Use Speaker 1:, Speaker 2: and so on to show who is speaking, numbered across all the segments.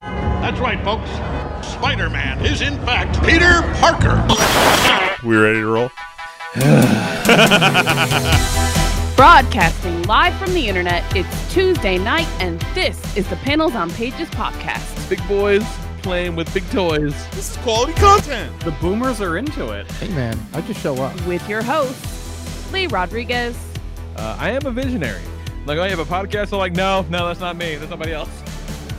Speaker 1: That's right, folks. Spider Man is, in fact, Peter Parker.
Speaker 2: We ready to roll?
Speaker 3: Broadcasting live from the internet, it's Tuesday night, and this is the Panels on Pages podcast.
Speaker 4: Big boys playing with big toys.
Speaker 2: This is quality content.
Speaker 5: The boomers are into it.
Speaker 6: Hey man, I just show up.
Speaker 3: With your hosts, Lee Rodriguez,
Speaker 4: Uh, I am a visionary. Like, oh, you have a podcast? I'm like, no, no, that's not me. That's somebody else.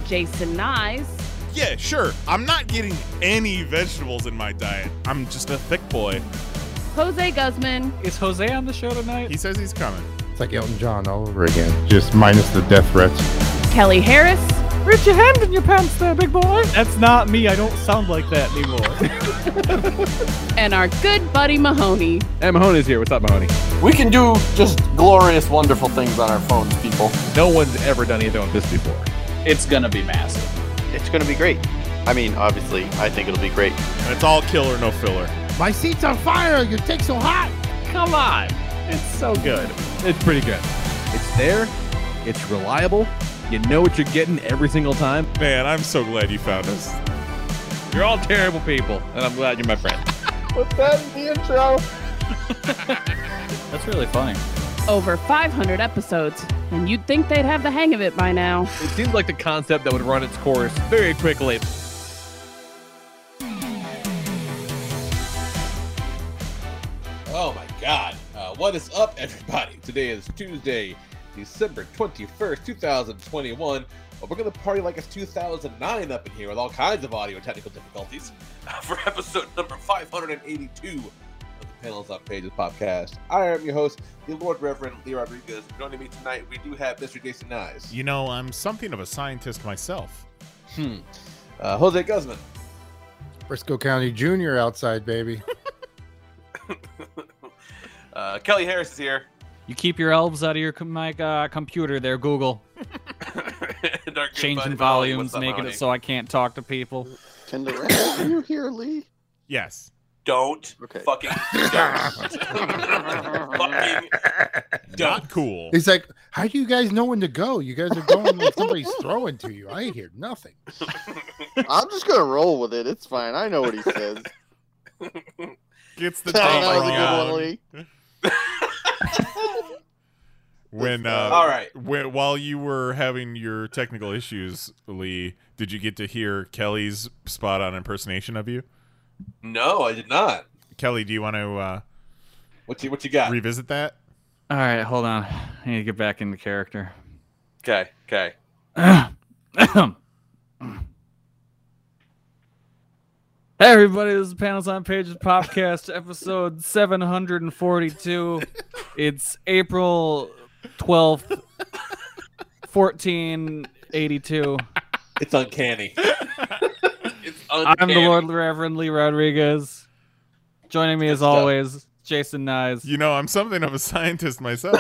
Speaker 3: Jason Nyes,
Speaker 2: Yeah, sure. I'm not getting any vegetables in my diet. I'm just a thick boy.
Speaker 3: Jose Guzman,
Speaker 5: Is Jose on the show tonight?
Speaker 2: He says he's coming.
Speaker 6: It's like Elton John all over again, just minus the death threats.
Speaker 3: Kelly Harris,
Speaker 5: Reach your hand in your pants there, big boy. That's not me. I don't sound like that anymore.
Speaker 3: and our good buddy Mahoney.
Speaker 4: And Mahoney's here. What's up, Mahoney?
Speaker 7: We can do just glorious, wonderful things on our phones, people.
Speaker 4: No one's ever done anything like this before.
Speaker 8: It's gonna be massive.
Speaker 7: It's going to be great. I mean, obviously, I think it'll be great.
Speaker 2: And it's all killer, no filler.
Speaker 6: My seat's on fire. Your take's so hot.
Speaker 4: Come on. It's so good. It's pretty good. It's there. It's reliable. You know what you're getting every single time.
Speaker 2: Man, I'm so glad you found us.
Speaker 4: You're all terrible people, and I'm glad you're my friend.
Speaker 7: What's that in the intro?
Speaker 8: That's really funny.
Speaker 3: Over 500 episodes, and you'd think they'd have the hang of it by now.
Speaker 4: It seems like the concept that would run its course very quickly.
Speaker 8: Oh my god. Uh, what is up, everybody? Today is Tuesday, December 21st, 2021. Well, we're going to party like it's 2009 up in here with all kinds of audio technical difficulties for episode number 582 of the Panels on Pages podcast. I am your host, the Lord Reverend Lee Rodriguez. Joining me tonight, we do have Mr. Jason Nyes,
Speaker 2: You know, I'm something of a scientist myself.
Speaker 8: uh, Jose Guzman,
Speaker 6: Briscoe County Junior outside, baby.
Speaker 8: uh, Kelly Harris is here.
Speaker 5: you keep your elves out of your com- my, uh, computer there, Google.
Speaker 8: And our good buddy
Speaker 5: Changing
Speaker 8: Mahoney. What's
Speaker 5: volumes,
Speaker 8: up,
Speaker 5: making
Speaker 8: Mahoney?
Speaker 5: it so I can't talk to people.
Speaker 7: Can the rest of you hear Lee?
Speaker 2: Yes.
Speaker 8: don't
Speaker 7: Okay.
Speaker 8: fucking don't. fucking don't.
Speaker 2: Not cool.
Speaker 6: He's like, how do you guys know when to go? You guys are going when somebody's throwing to you. I hear nothing.
Speaker 9: I'm just gonna roll with it. It's fine. I know what he says.
Speaker 2: Gets the
Speaker 9: That
Speaker 2: date
Speaker 9: was a
Speaker 2: wrong.
Speaker 9: good one, Lee.
Speaker 2: When uh,
Speaker 8: All right.
Speaker 2: wh- while you were having your technical issues, Lee, did you get to hear Kelly's spot on impersonation of you?
Speaker 8: No, I did not.
Speaker 2: Kelly, do you want to uh,
Speaker 8: What you what you got?
Speaker 2: revisit that?
Speaker 5: All right, hold on. I need to get back into character.
Speaker 8: Okay, okay.
Speaker 5: hey, everybody, this is Panels on Pages podcast, episode 742. it's April 12th, 1482.
Speaker 8: It's uncanny. it's uncanny.
Speaker 5: I'm the Lord Reverend Lee Rodriguez. Joining me, as
Speaker 8: stuff.
Speaker 5: always, Jason Nyes,
Speaker 2: You know, I'm something of a scientist myself.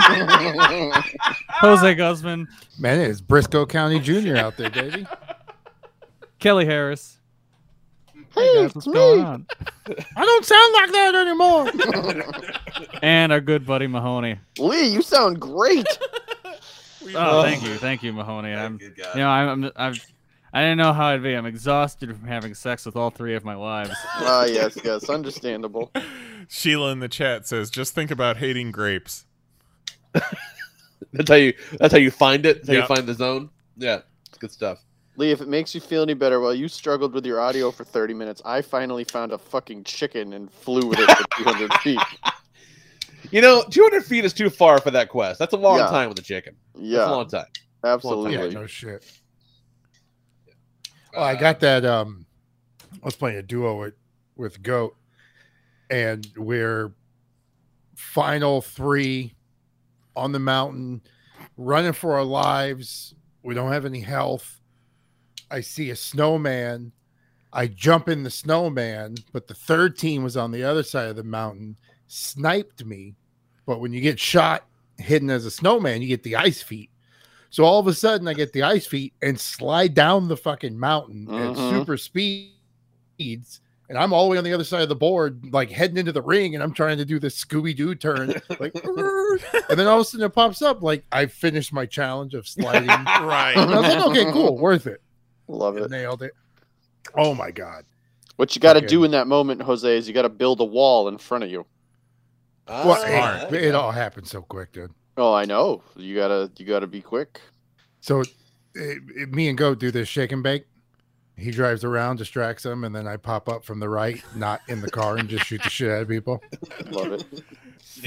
Speaker 5: Jose Guzman,
Speaker 6: Man, it is Briscoe County Junior out there, baby.
Speaker 5: Kelly Harris.
Speaker 9: Hey,
Speaker 5: guys,
Speaker 9: it's
Speaker 5: what's
Speaker 9: me.
Speaker 5: going on?
Speaker 6: I don't sound like that anymore.
Speaker 5: And our good buddy Mahoney.
Speaker 9: Lee, you sound great.
Speaker 5: Oh,
Speaker 8: Oh.
Speaker 5: thank you, thank you, Mahoney. I'm,
Speaker 8: Good God.
Speaker 5: You know, I'm, I'm, I'm, I didn't know how it'd be. I'm exhausted from having sex with all three of my wives.
Speaker 9: Ah, yes, yes, understandable.
Speaker 2: Sheila in the chat says, just think about hating grapes.
Speaker 8: That's how you that's how you find it. That's how
Speaker 2: Yeah.
Speaker 8: you find the zone. Yeah. It's good stuff.
Speaker 9: Lee, if it makes you feel any better, while you struggled with your audio for 30 minutes, I finally found a fucking chicken and flew with it for 200 feet.
Speaker 8: You know, 200 feet is too far for that quest. That's a long
Speaker 9: Yeah.
Speaker 8: time with a chicken. That's a
Speaker 9: Yeah,
Speaker 8: long time.
Speaker 9: absolutely.
Speaker 6: yeah, no shit. Well, Oh, I got that. Um, I was playing a duo with, with Goat, and we're final three on the mountain, running for our lives. We don't have any health.
Speaker 10: I see a snowman. I jump in the snowman, but the third team was on the other side of the mountain, sniped me. But when you get shot hidden as a snowman, you get the ice feet. So all of a sudden, I get the ice feet and slide down the fucking mountain at
Speaker 9: Mhm.
Speaker 10: super speeds. And I'm all the way on the other side of the board, like heading into the ring, and I'm trying to do this Scooby Doo turn, like, and then all of a sudden it pops up, like I finished my challenge of sliding.
Speaker 2: right.
Speaker 10: And I was like, okay, cool, worth it.
Speaker 9: Love it.
Speaker 10: Nailed it. Oh my god.
Speaker 9: What you got to
Speaker 10: Okay.
Speaker 9: do in that moment, Jose, is you got to build a wall in front of you.
Speaker 8: Ah.
Speaker 10: Well, it, it all happened so quick, dude.
Speaker 9: Oh, I know. You gotta you gotta be quick.
Speaker 10: So, it, it- me and Go do this shake and bake. He drives around, distracts him, and then I pop up from the right, not in the car, and just shoot the shit out of people.
Speaker 9: Love it.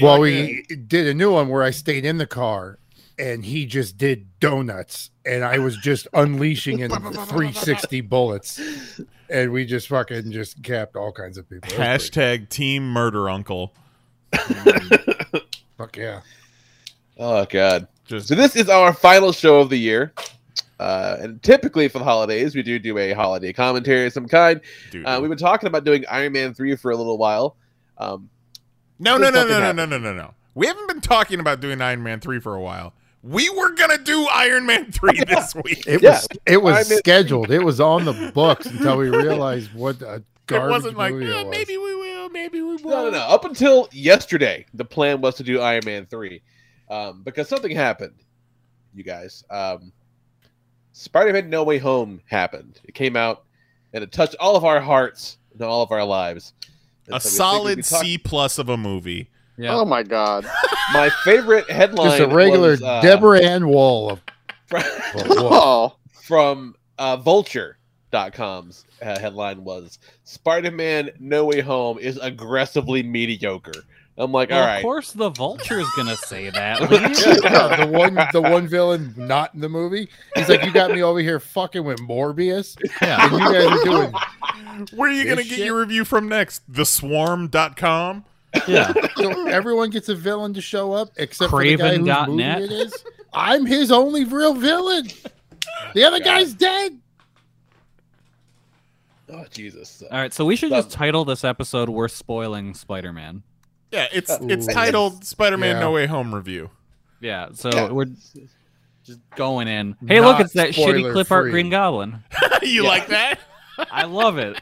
Speaker 10: Well, we did a new one where I stayed in the car, and he just did donuts, and I was just unleashing in 360 bullets, and we just fucking just capped all kinds of people. It was
Speaker 2: Hashtag Team Murder Uncle.
Speaker 10: Fuck yeah.
Speaker 8: Oh god. so this is our final show of the year. Uh, and typically for the holidays, we do do a holiday commentary of some kind. Uh, we've been talking about doing Iron Man three for a little while. Um,
Speaker 2: No,
Speaker 8: It
Speaker 2: no, no,
Speaker 8: fucking
Speaker 2: no, no,
Speaker 8: happened.
Speaker 2: no, no, no, no. We haven't been talking about doing Iron Man 3 for a while. We were going to do Iron Man 3 this week.
Speaker 10: It was it was scheduled. It was on the books until we realized what a garbage
Speaker 2: wasn't like, "Oh,
Speaker 10: movie it was.
Speaker 2: Maybe we will. Maybe we won't.
Speaker 8: No, no, no. Up until yesterday, the plan was to do Iron Man 3 um, because something happened, you guys. Um, Spider Man No Way Home happened. It came out and it touched all of our hearts and all of our lives.
Speaker 2: A solid C plus of a movie.
Speaker 8: Yeah.
Speaker 9: Oh my god.
Speaker 8: My favorite headline
Speaker 10: Just a regular
Speaker 8: was, uh,
Speaker 10: Deborah Ann Wall of
Speaker 8: from, from uh, vulture.com's uh, headline was spider-man no way home is aggressively mediocre i'm like
Speaker 5: Well,
Speaker 8: all right
Speaker 5: Of course, the vulture's gonna say that.
Speaker 10: Yeah, the one the one villain not in the movie. He's like, You got me over here fucking with Morbius.
Speaker 5: Yeah.
Speaker 10: And you guys are doing
Speaker 2: Where are you going to
Speaker 10: This
Speaker 2: get
Speaker 10: shit-
Speaker 2: your review from next? TheSwarm.com?
Speaker 10: so everyone gets a villain to show up except for the guy whose
Speaker 5: Craven.net.
Speaker 10: movie it is. I'm his only real villain. The other guy's dead.
Speaker 8: oh jesus
Speaker 5: All right, so we should just title this episode "We're Spoiling Spider-Man."
Speaker 2: Yeah, it's it's
Speaker 5: Ooh.
Speaker 2: titled Spider-Man
Speaker 5: Yeah.
Speaker 2: No Way Home review.
Speaker 5: Yeah, so
Speaker 2: Yeah.
Speaker 5: we're just going in. Hey, look,
Speaker 2: Not
Speaker 5: it's that shitty clip art
Speaker 2: spoiler-free.
Speaker 5: Green Goblin.
Speaker 2: you
Speaker 5: Yeah.
Speaker 2: like that?
Speaker 5: I love it.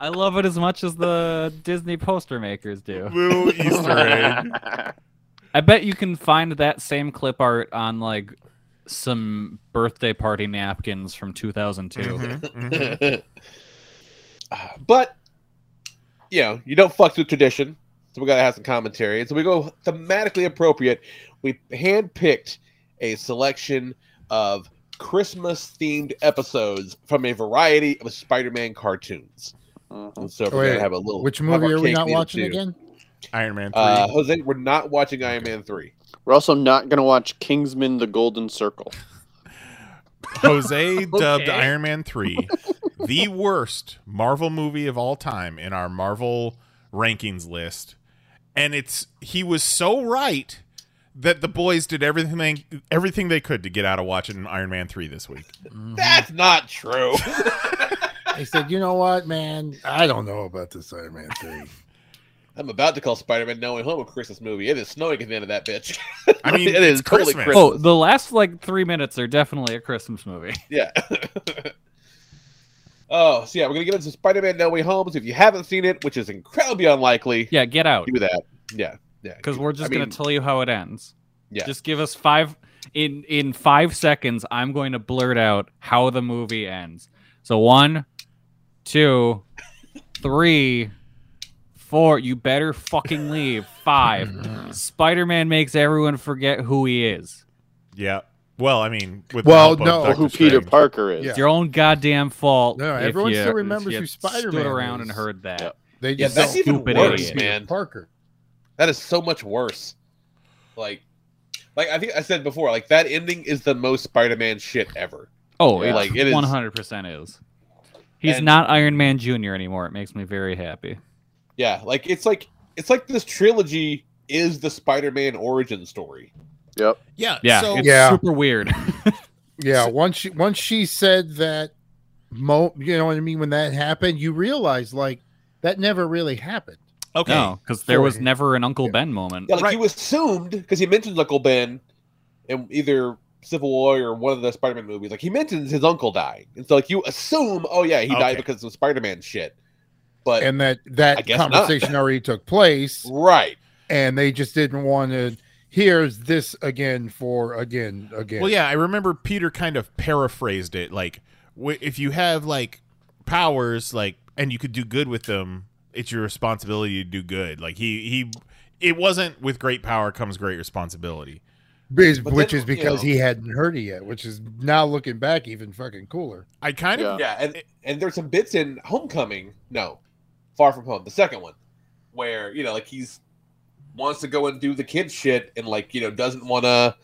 Speaker 5: I love it as much as the Disney poster makers do.
Speaker 2: Woo, Easter egg.
Speaker 5: I bet you can find that same clip art on like some birthday party napkins from 2002.
Speaker 8: Mm-hmm.
Speaker 2: Mm-hmm,
Speaker 8: but you know you don't fuck with tradition so we gotta have some commentary and so we go thematically appropriate we handpicked a selection of christmas themed episodes from a variety of spider-man cartoons
Speaker 9: Oh. Uh-huh.
Speaker 8: And so we're
Speaker 10: Wait,
Speaker 8: gonna have a little
Speaker 10: which
Speaker 8: have our
Speaker 10: movie are we
Speaker 8: cake
Speaker 10: not
Speaker 8: and eat it
Speaker 10: watching
Speaker 8: too.
Speaker 10: again?
Speaker 2: Iron Man
Speaker 9: 3.
Speaker 8: uh, jose we're not watching iron man 3
Speaker 9: We're also not gonna watch Kingsman: The Golden Circle.
Speaker 2: Jose dubbed
Speaker 9: Okay.
Speaker 2: Iron Man 3 the worst Marvel movie of all time in our Marvel rankings list. And it's he was so right that the boys did everything they, everything they could to get out of watching Iron Man 3 this week.
Speaker 8: That's not true.
Speaker 10: Mm-hmm. He said, You know what, man? I don't know about this Iron Man thing.
Speaker 8: i'm about to call spider-man no way home a christmas movie it is snowing at the end of that bitch
Speaker 2: I mean,
Speaker 8: it is
Speaker 2: it's
Speaker 8: totally
Speaker 2: Christmas.
Speaker 8: Christmas.
Speaker 5: Oh, the last like three minutes are definitely a Christmas movie.
Speaker 8: Yeah. oh, so yeah, we're gonna get into Spider-Man No Way Home. So if you haven't seen it, which is incredibly unlikely,
Speaker 5: yeah, get out.
Speaker 8: Do that. Yeah, yeah.
Speaker 5: because we're just
Speaker 8: I
Speaker 5: going
Speaker 8: mean-
Speaker 5: to tell you how it ends.
Speaker 8: Yeah.
Speaker 5: Just give us five in in five seconds. I'm going to blurt out how the movie ends. So one, two, three, four. You better fucking leave. Five. Spider-Man makes everyone forget who he is.
Speaker 2: Yeah. Well, I mean, with
Speaker 5: Well,
Speaker 2: the help
Speaker 5: no.
Speaker 10: Oh,
Speaker 2: of Dr.
Speaker 5: Who Peter
Speaker 2: Strange.
Speaker 9: Parker is.
Speaker 5: It's your own goddamn fault.
Speaker 10: No,
Speaker 5: if
Speaker 10: everyone
Speaker 5: you-
Speaker 10: still remembers
Speaker 5: if you
Speaker 10: who Spider-Man
Speaker 5: stood around
Speaker 10: is.
Speaker 5: and heard that.
Speaker 10: They
Speaker 8: Yeah,
Speaker 10: just
Speaker 8: that's
Speaker 10: don't-
Speaker 8: even
Speaker 5: Stupid
Speaker 8: worse,
Speaker 5: idiot.
Speaker 8: man.
Speaker 10: Parker.
Speaker 8: That is so much worse. Like, like I think I said before, like that ending is the most Spider-Man shit ever.
Speaker 5: Oh,
Speaker 8: Yeah.
Speaker 5: like
Speaker 8: Like, it is-
Speaker 5: one hundred percent is. He's
Speaker 8: And-
Speaker 5: not Iron Man Junior anymore. It makes me very happy.
Speaker 8: Yeah, like it's like it's like this trilogy is the Spider-Man origin story.
Speaker 9: Yep.
Speaker 2: Yeah.
Speaker 8: Oh.
Speaker 5: Yeah,
Speaker 2: so
Speaker 5: it's super weird.
Speaker 10: Yeah, once she once she said that mo you know what I mean, when that happened, you realize like that never really happened.
Speaker 2: Okay.
Speaker 5: No, because there was never an Uncle Ben moment.
Speaker 8: Yeah, like you assumed because he mentioned Uncle Ben in either Civil War or one of the Spider-Man movies. Like he mentions his uncle dying, and so like you assume, oh yeah, he
Speaker 10: Okay.
Speaker 8: died because of Spider-Man shit. But
Speaker 10: and that
Speaker 8: I
Speaker 10: that
Speaker 8: guess not.
Speaker 10: conversation already took place.
Speaker 8: Right.
Speaker 10: And they just didn't want to here's this again for again again.
Speaker 2: Well, yeah, I remember Peter kind of paraphrased it like, w- if you have like powers, like, and you could do good with them, it's your responsibility to do good. Like he he, it wasn't with great power comes great responsibility.
Speaker 10: Biz-
Speaker 2: But
Speaker 10: which
Speaker 2: then,
Speaker 10: is
Speaker 2: you
Speaker 10: because
Speaker 2: know-
Speaker 10: he hadn't heard it yet, which is now looking back even fucking cooler.
Speaker 2: I kind
Speaker 8: of yeah, and and there's some bits in Homecoming, no, Far From Home, the second one, where you know like he's wants to go and do the kid shit and like you know doesn't want to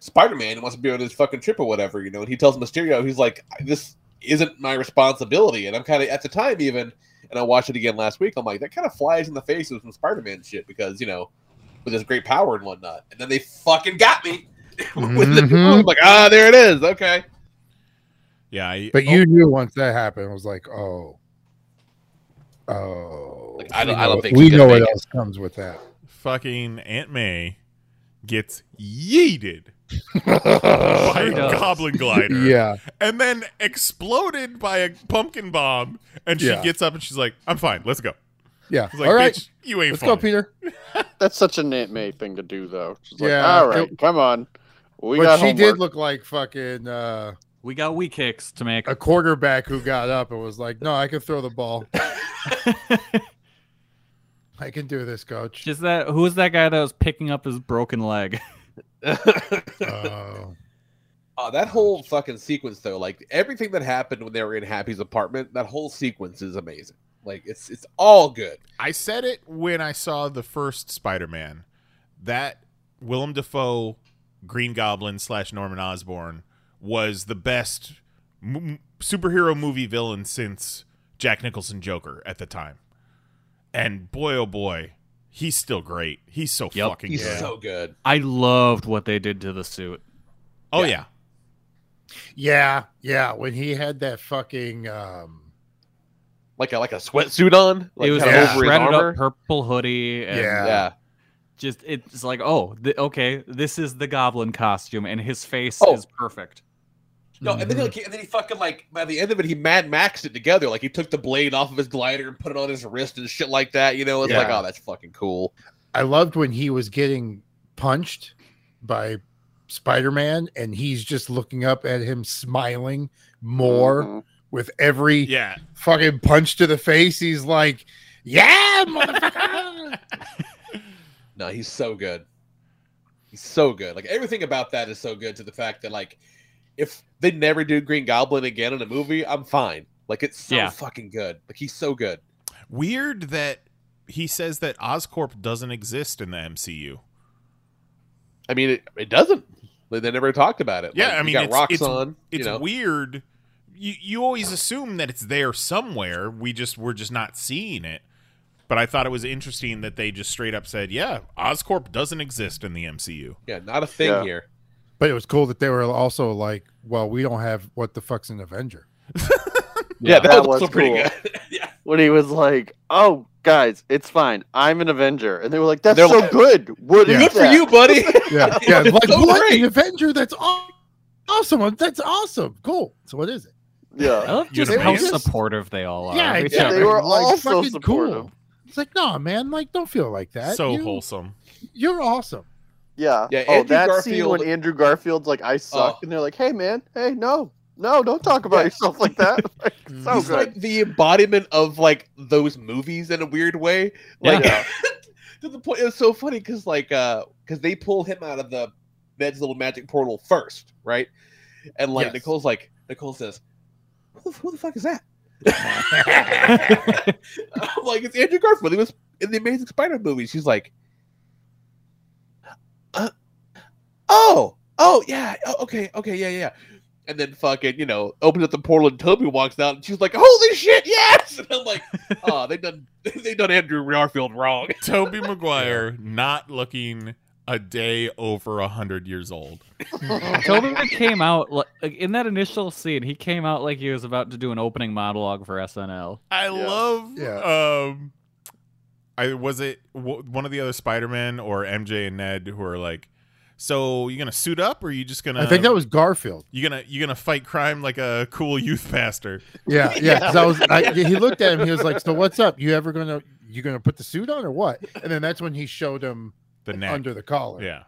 Speaker 8: Spider-Man wants to be on his fucking trip or whatever, you know, and he tells Mysterio he's like this isn't my responsibility, and I'm kind of at the time even, and I watched it again last week, I'm like that kind of flies in the face of some Spider-Man shit because you know with his great power and whatnot, and then they fucking got me. with the,
Speaker 10: Mhm.
Speaker 8: I'm like ah, there it is, okay.
Speaker 2: Yeah, I,
Speaker 8: Oh.
Speaker 10: But you knew once that happened, it was like, oh, oh.
Speaker 8: I
Speaker 10: we
Speaker 8: don't- I don't
Speaker 10: know-
Speaker 8: think
Speaker 10: we
Speaker 8: he's gonna
Speaker 10: know what
Speaker 8: make it.
Speaker 10: else comes with that.
Speaker 2: oh, fucking Aunt May gets yeeted by
Speaker 10: Sure
Speaker 2: a
Speaker 10: does.
Speaker 2: goblin glider.
Speaker 10: Yeah.
Speaker 2: And then exploded by a pumpkin bomb. And she
Speaker 10: Yeah.
Speaker 2: gets up and she's like, I'm fine. Let's go.
Speaker 10: Yeah.
Speaker 2: It's like,
Speaker 10: All right.
Speaker 2: bitch, you ain't
Speaker 10: Let's go,
Speaker 2: funny.
Speaker 10: Peter.
Speaker 9: That's such an Aunt May thing to do, though. She's like,
Speaker 10: Yeah.
Speaker 9: all right, come on. We
Speaker 10: but
Speaker 9: got
Speaker 10: she
Speaker 9: homework.
Speaker 10: did look like fucking uh,
Speaker 5: We got wee kicks to make.
Speaker 10: a quarterback who got up and was like, no, I can throw the ball. I can do this, coach.
Speaker 5: Just that. Who was that guy that was picking up his broken leg?
Speaker 10: Oh.
Speaker 8: Uh, that whole fucking sequence, though, like everything that happened when they were in Happy's apartment, that whole sequence is amazing. Like it's it's all good.
Speaker 2: I said it when I saw the first Spider Man. That Willem Dafoe, Green Goblin slash Norman Osborn was the best m- superhero movie villain since Jack Nicholson Joker at the time. And boy, oh boy, he's still great. He's so fucking
Speaker 8: He's
Speaker 2: good.
Speaker 8: so good.
Speaker 5: I loved what they did to the suit.
Speaker 2: Oh yeah.
Speaker 10: Yeah. Yeah. When he had that fucking. Um,
Speaker 8: Like a like a sweatsuit on. Like
Speaker 5: it was
Speaker 8: kinda
Speaker 5: a
Speaker 8: over his
Speaker 5: shredded
Speaker 8: armor.
Speaker 5: up purple hoodie. And
Speaker 8: Yeah. Yeah.
Speaker 5: Just it's like, oh, th- okay, this is the goblin costume, and his face
Speaker 8: Oh.
Speaker 5: is perfect.
Speaker 8: No,
Speaker 10: Mm-hmm.
Speaker 8: and then like, and then he fucking like by the end of it, he Mad Maxed it together. Like he took the blade off of his glider and put it on his wrist and shit like that. You know, it's like
Speaker 10: Yeah.
Speaker 8: oh, that's fucking cool.
Speaker 10: I loved when he was getting punched by Spider Man and he's just looking up at him, smiling more
Speaker 8: Mm-hmm.
Speaker 9: Uh-huh.
Speaker 2: Mhm.
Speaker 10: with every
Speaker 2: yeah.
Speaker 10: fucking punch to the face. He's like, yeah, motherfucker.
Speaker 8: No, he's so good. He's so good. Like everything about that is so good to the fact that like if they never do Green Goblin again in a movie, I'm fine. Like it's so
Speaker 2: Yeah.
Speaker 8: fucking good. Like he's so good.
Speaker 2: Weird that he says that Oscorp doesn't exist in the MCU.
Speaker 8: I mean, it, it doesn't. Like, They never talked about it.
Speaker 2: Yeah,
Speaker 8: Like,
Speaker 2: I
Speaker 8: you
Speaker 2: mean,
Speaker 8: got
Speaker 2: it's,
Speaker 8: rocks
Speaker 2: it's,
Speaker 8: on.
Speaker 2: it's
Speaker 8: you know?
Speaker 2: weird. You you always assume that it's there somewhere. We just we're just not seeing it. But I thought it was interesting that they just straight up said, "Yeah, Oscorp doesn't exist in the MCU."
Speaker 8: Yeah, not a thing
Speaker 2: Yeah.
Speaker 8: here.
Speaker 10: But it was cool that they were also like, well, we don't have what the fuck's an Avenger.
Speaker 9: Yeah, that, was, pretty cool. When he was like, "Oh, guys, it's fine. I'm an Avenger," and they were like, "That's
Speaker 10: They're
Speaker 9: so
Speaker 10: like-
Speaker 9: good. What is
Speaker 10: Good for
Speaker 9: that?"
Speaker 10: you,
Speaker 8: buddy.
Speaker 10: Yeah, yeah.
Speaker 9: It's
Speaker 10: like,
Speaker 9: so
Speaker 10: what?
Speaker 9: great.
Speaker 10: An Avenger? That's aw- awesome. That's awesome. Cool. So, what is it?
Speaker 9: Yeah.
Speaker 5: I love just
Speaker 10: They were
Speaker 5: how
Speaker 10: just-
Speaker 5: supportive they all are.
Speaker 10: yeah,
Speaker 5: Every
Speaker 10: exactly.
Speaker 5: time.
Speaker 10: like,
Speaker 9: all so
Speaker 10: fucking cool. It's like, no, man, like, don't feel like that.
Speaker 2: So
Speaker 10: You-
Speaker 2: wholesome.
Speaker 10: You're awesome.
Speaker 9: Yeah.
Speaker 10: Yeah,
Speaker 9: oh,
Speaker 10: Andrew
Speaker 9: that scene
Speaker 10: Garfield-
Speaker 9: when Andrew Garfield's like, "I
Speaker 8: Oh.
Speaker 9: suck," and they're like, "Hey, man. Hey, no, no, don't talk about yourself like that." Like, so
Speaker 8: he's
Speaker 9: good.
Speaker 8: like the embodiment of like those movies in a weird way. Like
Speaker 9: Yeah.
Speaker 8: to the point, it was so funny because like uh because they pull him out of the Ned's little magic portal first, right? And like
Speaker 7: Yes.
Speaker 8: Nicole's like Nicole says, who, who the fuck is that? I'm like it's Andrew Garfield. He was in the Amazing Spider movie. She's like, uh, oh, oh yeah, oh, okay, okay, yeah, yeah. And then fucking, you know, opens up the portal and Toby walks out and she's like, "Holy shit, yes!" And I'm like, "Oh, they done, they done Andrew Garfield wrong."
Speaker 2: Toby Maguire not looking a day over a hundred years old.
Speaker 5: Toby came out like like, in that initial scene. He came out like he was about to do an opening monologue for SNL.
Speaker 2: I love.
Speaker 5: Yeah.
Speaker 2: Um, I was it w- one of the other Spider Man or MJ and Ned who are like, so you gonna suit up or you just gonna?
Speaker 10: I think that was Garfield.
Speaker 2: You gonna you gonna fight crime like a cool youth pastor?
Speaker 10: Yeah, yeah. Because I was, I, he looked at him. He was like, "So what's up? You ever gonna you gonna put the suit on or what?" And then that's when he showed him
Speaker 2: the neck.
Speaker 10: under the collar.
Speaker 2: Yeah.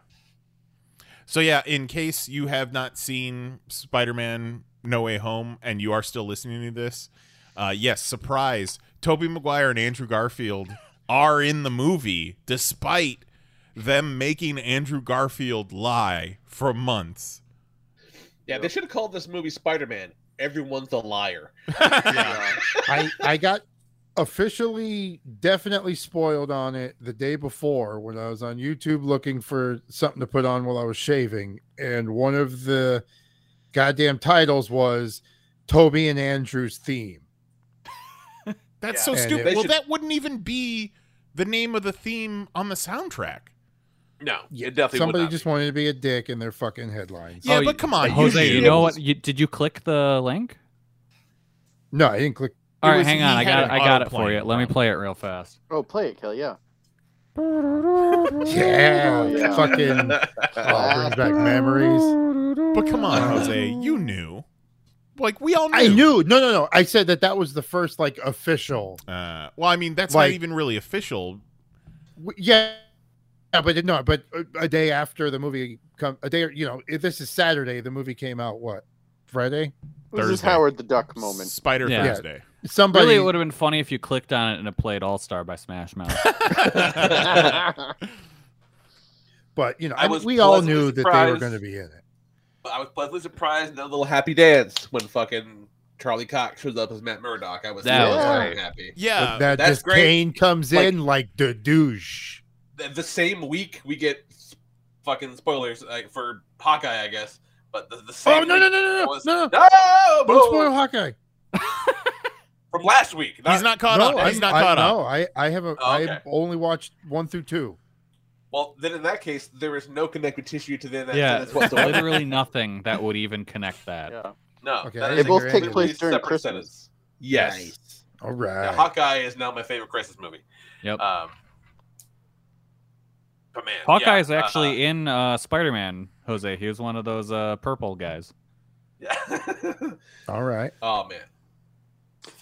Speaker 2: So yeah, in case you have not seen Spider-Man No Way Home and you are still listening to this, uh, yes, surprise, Toby Maguire and Andrew Garfield are in the movie despite them making Andrew Garfield lie for months.
Speaker 8: Yeah, they should have called this movie Spider Man. Everyone's a liar.
Speaker 10: I I got officially definitely spoiled on it the day before when I was on YouTube looking for something to put on while I was shaving, and one of the goddamn titles was Toby and Andrew's theme.
Speaker 2: That's
Speaker 10: Yeah.
Speaker 2: so
Speaker 10: And it-
Speaker 2: stupid.
Speaker 10: They
Speaker 2: well,
Speaker 10: should-
Speaker 2: that wouldn't even be the name of the theme on the soundtrack.
Speaker 8: No, it
Speaker 10: Somebody just wanted to be a dick in their fucking headlines.
Speaker 2: Yeah, Oh, but come on,
Speaker 5: Jose. You know what? You, did you click the link?
Speaker 10: No, I didn't click.
Speaker 5: All
Speaker 10: It
Speaker 5: right,
Speaker 10: was-
Speaker 5: hang
Speaker 10: he
Speaker 5: on. I
Speaker 10: had
Speaker 5: got
Speaker 10: an
Speaker 5: it. I got it
Speaker 10: auto-play.
Speaker 5: for you. Let me play it real fast.
Speaker 9: Oh, play it, Kelly. Yeah.
Speaker 10: Yeah,
Speaker 9: Yeah.
Speaker 10: fucking oh, brings back memories.
Speaker 2: But come on, Jose, you knew. Like we all knew.
Speaker 10: Uh, I knew. No, no, no. I said that that was the first like official.
Speaker 2: Uh, well, I mean, that's
Speaker 10: Like-
Speaker 2: not even really official.
Speaker 10: w- yeah, yeah, but it- no, but a- a day after the movie come a day. You know, if this is Saturday, the movie came out what Friday?
Speaker 9: This is Howard the Duck moment.
Speaker 2: Spider
Speaker 5: Yeah.
Speaker 2: Thursday.
Speaker 10: Somebody-
Speaker 5: Really, it would have been funny if you clicked on it and it played All Star by Smash Mouth.
Speaker 10: But you know,
Speaker 8: I
Speaker 10: I mean,
Speaker 8: was
Speaker 10: we all
Speaker 8: pleasantly
Speaker 10: knew that they were
Speaker 8: surprised.
Speaker 10: going to be in it.
Speaker 8: I was pleasantly surprised in that little happy dance when fucking Charlie Cox shows up as Matt Murdock. I was
Speaker 5: That
Speaker 8: so
Speaker 5: was
Speaker 8: fucking
Speaker 5: great.
Speaker 8: happy.
Speaker 10: But that
Speaker 8: that's
Speaker 10: just
Speaker 8: great.
Speaker 10: Kane comes
Speaker 8: Like-
Speaker 10: in like the douche.
Speaker 8: The- The same week we get s- fucking spoilers like, for Hawkeye, I guess. But the, the
Speaker 10: Oh
Speaker 8: same.
Speaker 10: no, no, no,
Speaker 8: week
Speaker 10: no, no,
Speaker 8: was-
Speaker 10: no, no!
Speaker 8: No,
Speaker 10: Don't spoil Hawkeye.
Speaker 8: from last week.
Speaker 2: He's not caught
Speaker 10: no,
Speaker 2: up.
Speaker 10: I,
Speaker 2: He's not
Speaker 10: I,
Speaker 2: caught
Speaker 10: no,
Speaker 2: up.
Speaker 10: I, I haven't.
Speaker 8: Oh, okay.
Speaker 10: I've only watched one through two.
Speaker 8: Well, then in that case, there is no connective tissue to them.
Speaker 5: yeah,
Speaker 8: that's whatsoever.
Speaker 5: literally nothing that would even connect that.
Speaker 8: No,
Speaker 10: Okay,
Speaker 8: that
Speaker 10: I
Speaker 8: is
Speaker 10: They
Speaker 8: a
Speaker 10: both take
Speaker 8: completely
Speaker 10: place
Speaker 9: during
Speaker 8: separate
Speaker 9: Christmas.
Speaker 8: sentence. Yes.
Speaker 10: All
Speaker 8: Now,
Speaker 10: right.
Speaker 8: Hawkeye is now my favorite Christmas movie.
Speaker 5: Yep.
Speaker 8: Um, but man, yeah,
Speaker 5: Hawkeye's
Speaker 8: uh,
Speaker 5: actually in uh, Spider Man. Jose, he was one of those uh, purple guys.
Speaker 10: All right.
Speaker 8: uh, oh man,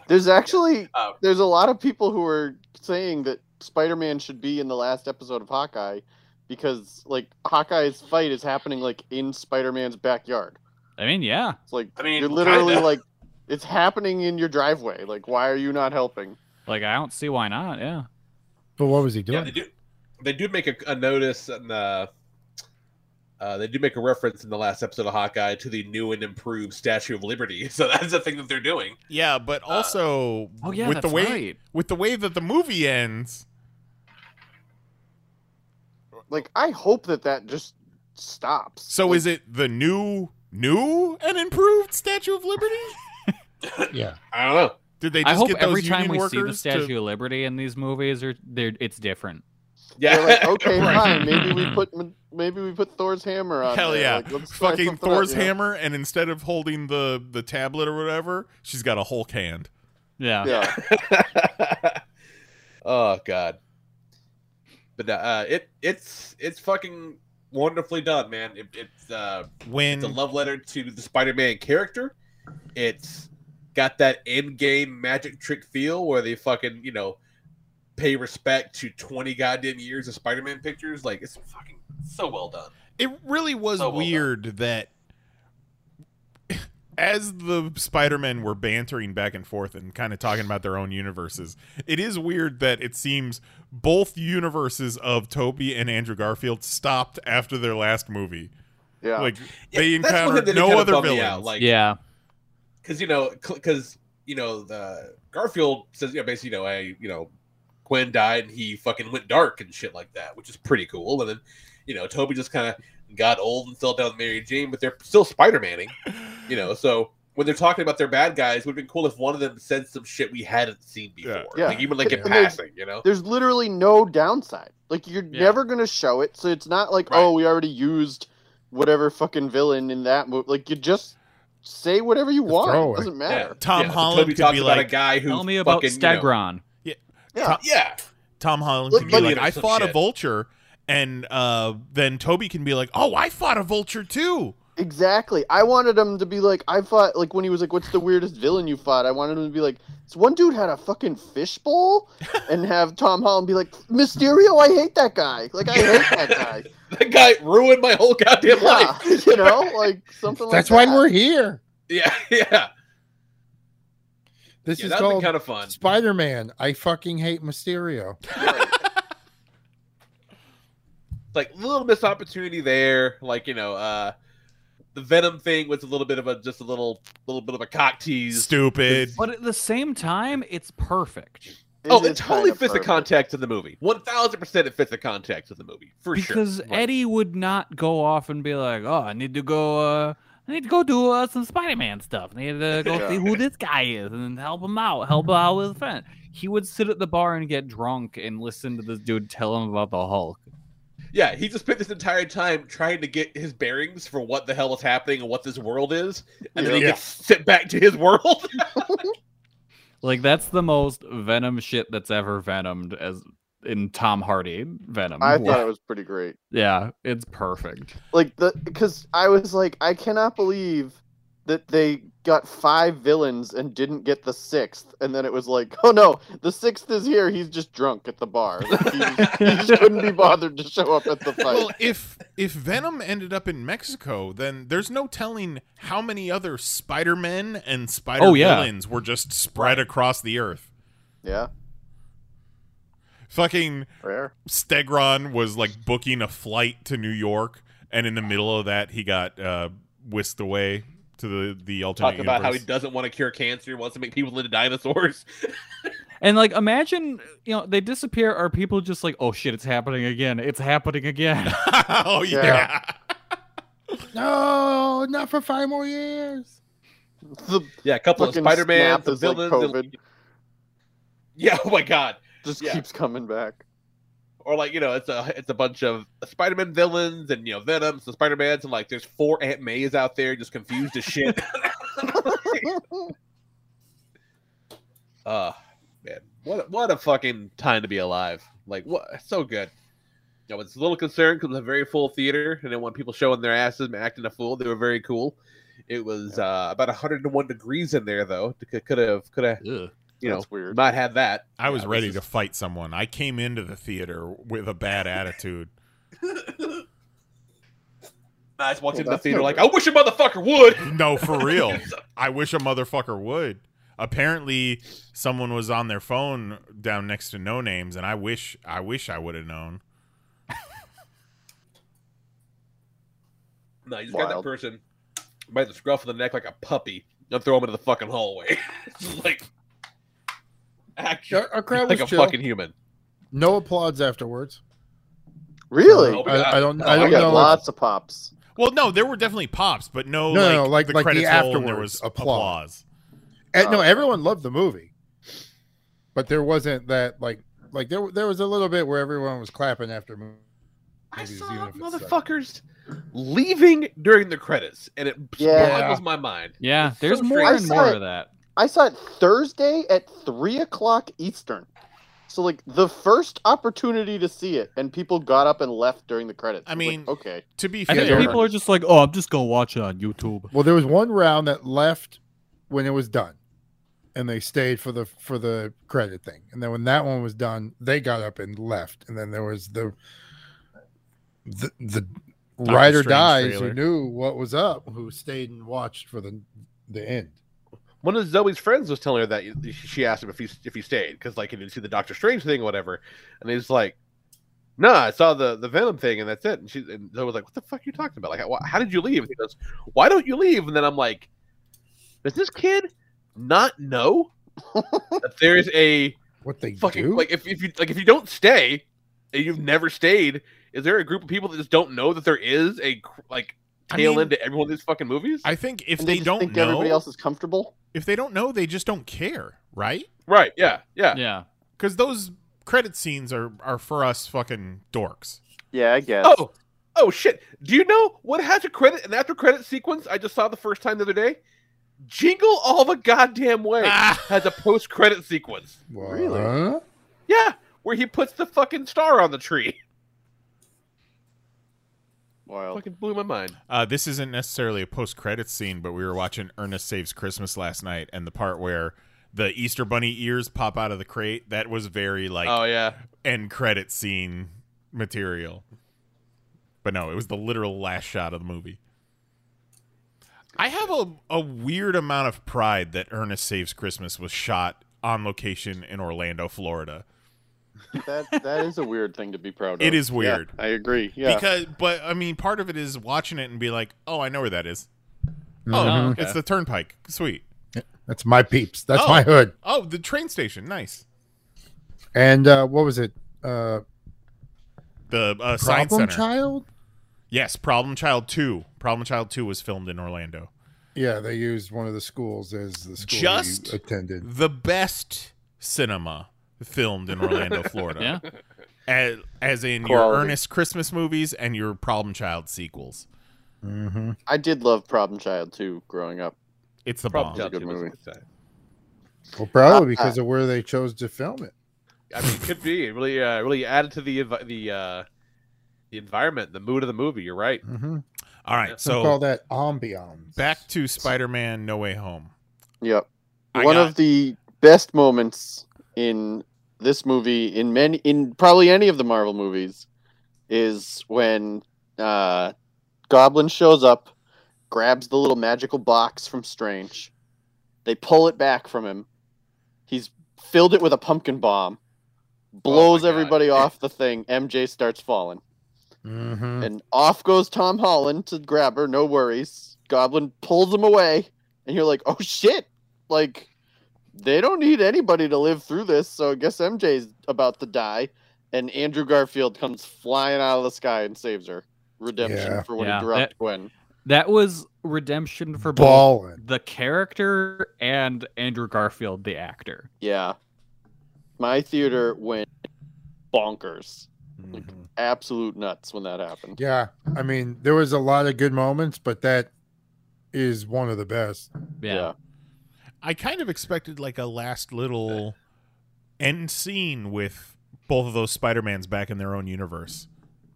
Speaker 9: There's actually
Speaker 8: Uh,
Speaker 9: there's a lot of people who are saying that Spider-Man should be in the last episode of Hawkeye because like Hawkeye's fight is happening like in Spider-Man's backyard.
Speaker 5: I mean, yeah.
Speaker 9: It's like
Speaker 8: I mean,
Speaker 9: you're literally
Speaker 8: kinda.
Speaker 9: like it's happening in your driveway. Like why are you not helping?
Speaker 5: Like I don't see why not. Yeah.
Speaker 10: But what was he
Speaker 8: yeah,
Speaker 10: doing?
Speaker 8: they do. They do make a, a notice and the. Uh, they do make a reference in the last episode of Hawkeye to the new and improved Statue of Liberty, so that's the thing that they're doing.
Speaker 2: Yeah,
Speaker 8: Uh,
Speaker 2: but also
Speaker 5: Oh, yeah,
Speaker 2: with the
Speaker 5: that's
Speaker 2: way
Speaker 5: right.
Speaker 2: with the way that the movie ends,
Speaker 9: Like I hope that that just stops.
Speaker 2: so is it the new new and improved Statue of Liberty?
Speaker 10: yeah.
Speaker 8: I don't know.
Speaker 2: Did they
Speaker 5: I
Speaker 2: just
Speaker 5: hope
Speaker 2: get those
Speaker 5: every time
Speaker 2: union
Speaker 5: we
Speaker 2: workers
Speaker 5: see the Statue
Speaker 2: to-
Speaker 5: of Liberty in these movies, are they're, it's different.
Speaker 8: Yeah,
Speaker 9: They're like okay,
Speaker 2: Right.
Speaker 9: fine. Maybe we put maybe we put Thor's hammer on.
Speaker 2: Hell
Speaker 9: there.
Speaker 2: yeah.
Speaker 9: Like, let's try
Speaker 2: Fucking
Speaker 9: something out,
Speaker 2: Thor's
Speaker 9: you know?
Speaker 2: hammer, and instead of holding the the tablet or whatever, she's got a Hulk hand.
Speaker 5: Yeah.
Speaker 9: Yeah.
Speaker 8: oh god. But uh, it it's it's fucking wonderfully done, man. It, it's uh,
Speaker 2: When
Speaker 8: it's a love letter to the Spider-Man character. It's got that in-game magic trick feel where they fucking you know pay respect to twenty goddamn years of Spider-Man pictures. Like it's fucking so well done.
Speaker 2: it really was
Speaker 5: Oh,
Speaker 8: So well done.
Speaker 2: weird that as the spider-men were bantering back and forth and kind of talking about their own universes it is weird that it seems both universes of toby and andrew garfield stopped after their last movie
Speaker 9: Yeah.
Speaker 2: like
Speaker 8: Yeah,
Speaker 2: they
Speaker 8: that's one thing
Speaker 2: encountered
Speaker 8: that
Speaker 2: no
Speaker 8: kinda
Speaker 2: other
Speaker 8: bummed me out,
Speaker 2: villains
Speaker 8: Like
Speaker 5: Yeah.
Speaker 8: because you know, because you know, the Garfield says, you know, basically, you know, hey, you know, Gwen died and he fucking went dark and shit like that, which is pretty cool. And then, you know, Toby just kind of got old and fell down with Mary Jane, but they're still Spider Maning, you know. So when they're talking about their bad guys, would have been cool if one of them said some shit we hadn't seen before.
Speaker 9: Yeah.
Speaker 8: Like even like in
Speaker 9: And there's-
Speaker 8: passing, you know?
Speaker 9: There's literally no downside. Like you're never gonna show it, so it's not like oh we already used whatever fucking villain in that movie. Like you just say whatever you want. It doesn't matter.
Speaker 2: Tom Holland could be like,
Speaker 5: "Tell me about Stegron."
Speaker 9: Yeah.
Speaker 2: Tom,
Speaker 8: yeah.
Speaker 2: Tom Holland
Speaker 5: Look,
Speaker 2: can
Speaker 5: look
Speaker 2: be like,
Speaker 5: at
Speaker 2: I
Speaker 5: it, some
Speaker 2: fought a
Speaker 5: shit."
Speaker 2: vulture, and uh, then Toby can be like, oh, I fought a vulture too.
Speaker 9: Exactly. I wanted him to be like, I fought like when he was like, "What's the weirdest villain you fought?" I wanted him to be like, "This one dude had a fucking fishbowl," and have Tom Holland be like, "Mysterio, I hate that guy. Like, I hate that guy.
Speaker 8: that guy ruined my whole goddamn
Speaker 9: life. you know, like something like
Speaker 10: That's
Speaker 9: that.
Speaker 10: why we're here.
Speaker 8: Yeah, yeah.
Speaker 10: This
Speaker 8: Yeah,
Speaker 10: is
Speaker 8: that'd be
Speaker 10: called
Speaker 8: kinda fun.
Speaker 10: Spider-Man. I fucking hate Mysterio.
Speaker 8: like a little missed opportunity there. Like you know, uh, the Venom thing was a little bit of a just a little little bit of a cock tease.
Speaker 2: Stupid.
Speaker 5: But at the same time, it's perfect.
Speaker 8: oh, it totally fits the context of the movie. One thousand percent, it fits the context of the movie for sure.
Speaker 5: because Eddie would not go off and be like, "Oh, I need to go. Uh, I need to go do uh, some Spider-Man stuff. I need to go
Speaker 8: Yeah.
Speaker 5: see who this guy is and help him out. Help out with his friend." He would sit at the bar and get drunk and listen to this dude tell him about the Hulk.
Speaker 8: Yeah, he just spent this entire time trying to get his bearings for what the hell is happening and what this world is, and then he
Speaker 5: Yeah.
Speaker 8: gets sent back to his world.
Speaker 5: Like that's the most Venom shit that's ever venomed as in Tom Hardy Venom.
Speaker 9: I thought it was pretty great.
Speaker 5: Yeah, it's perfect.
Speaker 9: Like the because I was like, I cannot believe that they got five villains and didn't get the sixth, and then it was like, oh no, the sixth is here. He's just drunk at the bar. Like, he, just, he just couldn't be bothered to show up at the fight.
Speaker 2: Well, if if Venom ended up in Mexico, then there's no telling how many other Spider Men and Spider
Speaker 5: yeah.
Speaker 2: villains were just spread across the earth.
Speaker 9: Yeah.
Speaker 2: Fucking
Speaker 9: Rare.
Speaker 2: Stegron was like booking a flight to New York, and in the middle of that, he got uh, whisked away to the the alternate
Speaker 8: Talk about how he
Speaker 2: universe.
Speaker 8: doesn't want to cure cancer, wants to make people into dinosaurs.
Speaker 5: And like, imagine you know they disappear. Are people just like, "Oh shit, it's happening again! It's happening again!"
Speaker 2: oh
Speaker 10: yeah. No, not for five more years.
Speaker 8: yeah, a couple of
Speaker 9: Fucking
Speaker 8: Spider Man,
Speaker 9: Snap
Speaker 8: the
Speaker 9: is like
Speaker 8: villains, and-
Speaker 9: COVID.
Speaker 8: Yeah. Oh my god.
Speaker 9: Just
Speaker 8: Yeah.
Speaker 9: keeps coming back.
Speaker 8: or like you know it's a it's a bunch of spider-man villains and you know venoms and spider-mans and like there's four aunt mays out there just confused as shit uh man what a- what a fucking time to be alive like what so good i was a little concerned because it was a very full theater and then when people showing their asses and acting a fool they were very cool it was uh, about 101 degrees in there though could have could have you know
Speaker 2: That's weird.
Speaker 8: not had that
Speaker 2: I was
Speaker 8: Yeah, this
Speaker 2: ready
Speaker 8: is-
Speaker 2: to fight someone. I came into the theater with a bad attitude.
Speaker 8: I just walked
Speaker 2: Well,
Speaker 8: into the
Speaker 2: that's
Speaker 8: theater
Speaker 2: no
Speaker 8: like,
Speaker 2: good.
Speaker 8: I wish a motherfucker would.
Speaker 2: No, for real. I wish a motherfucker would. Apparently, someone was on their phone down next to no names, and I wish I wish I would have known.
Speaker 8: No, you just got that
Speaker 2: Wild.
Speaker 8: person by the scruff of the neck like a puppy and throw him into the fucking hallway. It's like, act
Speaker 10: Our- our crowd
Speaker 8: like
Speaker 10: was
Speaker 8: a
Speaker 10: chill.
Speaker 8: fucking human.
Speaker 10: No applauds afterwards.
Speaker 9: Really?
Speaker 10: I, I don't. I
Speaker 9: Oh,
Speaker 10: don't
Speaker 9: we got
Speaker 10: know.
Speaker 9: lots of pops.
Speaker 2: Well, no, there were definitely pops, but no,
Speaker 10: No,
Speaker 2: like,
Speaker 10: no, like-
Speaker 2: the
Speaker 10: like the
Speaker 2: credits roll and there
Speaker 10: afterwards
Speaker 2: was
Speaker 10: applause.
Speaker 2: applause.
Speaker 10: Eh, no, everyone loved the movie, but there wasn't that like like there there was a little bit where everyone was clapping after movies. I saw
Speaker 8: Motherfuckers leaving during the credits, and it
Speaker 9: Yeah.
Speaker 8: boggles my mind.
Speaker 5: Yeah,
Speaker 8: It's
Speaker 5: there's
Speaker 8: so
Speaker 5: more
Speaker 8: strange.
Speaker 5: and more of that.
Speaker 9: I saw it Thursday at three o'clock Eastern. So like the first opportunity to see it, and people got up and left during the credits. I mean, okay.
Speaker 2: To be
Speaker 5: I think people are just like, "Oh, I'm just gonna watch it on YouTube."
Speaker 10: Well, there was one round that left when it was done, and they stayed for the for the credit thing. And then when that one was done, they got up and left. And then there was the the the
Speaker 2: Doctor
Speaker 10: ride or
Speaker 2: Strange
Speaker 10: dies
Speaker 2: trailer.
Speaker 10: who knew what was up, who stayed and watched for the the end.
Speaker 8: One of Zoe's friends was telling her that she asked him if he if he stayed because like he didn't see the Doctor Strange thing or whatever, and he's like, "No, I saw the the Venom thing and that's it." And she and Zoe was like, "What the fuck are you talking about? Like, how, how did you leave?" And he goes, "Why don't you leave?" And then I'm like, "Does this kid not know that there's a
Speaker 10: what they
Speaker 8: fucking like if if you like if you don't stay and you've never stayed, is there a group of people that just don't know that there is a cr- like tail
Speaker 2: mean-
Speaker 8: end to every one of these fucking movies?
Speaker 2: I think if
Speaker 8: And
Speaker 2: they,
Speaker 8: they just
Speaker 2: don't
Speaker 8: think
Speaker 2: know,
Speaker 8: everybody else is comfortable.
Speaker 2: If they don't know, they just don't care, right?
Speaker 8: Right. Yeah. Yeah.
Speaker 5: Yeah.
Speaker 2: Because those credit scenes are are for us fucking dorks.
Speaker 9: Yeah, I guess.
Speaker 8: Oh, oh shit! Do you know what has a credit an after credit sequence? I just saw the first time the other day. Jingle all the goddamn way has a post credit sequence.
Speaker 10: Really?
Speaker 8: Yeah, where he puts the fucking star on the tree. Wow. Fucking blew my mind.
Speaker 2: Uh, this isn't necessarily a post credits scene, but we were watching Ernest Saves Christmas last night, and the part where the Easter Bunny ears pop out of the crate that was very like
Speaker 8: Oh, yeah.
Speaker 2: end credit scene material. But no, it was the literal last shot of the movie. I have a, a weird amount of pride that Ernest Saves Christmas was shot on location in Orlando, Florida.
Speaker 9: That that is a weird thing to be proud of.
Speaker 2: It is
Speaker 9: Yeah,
Speaker 2: weird.
Speaker 9: I agree. Yeah.
Speaker 2: Because, but I mean, part of it is watching it and be like, oh, I know where that is. Oh,
Speaker 10: Mhm.
Speaker 2: it's the turnpike. Sweet.
Speaker 10: That's my peeps. That's
Speaker 2: Oh,
Speaker 10: my hood.
Speaker 2: Oh, the train station. Nice.
Speaker 10: And uh, what was it? Uh,
Speaker 2: The uh, science
Speaker 10: Problem
Speaker 2: center.
Speaker 10: Child?
Speaker 2: Yes, Problem Child Two. Problem Child Two was filmed in Orlando.
Speaker 10: Yeah, they used one of the schools as the school we
Speaker 2: Just
Speaker 10: attended.
Speaker 2: The best cinema filmed in Orlando, Florida.
Speaker 10: Yeah.
Speaker 2: As, as in your
Speaker 9: Quality.
Speaker 2: earnest Christmas movies and your Problem Child sequels.
Speaker 10: Mm-hmm.
Speaker 9: I did love Problem Child too growing up.
Speaker 2: It's the
Speaker 9: Problem
Speaker 2: bomb.
Speaker 9: Child's a good movie.
Speaker 10: Well, probably
Speaker 9: Uh,
Speaker 10: because of where they chose to film it.
Speaker 8: I mean, it could be It really, uh, really added to the envi- the uh, the environment, the mood of the movie. You're right.
Speaker 10: Mm-hmm.
Speaker 2: All right,
Speaker 10: Some call
Speaker 2: so
Speaker 10: that ambiance.
Speaker 2: back to Spider-Man: No Way Home.
Speaker 9: Yep.
Speaker 2: I
Speaker 9: One
Speaker 2: got-
Speaker 9: of the best moments in this movie, in many, in probably any of the Marvel movies, is when uh, Goblin shows up, grabs the little magical box from Strange. They pull it back from him. He's filled it with a pumpkin bomb,
Speaker 2: Oh
Speaker 9: blows everybody off the thing. MJ starts falling.
Speaker 10: Mm-hmm.
Speaker 9: And off goes Tom Holland to grab her, no worries. Goblin pulls him away, and you're like, oh shit! Like, they don't need anybody to live through this, so I guess MJ's about to die. And Andrew Garfield comes flying out of the sky and saves her. Redemption
Speaker 5: Yeah.
Speaker 9: for when
Speaker 5: Yeah,
Speaker 9: he dropped
Speaker 5: that-
Speaker 9: Gwen.
Speaker 5: That was redemption for both
Speaker 10: Ballin'.
Speaker 5: the character and Andrew Garfield, the actor.
Speaker 9: Yeah. My theater went bonkers. Like, absolute nuts when that happened.
Speaker 10: Mm-hmm. Yeah, I mean, there was a lot of good moments, but that is one of the best.
Speaker 9: Yeah.
Speaker 2: I kind of expected like a last little end scene with both of those Spider-Mans back in their own universe.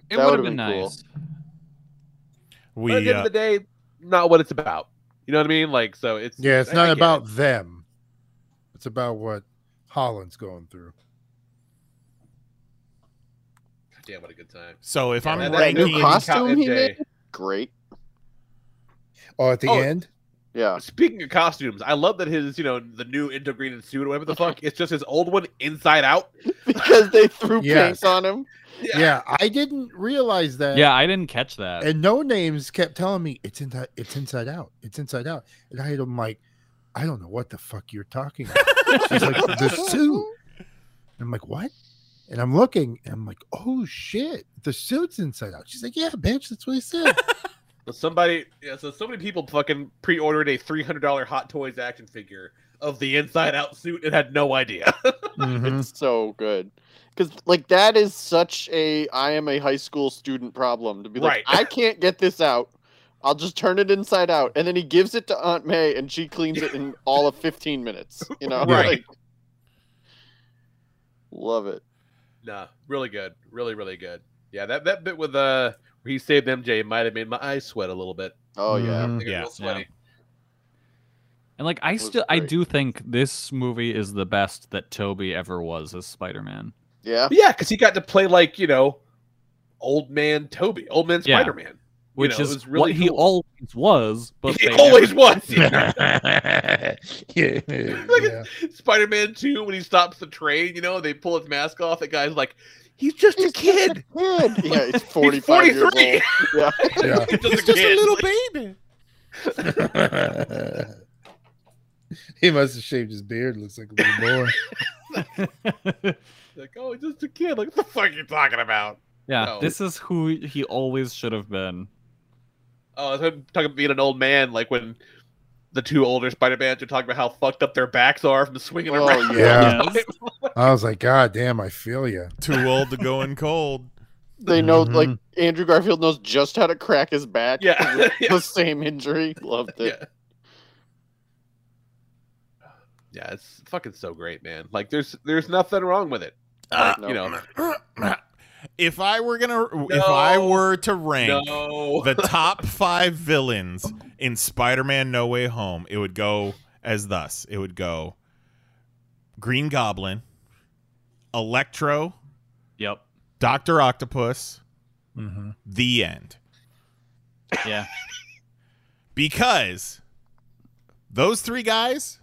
Speaker 5: It
Speaker 9: That
Speaker 5: would have
Speaker 9: would've
Speaker 5: been,
Speaker 9: been cool.
Speaker 5: nice.
Speaker 2: We
Speaker 8: but at the end
Speaker 2: uh,
Speaker 8: of the day, not what it's about. You know what I mean? Like, so it's
Speaker 10: Yeah, it's
Speaker 8: I- I
Speaker 10: not
Speaker 8: get
Speaker 10: about
Speaker 8: it.
Speaker 10: them. It's about what Holland's going through.
Speaker 8: Damn, what a good time.
Speaker 2: so if
Speaker 8: Yeah,
Speaker 2: I'm
Speaker 8: that-
Speaker 9: That
Speaker 2: ranking,
Speaker 9: new costume he
Speaker 8: MJ.
Speaker 9: made? Great.
Speaker 10: Oh, at the
Speaker 8: Oh,
Speaker 10: end?
Speaker 9: Yeah.
Speaker 8: Speaking of costumes, I love that his, you know, the new integrated suit or whatever the fuck, it's just his old one inside out.
Speaker 9: Because they threw
Speaker 10: Yes.
Speaker 9: paint on him.
Speaker 10: Yeah. I didn't realize that.
Speaker 5: Yeah, I didn't catch that.
Speaker 10: And no names kept telling me it's inside, it's inside out, it's inside out, and I had them like, I don't know what the fuck you're talking about. She's like the suit. And I'm like, what? And I'm looking, and I'm like, oh shit, the suit's inside out. She's like, yeah, bitch, that's what he said.
Speaker 8: So somebody, yeah, so so many people fucking pre-ordered a three hundred dollar Hot Toys action figure of the inside out suit and had no idea. Mm-hmm.
Speaker 9: It's so good. Because like that is such a I am a high school student problem to be like
Speaker 8: Right.
Speaker 9: I can't get this out. I'll just turn it inside out, and then he gives it to Aunt May, and she cleans it in all of fifteen minutes. You know,
Speaker 8: Right.
Speaker 9: Like, love it.
Speaker 8: nah, really good, really really good. Yeah, that that bit with uh, where he saved MJ might have made my eyes sweat a little bit.
Speaker 9: Oh yeah,
Speaker 10: Mhm.
Speaker 8: They got
Speaker 2: Yeah.
Speaker 8: real sweaty.
Speaker 5: And like I
Speaker 9: was
Speaker 5: still I
Speaker 9: great.
Speaker 5: do think this movie is the best that Toby ever was as Spider-Man.
Speaker 9: yeah.
Speaker 8: But Yeah, because he got to play like you know, old man Toby, old man
Speaker 5: Yeah.
Speaker 8: Spider Man,
Speaker 5: Which
Speaker 8: know, it
Speaker 5: is
Speaker 8: was really
Speaker 5: what he
Speaker 8: cool.
Speaker 5: always was, but
Speaker 8: He
Speaker 5: they
Speaker 8: always
Speaker 5: never-
Speaker 8: was. Look
Speaker 10: yeah.
Speaker 8: at Spider Man Two when he stops the train. You know, they pull his mask off. The guy's like, he's just a kid.
Speaker 10: Good.
Speaker 9: Yeah, he's forty five years old.
Speaker 8: 43.
Speaker 9: Yeah,
Speaker 10: Yeah.
Speaker 8: He's
Speaker 2: it's just a
Speaker 8: kid.
Speaker 2: little
Speaker 8: Like,
Speaker 2: baby.
Speaker 10: he must have shaved his beard. Looks like a little boy.
Speaker 8: Like, oh, he's just a kid. Like, what the fuck are you talking about?
Speaker 5: Yeah,
Speaker 8: No.
Speaker 5: this is who he always should have been.
Speaker 8: Oh, it's him talking about being an old man, like when the two older Spider Mans are talking about how fucked up their backs are from swinging
Speaker 9: Oh,
Speaker 8: around.
Speaker 10: Yeah. I was like, God damn, I feel you.
Speaker 2: Too old to go in cold.
Speaker 9: They know,
Speaker 10: Mhm.
Speaker 9: like Andrew Garfield knows just how to crack his back.
Speaker 8: Yeah.
Speaker 9: 'cause it's
Speaker 8: Yeah.
Speaker 9: the same injury. Loved it.
Speaker 8: Yeah, it's fucking so great, man. Like there's there's nothing wrong with it. Like,
Speaker 2: Uh,
Speaker 8: You know,
Speaker 2: If I were gonna, if I were to rank
Speaker 8: No.
Speaker 2: the top five villains in Spider-Man: No Way Home, it would go as thus: it would go Green Goblin, Electro,
Speaker 5: yep,
Speaker 2: Doctor Octopus,
Speaker 10: Mm-hmm.
Speaker 5: Mhm.
Speaker 2: the end.
Speaker 5: Yeah,
Speaker 2: because those three guys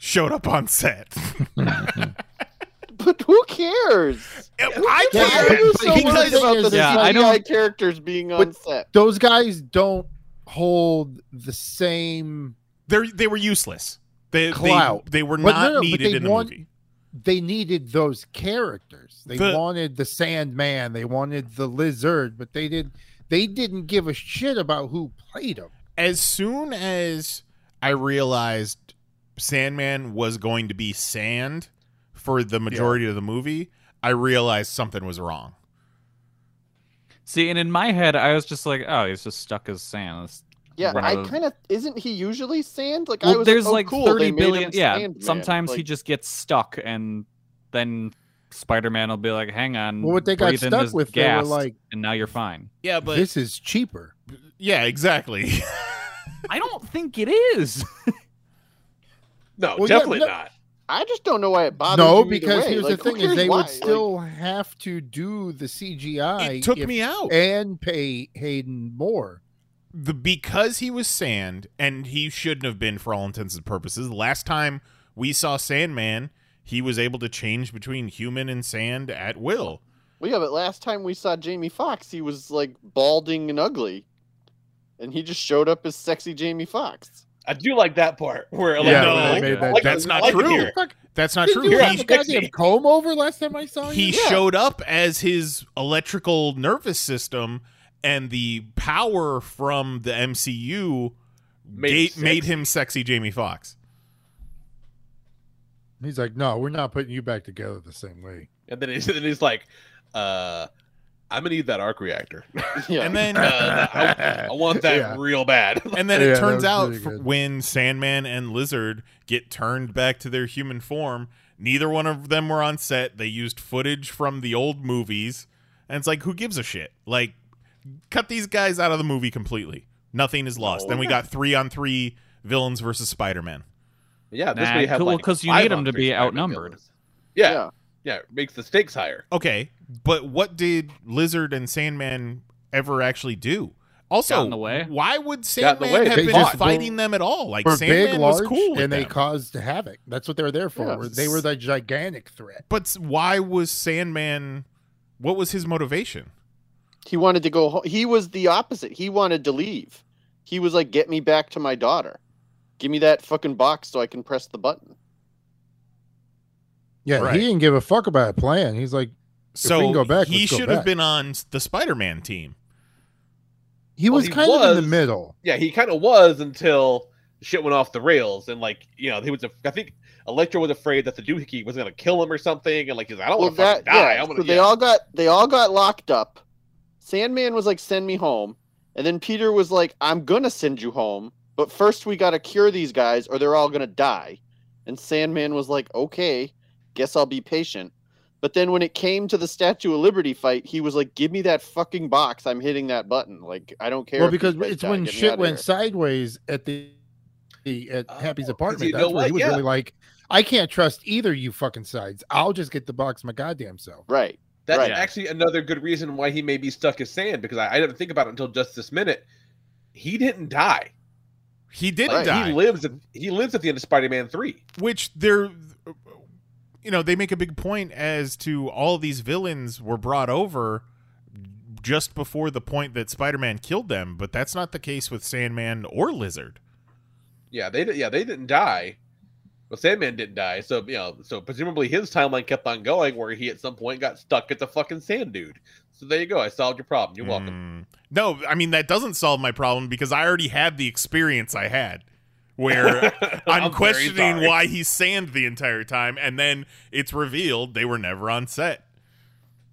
Speaker 2: showed up on set.
Speaker 9: But who cares?
Speaker 2: I
Speaker 10: Yeah,
Speaker 9: care.
Speaker 10: but-
Speaker 9: Why are you
Speaker 10: but
Speaker 9: so
Speaker 10: here's
Speaker 9: worried
Speaker 10: the thing
Speaker 9: about
Speaker 10: is-
Speaker 9: the
Speaker 10: Yeah, I
Speaker 9: CGI
Speaker 10: don't-
Speaker 9: characters being on
Speaker 10: But
Speaker 9: set?
Speaker 10: those guys don't hold the same.
Speaker 2: They they were useless. They
Speaker 10: clout.
Speaker 2: they, they were
Speaker 10: But
Speaker 2: not
Speaker 10: no, no, but
Speaker 2: needed
Speaker 10: they
Speaker 2: in the
Speaker 10: want-
Speaker 2: movie.
Speaker 10: They needed those characters. They
Speaker 2: The-
Speaker 10: wanted the Sandman. They wanted the Lizard, but they did. They didn't give a shit about who played them.
Speaker 2: As soon as I realized Sandman was going to be sand for the majority of the movie, I realized something was wrong.
Speaker 5: See, and in my head, I was just like, oh, he's just stuck as sand. That's
Speaker 9: Yeah,
Speaker 5: one
Speaker 9: I
Speaker 5: of-
Speaker 9: kind of isn't he usually sand? Like I
Speaker 5: Well,
Speaker 9: was
Speaker 5: there's
Speaker 9: oh,
Speaker 5: like
Speaker 9: cool, they
Speaker 5: thirty
Speaker 9: made him
Speaker 5: billion. Yeah,
Speaker 9: Sandman.
Speaker 5: sometimes he
Speaker 9: Like,
Speaker 5: just gets stuck, and then Spider-Man will be like, "Hang on."
Speaker 10: Well, what they got
Speaker 5: breathe in
Speaker 10: stuck
Speaker 5: this
Speaker 10: with, they were
Speaker 5: gas,
Speaker 10: like-
Speaker 5: and now you're fine.
Speaker 2: Yeah,
Speaker 10: this is cheaper.
Speaker 2: yeah, exactly.
Speaker 5: I don't think it is.
Speaker 8: no,
Speaker 10: Well, yeah,
Speaker 8: definitely
Speaker 10: no-
Speaker 8: not.
Speaker 9: I just don't know why it bothers
Speaker 10: No,
Speaker 9: you either
Speaker 10: because
Speaker 9: way.
Speaker 10: here's
Speaker 9: Like,
Speaker 10: the
Speaker 9: who
Speaker 10: thing: is
Speaker 9: cares
Speaker 10: they
Speaker 9: why?
Speaker 10: would
Speaker 9: Like,
Speaker 10: still have to do the CGI.
Speaker 2: It took
Speaker 10: if-
Speaker 2: me out.
Speaker 10: and pay Hayden more.
Speaker 2: the because he was sand and he shouldn't have been for all intents and purposes. The last time we saw Sandman, he was able to change between human and sand at will.
Speaker 9: Well, yeah, but last time we saw Jamie Foxx, he was like balding and ugly, and he just showed up as sexy Jamie Foxx.
Speaker 8: I do like that part where
Speaker 2: Yeah,
Speaker 8: like,
Speaker 2: no,
Speaker 8: like,
Speaker 2: they made that-
Speaker 8: like-
Speaker 2: that's not
Speaker 8: like
Speaker 2: true.
Speaker 8: here.
Speaker 10: Fuck,
Speaker 2: That's not
Speaker 10: did
Speaker 2: true.
Speaker 10: you
Speaker 2: He-
Speaker 10: have a goddamn comb over last time I saw
Speaker 2: he
Speaker 10: you?
Speaker 2: showed up as his electrical nervous system and the power from the MCU
Speaker 8: Made
Speaker 2: made,
Speaker 8: him
Speaker 2: made
Speaker 8: sexy.
Speaker 2: him sexy Jamie Fox.
Speaker 10: He's like, no, we're not putting you back together the same way.
Speaker 8: And then he's, then he's like, uh, I'm gonna need that arc reactor.
Speaker 9: Yeah.
Speaker 2: And then
Speaker 8: Uh, I, I want that
Speaker 10: Yeah.
Speaker 8: real bad.
Speaker 2: and then
Speaker 10: Yeah,
Speaker 2: it
Speaker 10: that
Speaker 2: turns
Speaker 10: was
Speaker 2: out
Speaker 10: pretty
Speaker 2: f-
Speaker 10: good.
Speaker 2: when Sandman and Lizard get turned back to their human form, neither one of them were on set. They used footage from the old movies, and it's like, who gives a shit? Like, cut these guys out of the movie completely. Nothing is lost.
Speaker 8: No.
Speaker 2: then we got three on three villains versus Spider Man.
Speaker 8: yeah, this
Speaker 5: Nah,
Speaker 8: way you have
Speaker 5: cool,
Speaker 8: like
Speaker 5: 'cause you
Speaker 8: five
Speaker 5: need 'em
Speaker 8: on
Speaker 5: to
Speaker 8: three
Speaker 5: be
Speaker 8: Spider-Man
Speaker 5: outnumbered.
Speaker 8: villains. Yeah, yeah,
Speaker 9: Yeah.
Speaker 8: it makes the stakes higher.
Speaker 2: Okay, but what did Lizard and Sandman ever actually do? Also,
Speaker 5: Got in the way.
Speaker 2: why would
Speaker 8: Got in the
Speaker 2: Sandman
Speaker 8: way.
Speaker 2: have
Speaker 10: They
Speaker 2: been
Speaker 10: just
Speaker 2: fighting them at all? Like
Speaker 10: were
Speaker 2: Sandman
Speaker 10: big, large,
Speaker 2: was cool, with
Speaker 10: and they
Speaker 2: them.
Speaker 10: caused havoc. That's what they were there for.
Speaker 9: Yeah.
Speaker 10: were- They were the gigantic threat.
Speaker 2: But s- why was Sandman? What was his motivation?
Speaker 9: He wanted to go. Ho- he was the opposite. He wanted to leave. He was like, "Get me back to my daughter. Give me that fucking box so I can press the button."
Speaker 10: Yeah,
Speaker 2: Right.
Speaker 10: he didn't give a fuck about a plan. He's like,
Speaker 2: So
Speaker 10: we can go back,
Speaker 2: he
Speaker 10: let's go
Speaker 2: should have
Speaker 10: back.
Speaker 2: been on s- the Spider-Man team.
Speaker 10: he
Speaker 8: Well,
Speaker 10: was
Speaker 8: he
Speaker 10: kind of in
Speaker 8: was.
Speaker 10: the middle.
Speaker 8: Yeah, he kind of was until shit went off the rails, and like you know, he was. A, I think Electro was afraid that the doohickey was gonna kill him or something, and like he's like, Oh, I don't
Speaker 9: Well,
Speaker 8: want to fucking
Speaker 9: that
Speaker 8: die.
Speaker 9: yeah.
Speaker 8: I'm gonna.
Speaker 9: so they
Speaker 8: yeah.
Speaker 9: all got they all got locked up. Sandman was like, "Send me home," and then Peter was like, "I'm gonna send you home, but first we gotta cure these guys, or they're all gonna die." And Sandman was like, "Okay, guess I'll be patient." But then when it came to the Statue of Liberty fight, he was like, "Give me that fucking box! I'm hitting that button. Like I don't care."
Speaker 10: Well,
Speaker 9: if these
Speaker 10: because
Speaker 9: guys
Speaker 10: it's
Speaker 9: die,
Speaker 10: when
Speaker 9: get me
Speaker 10: shit
Speaker 9: outta
Speaker 10: went
Speaker 9: here."
Speaker 10: sideways at the, the at Happy's
Speaker 8: Oh, 'cause
Speaker 10: apartment.
Speaker 8: you
Speaker 10: That's
Speaker 8: know
Speaker 10: where he
Speaker 8: what?
Speaker 10: was
Speaker 8: Yeah.
Speaker 10: really like, I can't trust either you fucking sides. I'll just get the box my goddamn self.
Speaker 9: right.
Speaker 8: That's
Speaker 9: Right.
Speaker 8: actually another good reason why he may be stuck as sand because I, I didn't think about it until just this minute. He didn't die.
Speaker 2: He did
Speaker 8: Like,
Speaker 2: die,
Speaker 8: He lives. At, he lives at the end of Spider-Man Three.
Speaker 2: which they're, you know, they make a big point as to all these villains were brought over just before the point that Spider-Man killed them, but that's not the case with Sandman or Lizard.
Speaker 8: Yeah, they. di- Yeah, they didn't die. Well, Sandman didn't die, so you know, so presumably his timeline kept on going, where he at some point got stuck at the fucking sand dude. So there you go. I solved your problem. You're welcome.
Speaker 2: Mm. No, I mean that doesn't solve my problem because I already had the experience I had where Mm. I'm,
Speaker 8: I'm very
Speaker 2: questioning
Speaker 8: sorry.
Speaker 2: why he's sand the entire time and then it's revealed they were never on set.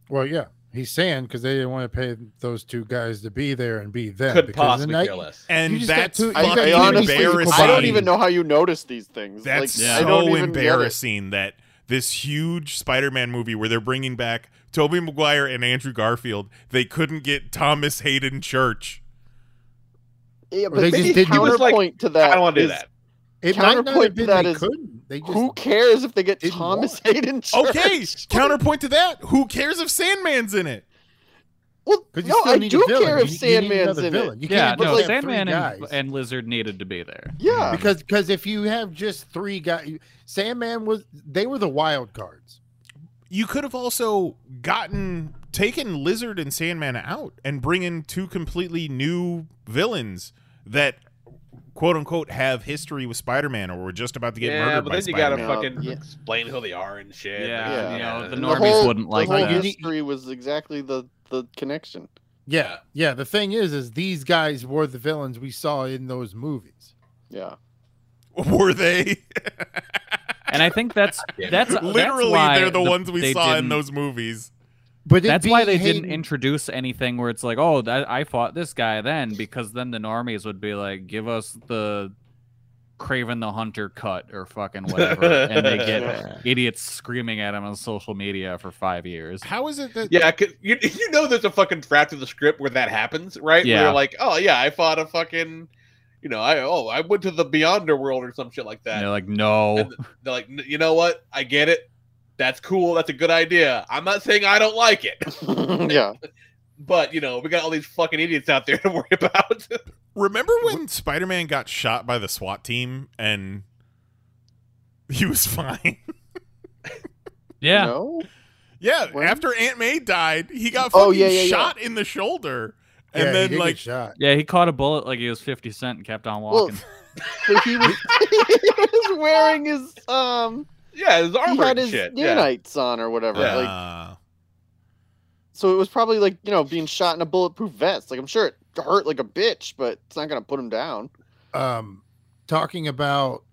Speaker 10: Well, yeah, he's saying because they didn't want to pay those two guys to be there and be them.
Speaker 2: Could
Speaker 10: because then
Speaker 2: possibly
Speaker 10: that-
Speaker 2: care less. And
Speaker 10: you just got
Speaker 2: that's
Speaker 10: two- you got
Speaker 2: fucking
Speaker 10: two
Speaker 2: honestly-
Speaker 10: people
Speaker 2: embarrassing.
Speaker 9: I don't even know how you notice these things.
Speaker 2: That's
Speaker 9: like, I don't
Speaker 2: so
Speaker 9: even get it.
Speaker 2: embarrassing that this huge Spider-Man movie where they're bringing back Tobey Maguire and Andrew Garfield, they couldn't get Thomas Hayden Church.
Speaker 10: they
Speaker 9: Yeah, but
Speaker 10: just
Speaker 9: maybe
Speaker 10: didn't- He was like,
Speaker 9: counterpoint to that.
Speaker 8: I don't wanna do
Speaker 9: is-
Speaker 8: that.
Speaker 10: It might not have
Speaker 9: counterpoint to
Speaker 10: been
Speaker 9: that
Speaker 10: they
Speaker 9: is
Speaker 10: couldn't. They just
Speaker 9: who cares if they get Thomas Hayden? Church?
Speaker 2: Okay, counterpoint to that, who cares if Sandman's in it?
Speaker 9: Well,
Speaker 10: 'Cause you
Speaker 9: no,
Speaker 10: still
Speaker 9: I
Speaker 10: need a
Speaker 9: do
Speaker 10: villain.
Speaker 9: care
Speaker 10: You-
Speaker 9: if
Speaker 10: you need
Speaker 9: Sandman's
Speaker 10: another
Speaker 9: in
Speaker 10: villain.
Speaker 9: it.
Speaker 10: You
Speaker 5: yeah,
Speaker 10: can't
Speaker 5: no,
Speaker 10: just have
Speaker 5: Sandman
Speaker 10: three guys.
Speaker 5: and, and Lizard needed to be there.
Speaker 9: Yeah,
Speaker 2: Um,
Speaker 10: because because if you have just three guys, Sandman was they were the wild cards.
Speaker 2: you could have also gotten taken Lizard and Sandman out and bring in two completely new villains that quote unquote have history with Spider-Man or were just about to get
Speaker 8: yeah,
Speaker 2: murdered
Speaker 8: but
Speaker 2: by
Speaker 8: then you
Speaker 2: Spider-Man.
Speaker 8: gotta fucking explain who they are and shit.
Speaker 5: Yeah, you know, the
Speaker 9: And
Speaker 5: normies
Speaker 9: whole-
Speaker 5: wouldn't like
Speaker 9: the whole
Speaker 5: that.
Speaker 9: history was exactly the the connection.
Speaker 10: Yeah, yeah. The thing is, is these guys were the villains we saw in those movies.
Speaker 9: Yeah.
Speaker 2: Were they?
Speaker 5: And I think that's that's that's
Speaker 2: Literally,
Speaker 5: why
Speaker 2: they're the, ones we
Speaker 5: they
Speaker 2: saw in
Speaker 5: didn't-
Speaker 2: those movies.
Speaker 10: But it
Speaker 5: that's why they
Speaker 10: being
Speaker 5: didn't
Speaker 10: Hayden-
Speaker 5: introduce anything where it's like, oh, that, I fought this guy then, because then the normies would be like, give us the Craven the Hunter cut or fucking whatever, and they
Speaker 8: Yeah.
Speaker 5: get idiots screaming at him on social media for five years.
Speaker 2: How is it that?
Speaker 8: Yeah, 'cause you, you know there's a fucking draft of the script where that happens, right? Where
Speaker 5: Yeah.
Speaker 8: you're like, oh yeah, I fought a fucking, you know, I oh I went to the Beyonder world or some shit like
Speaker 5: And
Speaker 8: that.
Speaker 5: they're like, no,
Speaker 8: And They're like, "N- you know what? I get it. That's cool. That's a good idea. I'm not saying I don't like it,
Speaker 9: yeah.
Speaker 8: but you know, we got all these fucking idiots out there to worry about.
Speaker 2: Remember when Spider-Man got shot by the SWAT team and he was fine?
Speaker 5: yeah,
Speaker 9: No.
Speaker 2: yeah, after Aunt May died, he got fucking
Speaker 9: Oh, yeah, yeah, yeah.
Speaker 2: shot in the shoulder,
Speaker 10: Yeah,
Speaker 2: and
Speaker 10: he did
Speaker 2: then
Speaker 10: get
Speaker 2: like
Speaker 10: shot.
Speaker 5: yeah, he caught a bullet like he was Fifty Cent and kept on walking.
Speaker 9: But he was he was wearing his um
Speaker 8: yeah, his
Speaker 9: he
Speaker 8: armor
Speaker 9: had
Speaker 8: and
Speaker 9: his
Speaker 8: shit. Yeah.
Speaker 9: nanites on or whatever.
Speaker 2: Yeah.
Speaker 9: Like
Speaker 2: uh,
Speaker 9: so it was probably like, you know, being shot in a bulletproof vest. Like I'm sure it hurt like a bitch, but it's not gonna put him down.
Speaker 10: um talking about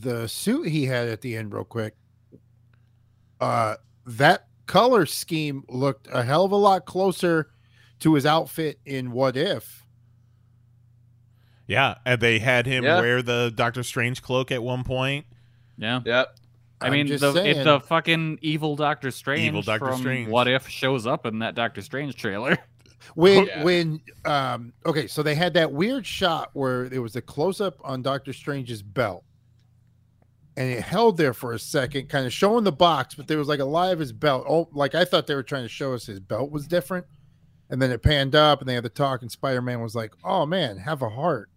Speaker 10: the suit he had at the end real quick uh that color scheme looked a hell of a lot closer to his outfit in what if
Speaker 2: yeah, and they had him
Speaker 8: Yeah.
Speaker 2: wear the Doctor Strange cloak at one point.
Speaker 5: yeah,
Speaker 8: Yep.
Speaker 5: I
Speaker 10: I'm
Speaker 5: mean,
Speaker 10: just
Speaker 5: the, if
Speaker 10: saying.
Speaker 5: the fucking evil Doctor Strange
Speaker 2: Doctor
Speaker 5: from
Speaker 2: Strange.
Speaker 5: What If shows up in that Doctor Strange trailer.
Speaker 10: when
Speaker 8: Yeah.
Speaker 10: when um okay so they had that weird shot where there was a close-up on doctor strange's belt and it held there for a second kind of showing the box but there was like a lie of his belt oh like i thought they were trying to show us his belt was different and then it panned up and they had the talk and spider-man was like oh man have a heart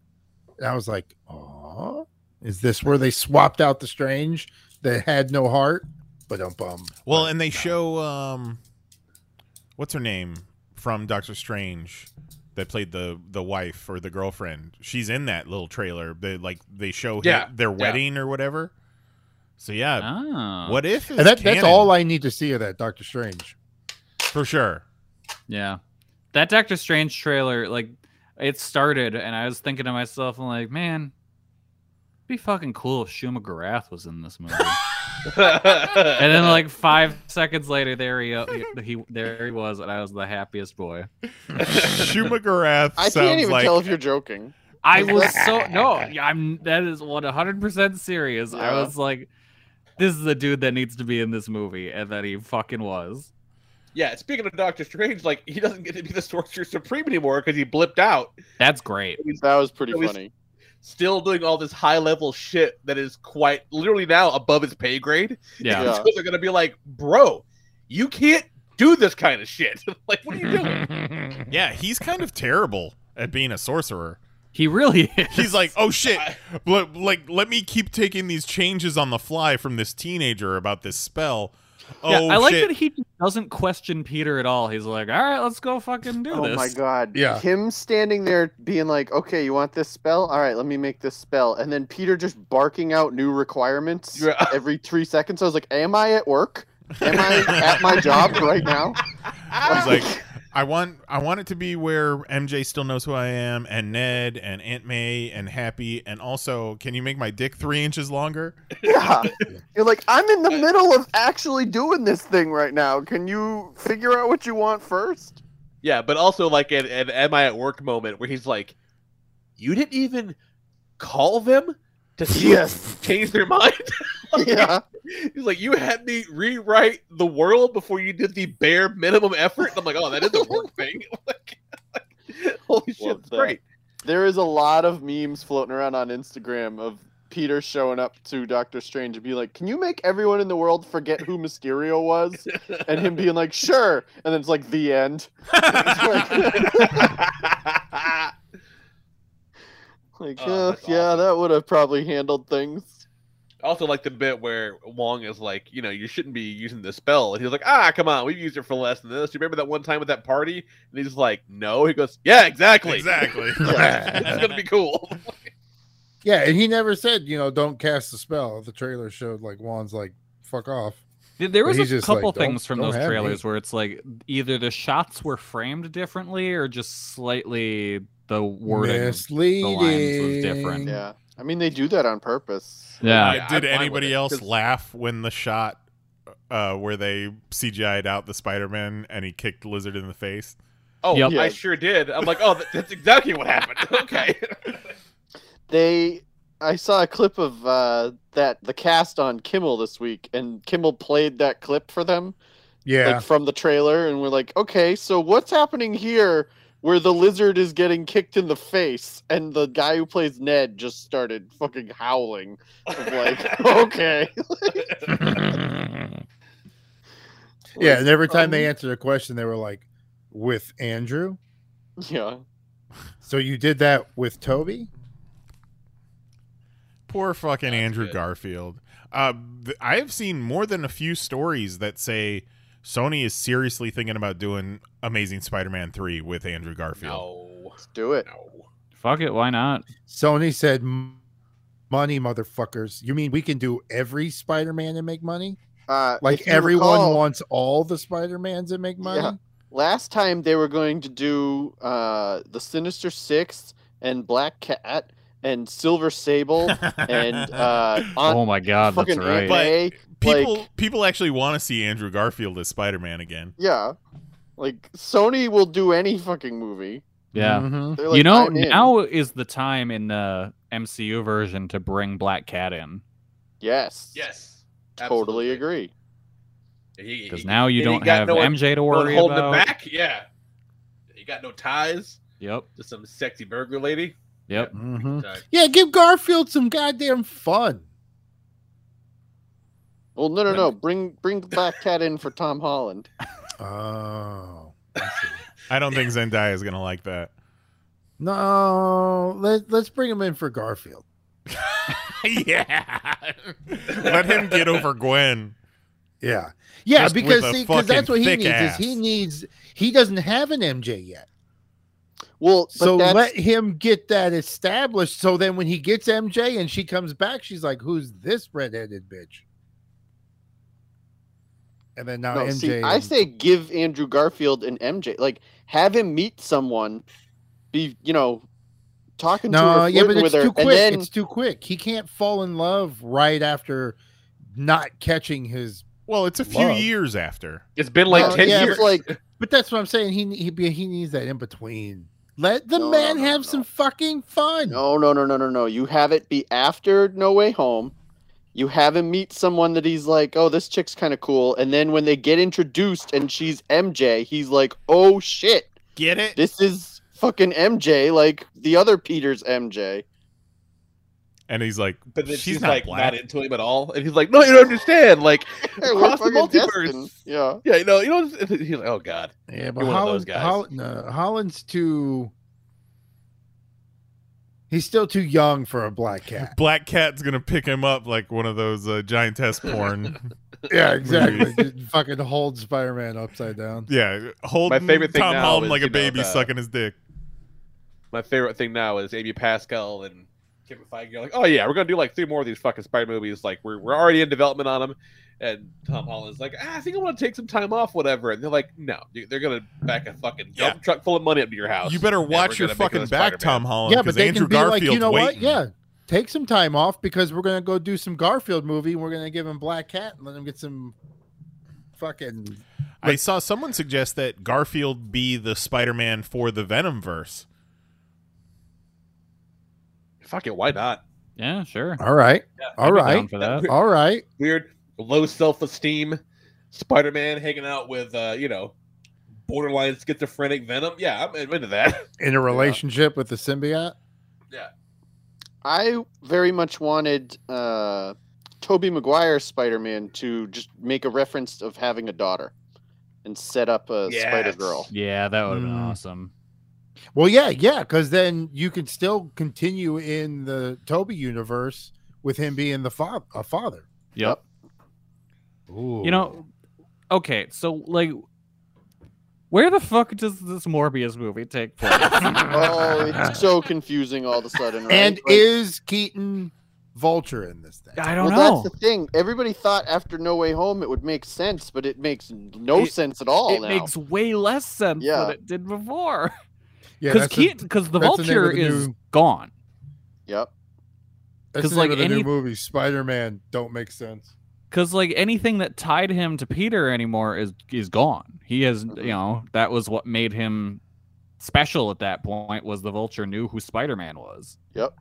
Speaker 10: and i was like oh is this where they swapped out the strange that had no heart but um bum
Speaker 2: Well, and they show um, what's her name from Doctor Strange that played the the wife or the girlfriend. She's in that little trailer. They like they show hi-
Speaker 8: Yeah,
Speaker 2: their
Speaker 8: yeah.
Speaker 2: wedding or whatever. So yeah,
Speaker 5: Oh,
Speaker 2: what if is
Speaker 10: and that, that's
Speaker 2: canon,
Speaker 10: all i need to see of that doctor strange
Speaker 2: for sure.
Speaker 5: Yeah. That Doctor Strange trailer, like, it started, and I was thinking to myself, I'm like, man, it'd be fucking cool if Shuma Garath was in this movie. and then, like, five seconds later, there he, uh, he there he was, and I was the happiest boy.
Speaker 2: Shuma Garath
Speaker 9: I can't
Speaker 2: sounds
Speaker 9: even
Speaker 2: like
Speaker 9: tell if you're joking.
Speaker 5: I was so no, I'm that is 100 percent serious. I
Speaker 9: Yeah.
Speaker 5: was like, this is a dude that needs to be in this movie, and that he fucking was.
Speaker 8: Yeah, speaking of Doctor Strange, like he doesn't get to be the Sorcerer Supreme anymore because he blipped out.
Speaker 5: That's great.
Speaker 9: That was pretty
Speaker 8: At least-
Speaker 9: funny.
Speaker 8: Still doing all this high level shit that is quite literally now above his pay grade.
Speaker 5: Yeah.
Speaker 9: Yeah.
Speaker 8: So they're gonna be like, bro, you can't do this kind of shit. like, what are you doing?
Speaker 2: yeah, he's kind of terrible at being a sorcerer.
Speaker 5: He really is.
Speaker 2: He's like, oh shit, L- like let me keep taking these changes on the fly from this teenager about this spell.
Speaker 5: Yeah,
Speaker 2: Oh,
Speaker 5: I like
Speaker 2: shit.
Speaker 5: that he doesn't question Peter at all. He's like, all right, let's go fucking do
Speaker 9: Oh
Speaker 5: this.
Speaker 9: my god. Him standing there being like, okay, you want this spell? All right, let me make this spell. And then Peter just barking out new requirements every three seconds. I was like, am I at work? Am I at my job right now?
Speaker 2: He's like, I want I want it to be where MJ still knows who I am, and Ned, and Aunt May, and Happy, and also, can you make my dick three inches longer?
Speaker 9: Yeah. You're like, I'm in the middle of actually doing this thing right now. Can you figure out what you want first?
Speaker 8: Yeah, but also like an, an "Am I at work?" moment where he's like, "You didn't even call them to see if they change their mind." Like,
Speaker 9: yeah,
Speaker 8: he's like, "You had me rewrite the world before you did the bare minimum effort." And I'm like, "Oh, that is a work thing." like, holy shit,
Speaker 9: Love
Speaker 8: it's
Speaker 9: that.
Speaker 8: great.
Speaker 9: There is a lot of memes floating around on Instagram of Peter showing up to Doctor Strange and be like, "Can you make everyone in the world forget who Mysterio was?" And him being like, "Sure," and then it's like the end. It's like, Like,
Speaker 8: Oh,
Speaker 9: "Oh,
Speaker 8: that's
Speaker 9: yeah, that would have probably handled things.
Speaker 8: I also like the bit where Wong is like, you know, you shouldn't be using this spell. And he's like, ah, come on, we've used it for less than this. You remember that one time at that party? And he's like, no. He goes, yeah, exactly.
Speaker 2: Exactly.
Speaker 8: it's going to be cool.
Speaker 10: Yeah, and he never said, you know, don't cast a spell. The trailer showed like Juan's like, fuck off.
Speaker 5: Th- There
Speaker 10: But
Speaker 5: was
Speaker 10: he's
Speaker 5: a
Speaker 10: just like,
Speaker 5: couple
Speaker 10: "Don't-
Speaker 5: things from
Speaker 10: don't
Speaker 5: those
Speaker 10: have me."
Speaker 5: trailers where it's like either the shots were framed differently or just slightly the wording, the lines was different.
Speaker 10: Mm.
Speaker 9: Yeah, I mean they do that on purpose.
Speaker 5: Yeah.
Speaker 2: Uh,
Speaker 5: Yeah,
Speaker 2: did
Speaker 5: I'm fine with
Speaker 2: anybody
Speaker 5: it,
Speaker 2: else
Speaker 5: 'cause-
Speaker 2: laugh when the shot uh, where they CGI'd out the Spider-Man and he kicked Lizard in the face?
Speaker 8: Oh, I sure did. I'm like, oh, that- that's exactly what happened. Okay.
Speaker 9: they i saw a clip of uh that the cast on kimmel this week and kimmel played that clip for them
Speaker 10: Yeah.
Speaker 9: like from the trailer and we're like okay so what's happening here where the lizard is getting kicked in the face and the guy who plays ned just started fucking howling of like okay
Speaker 10: yeah, and
Speaker 9: um,
Speaker 10: every time they answered a question, they were like, with Andrew?
Speaker 9: yeah
Speaker 10: So you did that with Toby?
Speaker 2: Poor fucking Andrew Garfield. Uh, th- I have seen more than a few stories that say Sony is seriously thinking about doing Amazing Spider-Man three with Andrew Garfield.
Speaker 9: let's do it
Speaker 5: Fuck it, why not?
Speaker 10: Sony said, "M- money, motherfuckers. You mean we can do every Spider Man and make money?
Speaker 9: uh
Speaker 10: Like
Speaker 9: if you
Speaker 10: everyone
Speaker 9: recall-
Speaker 10: wants all the Spider Mans and make money?
Speaker 9: Yeah. Last time they were going to do uh, the Sinister Six and Black Cat and Silver Sable and uh, Aunt
Speaker 5: oh my god, that's
Speaker 9: fucking
Speaker 5: right.
Speaker 9: Aunt May.
Speaker 2: People
Speaker 9: like,
Speaker 2: people actually want to see Andrew Garfield as Spider-Man again.
Speaker 9: yeah, like Sony will do any fucking movie.
Speaker 5: yeah.
Speaker 10: Mm-hmm.
Speaker 9: They're like,
Speaker 5: you know,
Speaker 9: "I'm in."
Speaker 5: now is the time in the MCU version to bring Black Cat in
Speaker 9: Yes,
Speaker 8: yes,
Speaker 9: totally agree.
Speaker 5: because now you
Speaker 8: And he
Speaker 5: don't
Speaker 8: got
Speaker 5: have
Speaker 8: no one-
Speaker 5: MJ to
Speaker 8: no one
Speaker 5: worry
Speaker 8: holding
Speaker 5: about.
Speaker 8: him back. Yeah. He got no ties
Speaker 5: Yep.
Speaker 8: to some sexy burglar lady.
Speaker 5: Yep.
Speaker 10: Mhm.
Speaker 8: Sorry.
Speaker 10: Yeah, give Garfield some goddamn fun.
Speaker 9: Well, no, no, no. Bring bring Black Cat in for Tom Holland.
Speaker 10: Oh.
Speaker 2: I don't think Zendaya is gonna like that.
Speaker 10: No, let, let's bring him in for Garfield.
Speaker 2: yeah. Let him get over Gwen.
Speaker 10: Yeah. Yeah,
Speaker 2: Just with
Speaker 10: because
Speaker 2: a
Speaker 10: see, 'cause that's
Speaker 2: fucking
Speaker 10: what he
Speaker 2: thick
Speaker 10: needs.
Speaker 2: ass.
Speaker 10: Is he needs he doesn't have an MJ yet.
Speaker 9: Well, but
Speaker 10: so
Speaker 9: that's-
Speaker 10: let him get that established. So then when he gets MJ and she comes back, she's like, Who's this redheaded bitch? And then now
Speaker 9: no,
Speaker 10: MJ
Speaker 9: see, I
Speaker 10: and-
Speaker 9: say give Andrew Garfield an MJ. Like have him meet someone, be you know, talking to
Speaker 10: No,
Speaker 9: her,
Speaker 10: yeah, but
Speaker 9: flirting
Speaker 10: it's
Speaker 9: with her,
Speaker 10: too
Speaker 9: and
Speaker 10: quick.
Speaker 9: then
Speaker 10: It's too quick. He can't fall in love right after not catching his
Speaker 2: Well, it's a few
Speaker 10: Love.
Speaker 2: years after.
Speaker 8: It's been like
Speaker 9: Oh,
Speaker 10: Well,
Speaker 8: 10
Speaker 10: yeah,
Speaker 8: years.
Speaker 10: But, like, but that's what I'm saying. He he be- he needs that in between. Let the
Speaker 9: No,
Speaker 10: man
Speaker 9: no, no,
Speaker 10: have some fucking fun.
Speaker 9: No, no, no, no, no, no. You have it be after No Way Home. You have him meet someone that he's like, oh, this chick's kind of cool. And then when they get introduced and she's MJ, he's like, oh shit,
Speaker 2: Get it?
Speaker 9: this is fucking MJ, like the other Peter's MJ.
Speaker 2: And he's like,
Speaker 8: But then she's,
Speaker 2: she's not
Speaker 8: like
Speaker 2: black.
Speaker 8: not into him at all, and he's like, "No, you don't understand. Like,
Speaker 9: We're
Speaker 8: across the
Speaker 9: fucking
Speaker 8: multiverse,
Speaker 9: destined. Yeah.
Speaker 8: yeah, you know, you know." He's like, "Oh God,
Speaker 10: Yeah,
Speaker 8: You're
Speaker 10: but
Speaker 8: one of those
Speaker 10: Holland,
Speaker 8: guys.
Speaker 10: Holland, no, Holland's too. He's still too young for a black cat.
Speaker 2: Black Cat's gonna pick him up like one of those uh, giantess porn.
Speaker 10: Yeah, exactly.
Speaker 2: movies.
Speaker 10: Just fucking hold Spider Man upside down.
Speaker 2: Yeah, hold
Speaker 8: My favorite thing
Speaker 2: Tom
Speaker 8: now
Speaker 2: Holland
Speaker 8: is,
Speaker 2: like a
Speaker 8: you know,
Speaker 2: baby
Speaker 8: the-
Speaker 2: sucking his dick.
Speaker 8: My favorite thing now is Amy Pascal and Kevin Feige. are like, oh yeah, we're gonna do like three more of these fucking Spider movies. Like we're we're already in development on them. And Tom Holland's like, ah, I think I want to take some time off, whatever. And they're like, no, dude, they're gonna back a fucking dump truck full of money up to your house.
Speaker 2: You better
Speaker 8: And
Speaker 2: watch
Speaker 8: we're
Speaker 2: your
Speaker 8: gonna make
Speaker 2: fucking
Speaker 8: it a
Speaker 2: back,
Speaker 8: Spider-Man.
Speaker 2: Tom Holland.
Speaker 10: yeah, but
Speaker 2: 'cause
Speaker 10: they
Speaker 2: Andrew
Speaker 10: can be like, you
Speaker 2: Garfield's
Speaker 10: know what?
Speaker 2: waiting.
Speaker 10: Yeah, take some time off because we're gonna go do some Garfield movie. And we're gonna give him Black Cat and let him get some fucking.
Speaker 2: I saw someone suggest that Garfield be the Spider-Man for the Venom verse.
Speaker 8: Fuck it, why not?
Speaker 5: Yeah, sure.
Speaker 10: All right,
Speaker 8: Yeah,
Speaker 10: all
Speaker 8: I'd be
Speaker 10: right,
Speaker 8: down for that.
Speaker 10: all right.
Speaker 8: Weird, low self esteem Spider Man hanging out with uh, you know, borderline schizophrenic venom. Yeah, I'm I'm into that.
Speaker 10: In a relationship with the symbiote.
Speaker 9: I very much wanted uh, Toby Maguire's Spider-Man to just make a reference of having a daughter and set up a
Speaker 5: Yes.
Speaker 9: Spider-Girl.
Speaker 5: Yeah, that would have been
Speaker 10: Mm.
Speaker 5: awesome.
Speaker 10: Well, yeah, yeah, because then you can still continue in the Toby universe with him being the fa- a father.
Speaker 5: Yep.
Speaker 10: Ooh.
Speaker 5: You know, okay, so like, where the fuck does this Morbius movie take place?
Speaker 9: oh, it's so confusing all of a sudden. Right?
Speaker 10: and
Speaker 9: Like-
Speaker 10: is Keaton Vulture in this thing?
Speaker 5: I
Speaker 9: well, that's the thing. Everybody thought after No Way Home it would make sense, but it makes no
Speaker 5: It-
Speaker 9: sense at all
Speaker 5: it
Speaker 9: now.
Speaker 5: makes way less sense
Speaker 9: Yeah.
Speaker 5: than it did before.
Speaker 10: Yeah,
Speaker 5: because
Speaker 10: that's the-
Speaker 5: because the
Speaker 10: that's the name of
Speaker 5: vulture
Speaker 10: the
Speaker 5: is
Speaker 10: new-
Speaker 5: gone.
Speaker 9: Yep.
Speaker 10: That's
Speaker 5: 'Cause,
Speaker 10: the like
Speaker 5: like,
Speaker 10: of the
Speaker 5: any-
Speaker 10: new movie Spider Man don't make sense.
Speaker 5: Because like anything that tied him to Peter anymore is is gone. He has
Speaker 9: Mhm.
Speaker 5: you know that was what made him special at that point was the vulture knew who Spider Man was.
Speaker 9: Yep.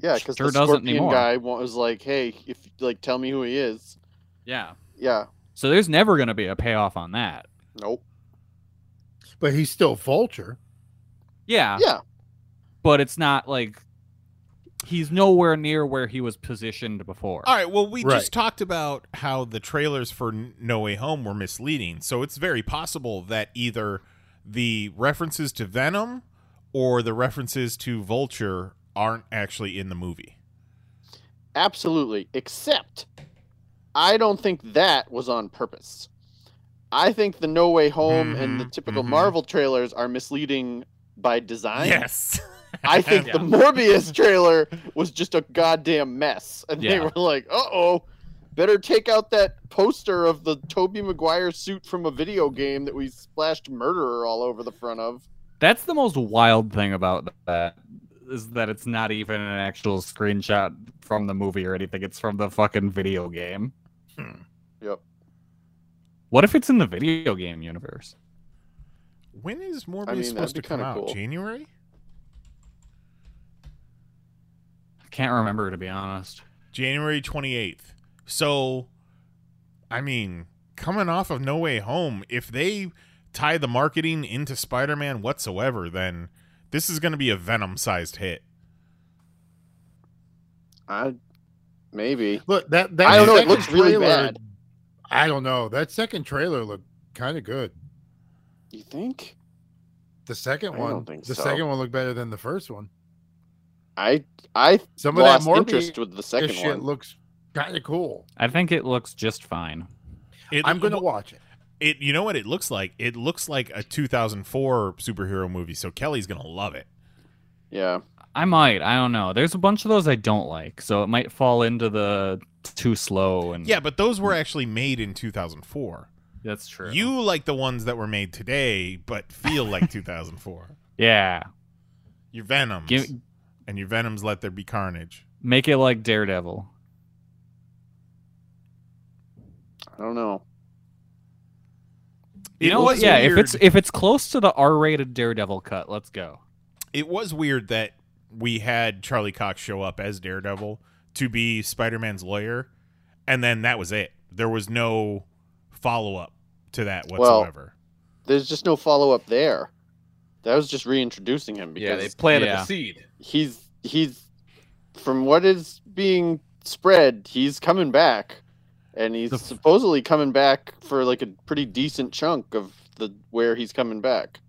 Speaker 9: Yeah, because
Speaker 5: Sure
Speaker 9: the
Speaker 5: doesn't
Speaker 9: scorpion
Speaker 5: anymore.
Speaker 9: guy wa- was like, "Hey, if like tell me who he is."
Speaker 5: Yeah.
Speaker 9: Yeah.
Speaker 5: So there's never gonna be a payoff on that.
Speaker 9: Nope.
Speaker 10: But he's still Vulture.
Speaker 5: Yeah.
Speaker 9: Yeah.
Speaker 5: But it's not like he's nowhere near where he was positioned before.
Speaker 2: All right. Well, we
Speaker 5: Right.
Speaker 2: just talked about how the trailers for N- No Way Home were misleading, so it's very possible that either the references to Venom or the references to Vulture aren't actually in the movie.
Speaker 9: Absolutely. Except I don't think that was on purpose. I think the No Way Home and the
Speaker 5: Mm-hmm.
Speaker 9: typical Marvel trailers are misleading by design.
Speaker 2: Yes.
Speaker 9: I think the Morbius trailer was just a goddamn mess. And they
Speaker 5: Yeah.
Speaker 9: were like, uh oh, better take out that poster of the Toby Maguire suit from a video game that we splashed murderer all over the front of.
Speaker 5: That's the most wild thing about that is that it's not even an actual screenshot from the movie or anything. It's from the fucking video game.
Speaker 9: Yep.
Speaker 5: What if it's in the video game universe?
Speaker 2: When is Morbius
Speaker 9: mean, that'd
Speaker 2: supposed
Speaker 9: be
Speaker 2: to come
Speaker 9: kinda
Speaker 2: out?
Speaker 9: cool.
Speaker 2: January?
Speaker 5: I can't remember to be honest.
Speaker 2: January 28th. So, I mean, coming off of No Way Home, if they tie the marketing into Spider Man whatsoever, then this is going to be a Venom sized hit.
Speaker 9: I maybe.
Speaker 10: Look, that that
Speaker 9: I don't know, it
Speaker 10: second
Speaker 9: looks really
Speaker 10: trailer-
Speaker 9: bad.
Speaker 10: I don't know. That second trailer looked kind of good.
Speaker 9: You think?
Speaker 10: The second
Speaker 9: I
Speaker 10: one,
Speaker 9: don't think
Speaker 10: the
Speaker 9: so.
Speaker 10: second one looked better than the first one.
Speaker 9: I I
Speaker 10: Some
Speaker 9: lost
Speaker 10: of that Morbius
Speaker 9: interest with the second
Speaker 10: shit
Speaker 9: one.
Speaker 10: looks kind of cool.
Speaker 5: I think it looks just fine.
Speaker 2: It,
Speaker 10: I'm gonna watch it.
Speaker 2: it. You know what it looks like? It looks like a 2004 superhero movie. So Kelly's going to love it.
Speaker 9: Yeah.
Speaker 5: I might. I don't know. There's a bunch of those I don't like, so it might fall into the too slow and
Speaker 2: Yeah, but those were actually made in 2004.
Speaker 5: That's true.
Speaker 2: You like the ones that were made today, but feel like 2004.
Speaker 5: yeah.
Speaker 2: Your Venoms.
Speaker 5: Give-
Speaker 2: and your Venoms Let There Be Carnage.
Speaker 5: Make it like Daredevil.
Speaker 9: I don't know.
Speaker 5: You
Speaker 2: It
Speaker 5: know,
Speaker 2: was
Speaker 5: yeah.
Speaker 2: weird.
Speaker 5: If it's if it's close to the R-rated Daredevil cut, let's go.
Speaker 2: it was weird that we had Charlie Cox show up as Daredevil to be Spider Man's lawyer, and then that was it. There was no follow up to that
Speaker 9: Well,
Speaker 2: whatsoever.
Speaker 9: There's just no follow up there. That was just reintroducing him because
Speaker 8: Yeah, they planted
Speaker 5: Yeah.
Speaker 8: the seed.
Speaker 9: he's he's from what is being spread, he's coming back, and he's supposedly coming back for like a pretty decent chunk of the where he's coming back.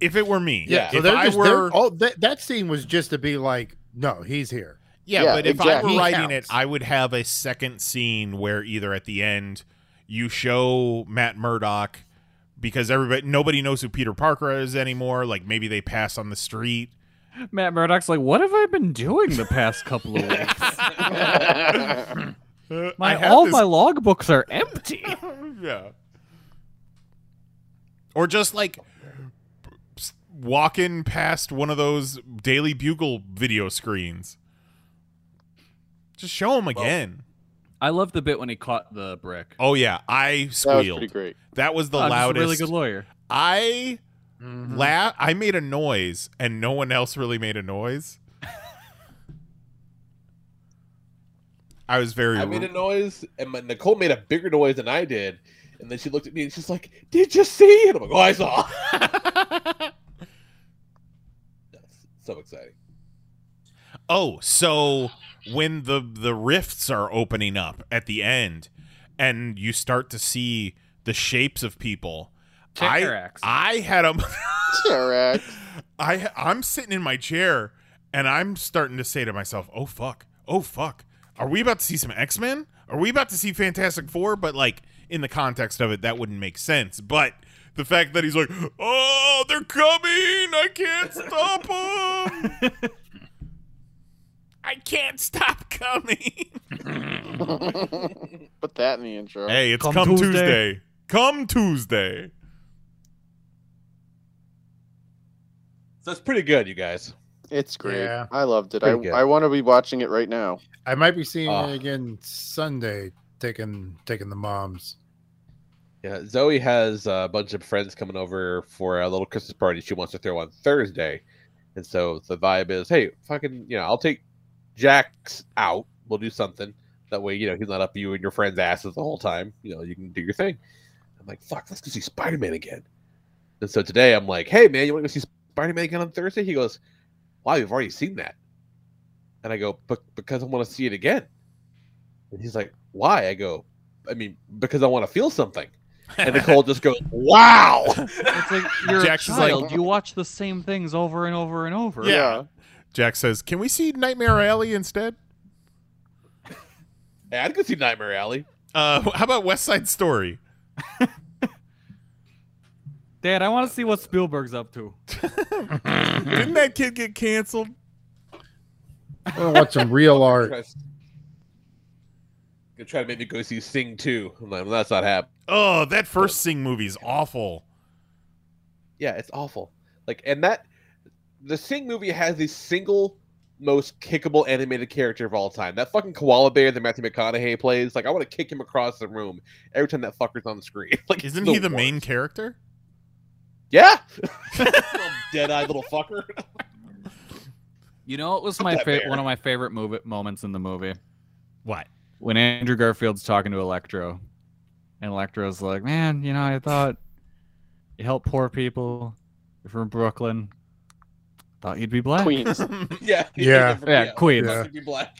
Speaker 2: if it were me,
Speaker 10: Yeah, so
Speaker 2: if
Speaker 10: they're
Speaker 2: I
Speaker 10: just,
Speaker 2: were,
Speaker 10: they're, all, that, that scene was just to be like, no, he's here.
Speaker 2: yeah, but if I were writing it, I would have a second scene where either at the end you show Matt Murdock because everybody nobody knows who Peter Parker is anymore. Like maybe they pass on the street.
Speaker 5: Matt Murdock's like, what have I been doing the past couple of weeks?
Speaker 2: I
Speaker 5: Uh, my
Speaker 2: have
Speaker 5: all
Speaker 2: this-
Speaker 5: my logbooks are empty.
Speaker 2: yeah. Or just like s- walking past one of those Daily Bugle video screens. Just show him again.
Speaker 5: I love the bit when he caught the brick.
Speaker 2: Oh yeah, I squealed.
Speaker 5: pretty great.
Speaker 2: That was the
Speaker 5: Oh, just a
Speaker 2: loudest.
Speaker 5: really good lawyer.
Speaker 2: I
Speaker 8: Mm-hmm.
Speaker 2: la- I made a noise, and no one else really made a noise. I was very.
Speaker 8: I made a noise, and my, Nicole made a bigger noise than I did. And then she looked at me and she's like, Did you see? And I'm like, Oh, I saw. That's so exciting.
Speaker 2: Oh, so when the the rifts are opening up at the end, and you start to see the shapes of people, I
Speaker 5: Ticarax.
Speaker 2: I had a I I'm sitting in my chair and I'm starting to say to myself, "Oh fuck, oh fuck, are we about to see some X Men? Are we about to see Fantastic Four? But like in the context of it, that wouldn't make sense. But the fact that he's like, "Oh, they're coming! I can't stop them! I can't stop coming."
Speaker 9: Put that in the intro.
Speaker 2: Hey, it's come, Tuesday. Come Tuesday.
Speaker 8: So it's pretty good, you guys.
Speaker 9: It's great.
Speaker 10: Yeah.
Speaker 9: I loved it. I,
Speaker 10: Pretty good.
Speaker 9: I want to be watching it right now.
Speaker 10: I might be seeing
Speaker 9: Ah.
Speaker 10: it again Sunday, taking taking the moms.
Speaker 8: Yeah, Zoe has a bunch of friends coming over for a little Christmas party she wants to throw on Thursday. And so the vibe is, hey, fucking, you know, I'll take Jax out. We'll do something. That way, you know, he's not up you and your friends' asses the whole time. You know, you can do your thing. I'm like, fuck, let's go see Spider Man again. And so today I'm like, hey, man, you want to go see Spider Man again on Thursday? He goes, wow, you've already seen that. And I go, but because I want to see it again. And he's like, why? I go, I mean, because I want to feel something. And Nicole just goes, wow.
Speaker 5: It's like you're
Speaker 2: Jax
Speaker 5: a
Speaker 2: is like-
Speaker 5: child. you watch the same things over and over and over.
Speaker 2: Jack says, "Can we see Nightmare Alley instead?"
Speaker 8: Hey, I'd go see Nightmare Alley.
Speaker 2: Uh, how about West Side Story?
Speaker 5: Dad, I want to see what Spielberg's up to.
Speaker 2: Didn't that kid get canceled?
Speaker 10: I want to watch some real art.
Speaker 8: Tries- Gonna try to make me go see Sing 2. I'm like, well, that's not happening.
Speaker 2: Oh, that first Sing movie's awful.
Speaker 8: Yeah, it's awful. Like, and that the Sing movie has the single most kickable animated character of all time. That fucking koala bear that Matthew McConaughey plays. Like, I want to kick him across the room every time that fucker's on the screen. Like,
Speaker 2: Isn't he the main character?
Speaker 8: Yeah, dead eyed little fucker.
Speaker 5: You know, it was
Speaker 8: Fuck
Speaker 5: my
Speaker 8: that
Speaker 5: fa-
Speaker 8: bear.
Speaker 5: one of my favorite movie moments in the movie
Speaker 2: What?
Speaker 5: when Andrew Garfield's talking to Electro, and Electro's like, "Man, you know, I thought you help poor people. You're from Brooklyn. Thought you'd be black."
Speaker 8: Queens. yeah,
Speaker 5: Yeah. Yeah, Queens.
Speaker 8: must be
Speaker 5: Yeah.
Speaker 8: black.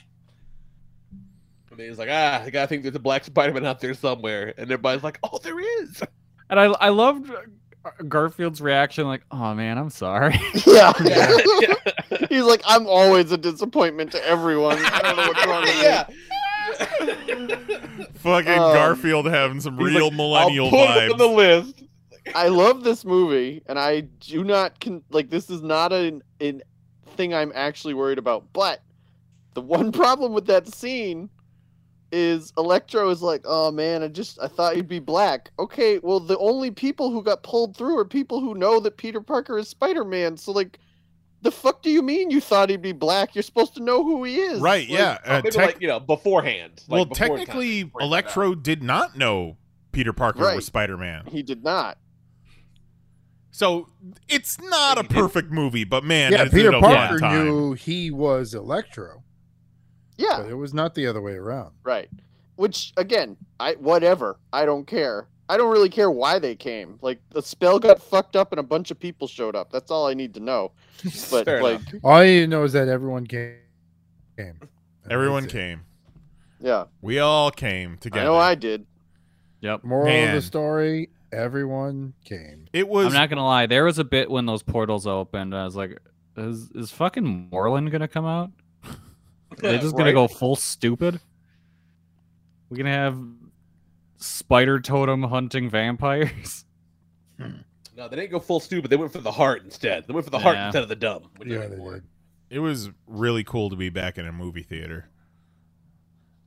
Speaker 8: And he's like, ah, I gotta think there's a black Spider-Man out there somewhere, and everybody's like, oh, there is.
Speaker 5: And I I loved uh, Garfield's reaction, like, "Oh man, I'm sorry."
Speaker 9: Yeah. He's like, I'm always a disappointment to everyone. I don't know what's wrong with
Speaker 8: Yeah.
Speaker 2: Fucking
Speaker 9: Um,
Speaker 2: Garfield having some
Speaker 9: he's
Speaker 2: real
Speaker 9: like,
Speaker 2: millennial
Speaker 9: "I'll put
Speaker 2: vibes.
Speaker 9: it on the
Speaker 8: list.
Speaker 9: I love this movie, and I do not con- like. This is not an an thing I'm actually worried about. But the one problem with that scene is Electro is like, "Oh man, I just I thought you'd be black." Okay, well the only people who got pulled through are people who know that Peter Parker is Spider Man. So like, the fuck do you mean you thought he'd be black? You're supposed to know who he is,
Speaker 2: Right,
Speaker 9: Like,
Speaker 2: yeah. uh,
Speaker 8: Maybe
Speaker 2: tec-
Speaker 8: like you know beforehand. like,
Speaker 2: well,
Speaker 8: before time,
Speaker 2: technically,
Speaker 8: break it out.
Speaker 2: Electro did not know Peter Parker
Speaker 9: Right.
Speaker 2: was Spider Man.
Speaker 9: He did not.
Speaker 2: So it's not a perfect movie, but man,
Speaker 10: yeah,
Speaker 2: is
Speaker 10: Peter
Speaker 2: it a
Speaker 10: Parker
Speaker 2: fun time.
Speaker 10: knew he was Electro.
Speaker 9: Yeah.
Speaker 10: but it was not the other way around.
Speaker 9: Right. Which again, I whatever. I don't care. I don't really care why they came. Like the spell got fucked up and a bunch of people showed up. That's all I need to know. But
Speaker 8: Fair
Speaker 9: like
Speaker 10: All I need to know is that everyone came. came.
Speaker 2: Everyone came.
Speaker 9: yeah.
Speaker 2: We all came
Speaker 9: I
Speaker 2: together.
Speaker 9: know I did.
Speaker 5: Yep.
Speaker 10: Moral of
Speaker 2: Man.
Speaker 10: the story: Everyone came.
Speaker 2: It was.
Speaker 5: I'm not gonna lie. There was a bit when those portals opened. I was like, "Is is fucking Moreland gonna come out? They're just gonna
Speaker 2: Right.
Speaker 5: go full stupid. We're gonna have spider totem hunting vampires.
Speaker 8: No, they didn't go full stupid. They went for the heart instead. They went for the heart
Speaker 5: Yeah.
Speaker 8: instead of the dumb. Which
Speaker 10: Yeah,
Speaker 8: is
Speaker 10: they
Speaker 8: more.
Speaker 2: It was really cool to be back in a movie theater.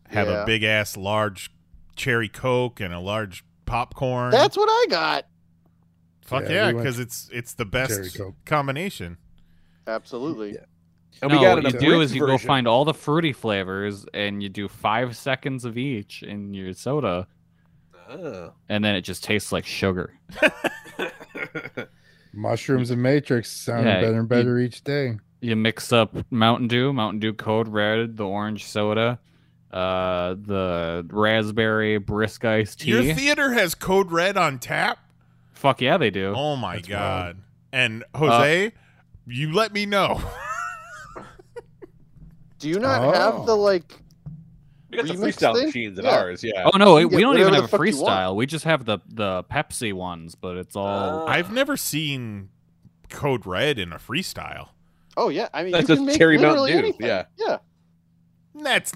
Speaker 2: Have
Speaker 9: Yeah.
Speaker 2: a big ass large cherry coke and a large popcorn.
Speaker 9: That's what I got.
Speaker 2: Fuck
Speaker 9: Yeah,
Speaker 2: yeah,
Speaker 9: we went
Speaker 2: because it's it's the best
Speaker 9: cherry Coke.
Speaker 2: combination.
Speaker 9: Absolutely.
Speaker 8: And
Speaker 5: no,
Speaker 8: we got an
Speaker 5: what you do
Speaker 8: abridged
Speaker 5: is you go
Speaker 8: version.
Speaker 5: find all the fruity flavors and you do five seconds of each in your soda,
Speaker 8: Oh.
Speaker 5: and then it just tastes like sugar.
Speaker 10: Mushrooms and Matrix sounded
Speaker 5: Yeah,
Speaker 10: better and
Speaker 5: you-
Speaker 10: better each day.
Speaker 5: you mix up Mountain Dew, Mountain Dew Code Red, the orange soda, uh, the raspberry brisk iced tea.
Speaker 2: Your theater has Code Red on tap.
Speaker 5: Fuck yeah, they do.
Speaker 2: Oh my god! And Jose, you let me know.
Speaker 9: Do you not
Speaker 2: Oh.
Speaker 9: have the like?
Speaker 8: We got the
Speaker 9: remix
Speaker 8: freestyle
Speaker 9: thing?
Speaker 8: machines at
Speaker 9: Yeah.
Speaker 8: ours. Yeah.
Speaker 5: Oh no,
Speaker 9: You
Speaker 5: it,
Speaker 9: can
Speaker 5: we
Speaker 9: get
Speaker 5: don't even
Speaker 9: whatever
Speaker 5: have
Speaker 9: the
Speaker 5: a
Speaker 9: fuck you want.
Speaker 5: freestyle. We just have the the Pepsi ones, but it's
Speaker 8: Uh,
Speaker 5: all
Speaker 2: I've never seen Code Red in a freestyle.
Speaker 9: Oh yeah, I mean
Speaker 8: That's
Speaker 9: you
Speaker 8: just
Speaker 9: can make
Speaker 8: Cherry Mountain
Speaker 9: literally
Speaker 8: Dew,
Speaker 9: anything.
Speaker 8: yeah.
Speaker 9: yeah.
Speaker 2: That's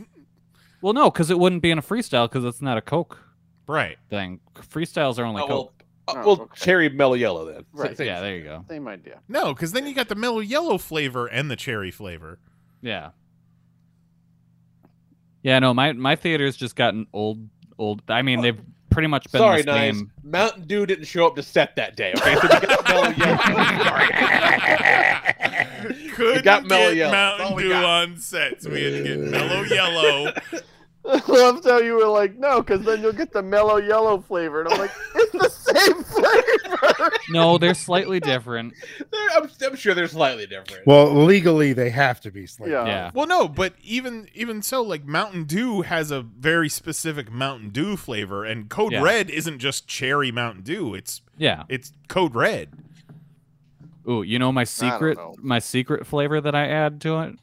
Speaker 5: well, no, because it wouldn't be in a freestyle because it's not a Coke
Speaker 2: right.
Speaker 5: thing. Freestyles are only
Speaker 8: Oh, well,
Speaker 5: Coke.
Speaker 8: uh,
Speaker 9: Oh,
Speaker 8: well
Speaker 9: okay.
Speaker 8: cherry mellow yellow then. S-
Speaker 9: Right.
Speaker 8: same-
Speaker 5: yeah, there you go.
Speaker 9: Same idea.
Speaker 2: No, because then you got the mellow yellow flavor and the cherry flavor.
Speaker 5: Yeah. Yeah, no, my my theater's just gotten old. Old. I mean, they've pretty much been
Speaker 8: Sorry,
Speaker 5: the
Speaker 8: nice.
Speaker 5: same.
Speaker 8: Mountain Dew didn't show up to set that day. Okay, so we got mellow yellow.
Speaker 2: Couldn't
Speaker 8: got mellow
Speaker 2: get
Speaker 8: yellow. That's all
Speaker 2: Mountain
Speaker 8: we
Speaker 2: Dew
Speaker 8: got.
Speaker 2: on sets. We had to get mellow yellow.
Speaker 9: I love how you were like, no, because then you'll get the mellow yellow flavor, and I'm like, it's the same flavor.
Speaker 5: No, they're slightly different.
Speaker 8: They're- I'm, I'm sure they're slightly different.
Speaker 10: Well, legally they have to be slightly.
Speaker 9: yeah.
Speaker 5: Yeah.
Speaker 2: Well, no, but even even so, like Mountain Dew has a very specific Mountain Dew flavor, and Code
Speaker 5: Yeah.
Speaker 2: Red isn't just cherry Mountain Dew. It's
Speaker 5: Yeah.
Speaker 2: it's Code Red.
Speaker 5: Ooh, you know my secret
Speaker 9: know.
Speaker 5: my secret flavor that I add to it?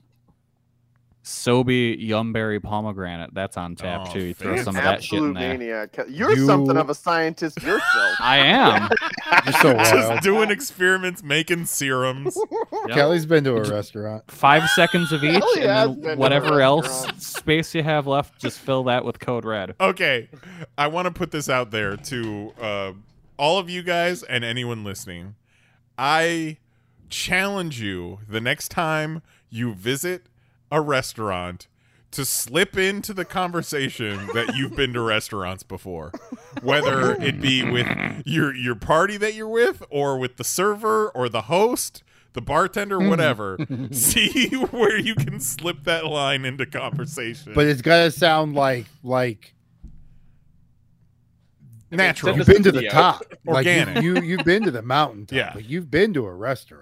Speaker 5: Sobe Yumberry Pomegranate. That's on tap
Speaker 2: Oh,
Speaker 5: too. You throw
Speaker 2: fancy.
Speaker 5: some of that shit
Speaker 9: Absolute
Speaker 5: in there.
Speaker 9: maniac. You're
Speaker 10: You-
Speaker 9: something of a scientist yourself.
Speaker 5: I am.
Speaker 10: You're so wild.
Speaker 2: Just doing experiments, making serums.
Speaker 5: Yep.
Speaker 10: Kelly's been to a restaurant.
Speaker 5: Five seconds of each,
Speaker 9: Hell yeah, it's
Speaker 5: and
Speaker 9: been to
Speaker 5: then whatever
Speaker 9: the
Speaker 5: else
Speaker 9: restaurant.
Speaker 5: space you have left, just fill that with code red.
Speaker 2: Okay, I want to put this out there to uh, all of you guys and anyone listening. I challenge you the next time you visit a restaurant to slip into the conversation that you've been to restaurants before, whether it be with your your party that you're with, or with the server or the host. The bartender, whatever, see where you can slip that line into conversation.
Speaker 10: But it's gotta sound like like
Speaker 2: natural,
Speaker 10: you've been to the
Speaker 8: Yeah.
Speaker 10: top. Like
Speaker 2: Organic.
Speaker 10: you, you you've been to the mountain top.
Speaker 2: Yeah.
Speaker 10: Like you've been to a restaurant.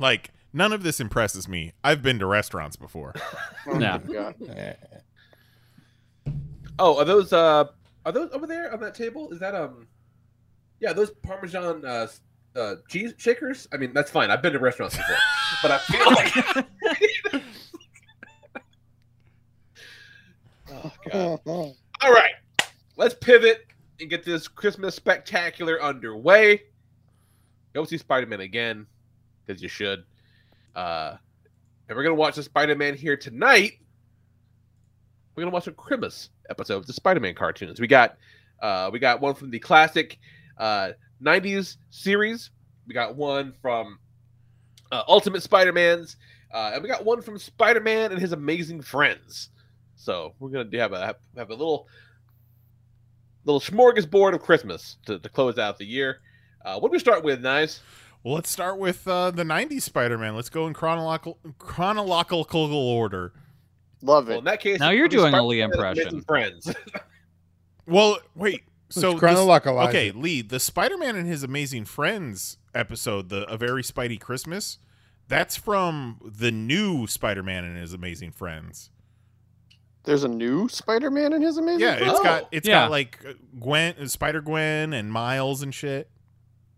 Speaker 2: Like, none of this impresses me. I've been to restaurants before.
Speaker 9: Oh my
Speaker 5: Yeah.
Speaker 9: God.
Speaker 8: Oh, are those uh are those over there on that table? Is that um Yeah, those parmesan uh s- uh cheese shakers? I mean, that's fine. I've been to restaurants before. but I feel like Oh god. All right. Let's pivot and get this Christmas spectacular underway. Go see Spider-Man again cuz you should. Uh and we're going to watch the Spider-Man here tonight we're gonna watch some Christmas episodes of Spider-Man cartoons. We got uh, we got one from the classic uh, '90s series. We got one from uh, Ultimate Spider-Man's, uh, and we got one from Spider-Man and his amazing friends. So we're gonna have a have a little little smorgasbord of Christmas to, to close out the year. Uh, what do we start with, Nice?
Speaker 2: Well, let's start with uh, the 90s Spider Man. Let's go in chronological, chronological order.
Speaker 9: Love
Speaker 8: Well, in
Speaker 9: it.
Speaker 8: that case,
Speaker 5: Now you're
Speaker 8: it'll be
Speaker 5: doing a Lee
Speaker 8: Spider-Man and his amazing
Speaker 5: impression.
Speaker 8: Friends.
Speaker 2: Well, wait. So,
Speaker 10: So
Speaker 2: this-
Speaker 10: chronological.
Speaker 2: okay, Lee, the Spider Man and his amazing friends episode, the A Very Spidey Christmas, that's from the new Spider Man and his amazing friends.
Speaker 9: There's a new Spider-Man in his amazing.
Speaker 2: Yeah,
Speaker 9: Friends?
Speaker 2: it's got
Speaker 8: Oh.
Speaker 2: it's
Speaker 5: Yeah.
Speaker 2: got like Gwen, Spider Gwen, and Miles and shit.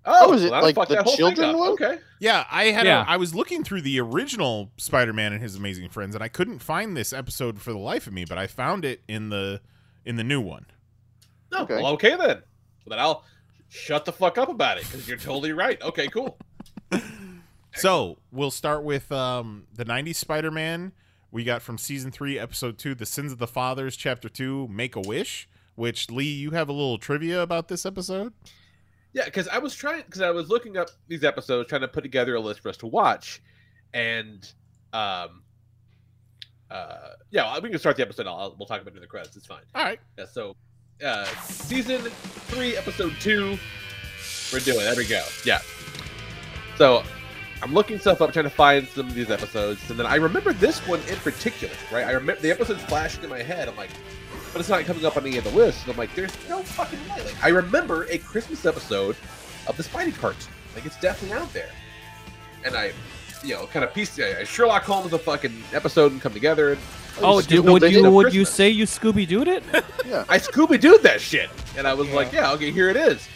Speaker 9: Oh, is it
Speaker 8: well, I
Speaker 9: like
Speaker 8: fucked
Speaker 9: the
Speaker 8: that whole thing
Speaker 9: children
Speaker 8: up.
Speaker 9: one?
Speaker 8: Okay.
Speaker 2: Yeah, I had.
Speaker 5: Yeah.
Speaker 2: A, I was looking through the original Spider-Man and His Amazing Friends, and I couldn't find this episode for the life of me. But I found it in the in the new one.
Speaker 8: No.
Speaker 9: Okay.
Speaker 8: Well, okay then. Well, then I'll shut the fuck up about it because you're totally right. Okay, cool.
Speaker 2: So we'll start with um, the '90s Spider-Man. We got from season three, episode two, "The Sins of the Fathers," chapter two, "Make a Wish." Which Lee, you have a little trivia about this episode?
Speaker 8: Yeah, because I was trying because I was looking up these episodes, trying to put together a list for us to watch, and um, uh, yeah, well, we can start the episode. I'll, I'll- we'll talk about it in the credits. It's fine.
Speaker 2: All right.
Speaker 8: Yeah, so uh, season three, episode two, we're doing. There we go. Yeah. So I'm looking stuff up, trying to find some of these episodes, and then I remember this one in particular. Right, I remember the episode's flashing in my head. I'm like, but it's not coming up on any of the lists. And I'm like, there's no fucking way. Like, I remember a Christmas episode of the Spidey cartoon. Like, it's definitely out there. And I, you know, kind of pieced I I Sherlock Holmes the fucking episode and come together. And,
Speaker 5: Oh,
Speaker 8: there's
Speaker 5: did,
Speaker 8: no
Speaker 5: would
Speaker 8: mention
Speaker 5: you
Speaker 8: of
Speaker 5: would
Speaker 8: Christmas.
Speaker 5: you say you Scooby Dooed it?
Speaker 9: yeah.
Speaker 8: I Scooby Dooed that shit, and I was like, yeah, okay, here it is.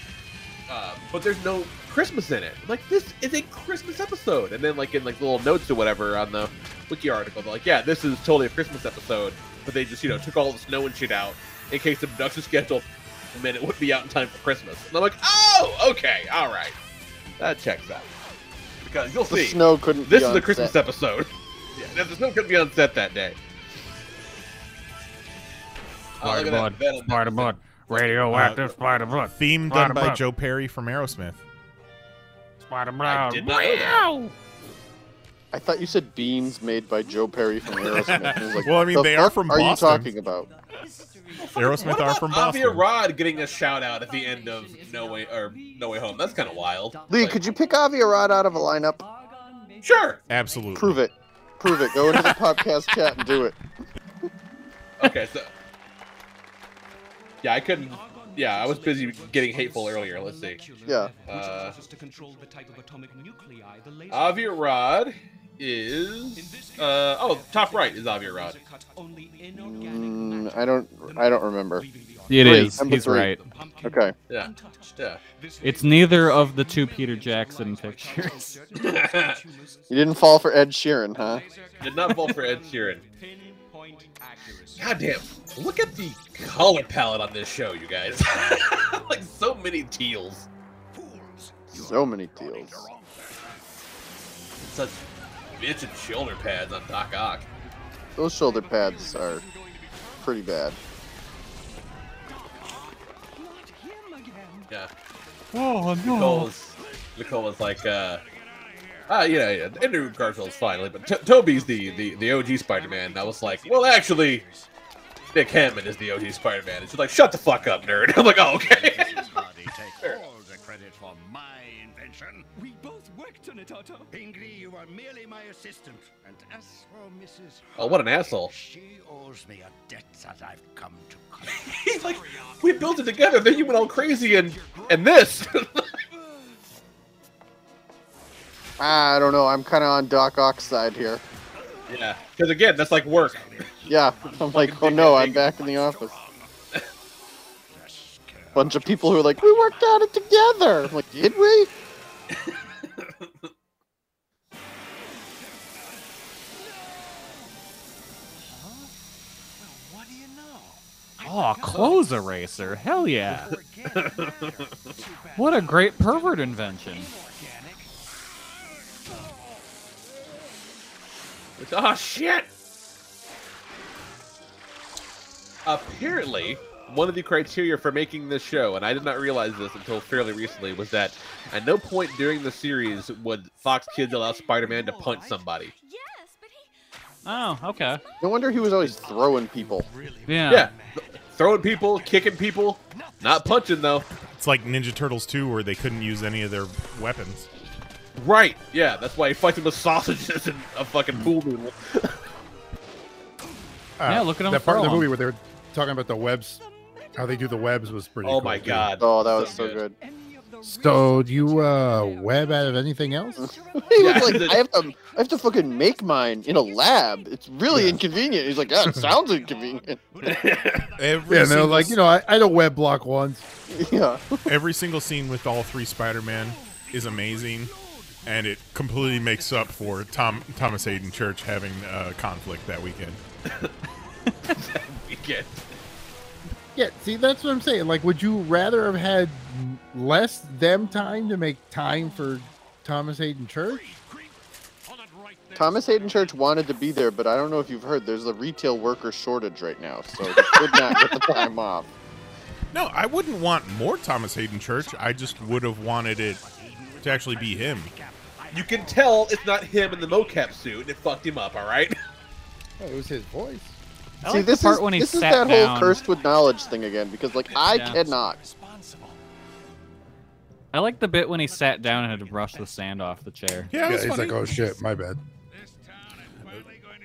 Speaker 8: Uh, but there's no Christmas in it. I'm like, this is a Christmas episode, and then like in like little notes or whatever on the wiki article, they're like, yeah, this is totally a Christmas episode, but they just you know took all the snow and shit out in case the production schedule and then it would be out in time for Christmas. And I'm like, oh, okay, all right, that checks out because you'll
Speaker 9: The
Speaker 8: see
Speaker 9: snow couldn't
Speaker 8: This
Speaker 9: be
Speaker 8: is
Speaker 9: on
Speaker 8: a Christmas
Speaker 9: set.
Speaker 8: episode. yeah, the snow couldn't be on set that day. Oh, look at that.
Speaker 5: Spider-Bud, Spider-Bud, radioactive Spider-Bud.
Speaker 2: Uh, Theme done by Joe Perry from Aerosmith.
Speaker 5: Spider-Bud.
Speaker 8: did not know that.
Speaker 5: Wow.
Speaker 9: I thought you said beans made by Joe Perry from Aerosmith. I was like,
Speaker 2: Well, I mean,
Speaker 9: the
Speaker 2: they are
Speaker 9: fuck
Speaker 2: from
Speaker 9: Are
Speaker 2: Boston.
Speaker 9: you talking about?
Speaker 2: Aerosmith are from Boston.
Speaker 8: Avia Rod getting a shout out at the end of No Way or No Way Home. That's kind of wild.
Speaker 9: Lee, could you pick Aviarod out of a lineup?
Speaker 8: Sure.
Speaker 2: Absolutely.
Speaker 9: Prove it. Prove it. Go into the podcast chat and do it.
Speaker 8: Okay, so yeah, I couldn't. Yeah, I was busy getting hateful earlier. Let's see.
Speaker 9: Yeah.
Speaker 8: Uh,
Speaker 11: to control the type of atomic nuclei the laser
Speaker 8: Avia Rod is uh oh top right is Avia Rod.
Speaker 9: Mm, I don't. I don't remember.
Speaker 5: It
Speaker 9: It is.
Speaker 5: is. He's right.
Speaker 9: Okay.
Speaker 8: Yeah. Yeah.
Speaker 5: It's neither of the two Peter Jackson pictures.
Speaker 9: You didn't fall for Ed Sheeran, huh?
Speaker 8: Did not vote for Ed Sheeran. Goddamn! Look at the color palette on this show, you guys. like so many teals.
Speaker 9: So many deals.
Speaker 8: Such bitch and shoulder pads on Doc Ock.
Speaker 9: Those shoulder pads are pretty bad.
Speaker 8: Yeah.
Speaker 5: Oh
Speaker 8: Nicole's, Nicole's like, uh, ah, you know, yeah, Andrew Garfield's finally, but T- Toby's the, the, the OG Spider Man. And I was like, well, actually, Nick Hammond is the OG Spider Man. And she's like, shut the fuck up, nerd. I'm like, oh, okay.
Speaker 12: take all the credit for my invention. We both worked on it, Otto. Pingree, you are merely my assistant. And as for Mrs.
Speaker 8: Oh, what an asshole.
Speaker 12: She owes me a debt that I've come to
Speaker 8: He's like, we built it together. Then you went all crazy and, and this.
Speaker 9: I don't know. I'm kind of on Doc Ock's side here.
Speaker 8: yeah. Because again, that's like work.
Speaker 9: Yeah. I'm like, oh no, I'm back in the office. Bunch of people who are like, we worked on it together. I'm like, did we?
Speaker 5: Oh, clothes eraser. Hell yeah. what a great pervert invention.
Speaker 8: It's, oh shit! Apparently, one of the criteria for making this show, and I did not realize this until fairly recently, was that at no point during the series would Fox Kids allow Spider-Man to punch somebody.
Speaker 5: Oh, okay.
Speaker 9: No wonder he was always throwing people.
Speaker 5: Yeah.
Speaker 8: Yeah, th- throwing people, kicking people, not punching though.
Speaker 2: It's like Ninja Turtles 2 where they couldn't use any of their weapons.
Speaker 8: Right? Yeah, that's why he fights him with sausages and a fucking pool noodle.
Speaker 5: Yeah, look at 'em
Speaker 10: Uh, That part of the
Speaker 5: throw 'em.
Speaker 10: movie where they were talking about the webs, how they do the webs was pretty.
Speaker 8: Oh
Speaker 10: cool,
Speaker 8: my
Speaker 10: too.
Speaker 8: god!
Speaker 9: Oh, that was so good.
Speaker 10: So do you uh, web out of anything else?
Speaker 9: He was like, I have to, I have to fucking make mine in a lab. It's really inconvenient. He's like, yeah, it sounds inconvenient.
Speaker 2: Every
Speaker 10: Yeah, and they're
Speaker 2: single
Speaker 10: like, you know, I, I had a web block once.
Speaker 9: Yeah.
Speaker 2: Every single scene with all three Spider-Man is amazing, and it completely makes up for Tom Thomas Hayden Church having a conflict that weekend.
Speaker 8: Weekend.
Speaker 10: Yeah, see, that's what I'm saying. Like, would you rather have had less them time to make time for Thomas Hayden Church?
Speaker 9: Thomas Hayden Church wanted to be there, but I don't know if you've heard. There's a retail worker shortage right now, so he could not get the time off.
Speaker 2: No, I wouldn't want more Thomas Hayden Church. I just would have wanted it to actually be him.
Speaker 8: You can tell it's not him in the mocap suit. It fucked him up, all right?
Speaker 10: Oh, it was his voice.
Speaker 5: I
Speaker 9: See,
Speaker 5: like the
Speaker 9: this
Speaker 5: part
Speaker 9: is
Speaker 5: when he
Speaker 9: this is
Speaker 5: sat
Speaker 9: that
Speaker 5: down.
Speaker 9: whole cursed with knowledge thing again because like I
Speaker 5: Yeah.
Speaker 9: cannot.
Speaker 5: I like the bit when he sat down and had to brush the sand off the chair.
Speaker 2: Yeah, it was
Speaker 10: he's
Speaker 2: funny.
Speaker 10: like, oh shit, my bad.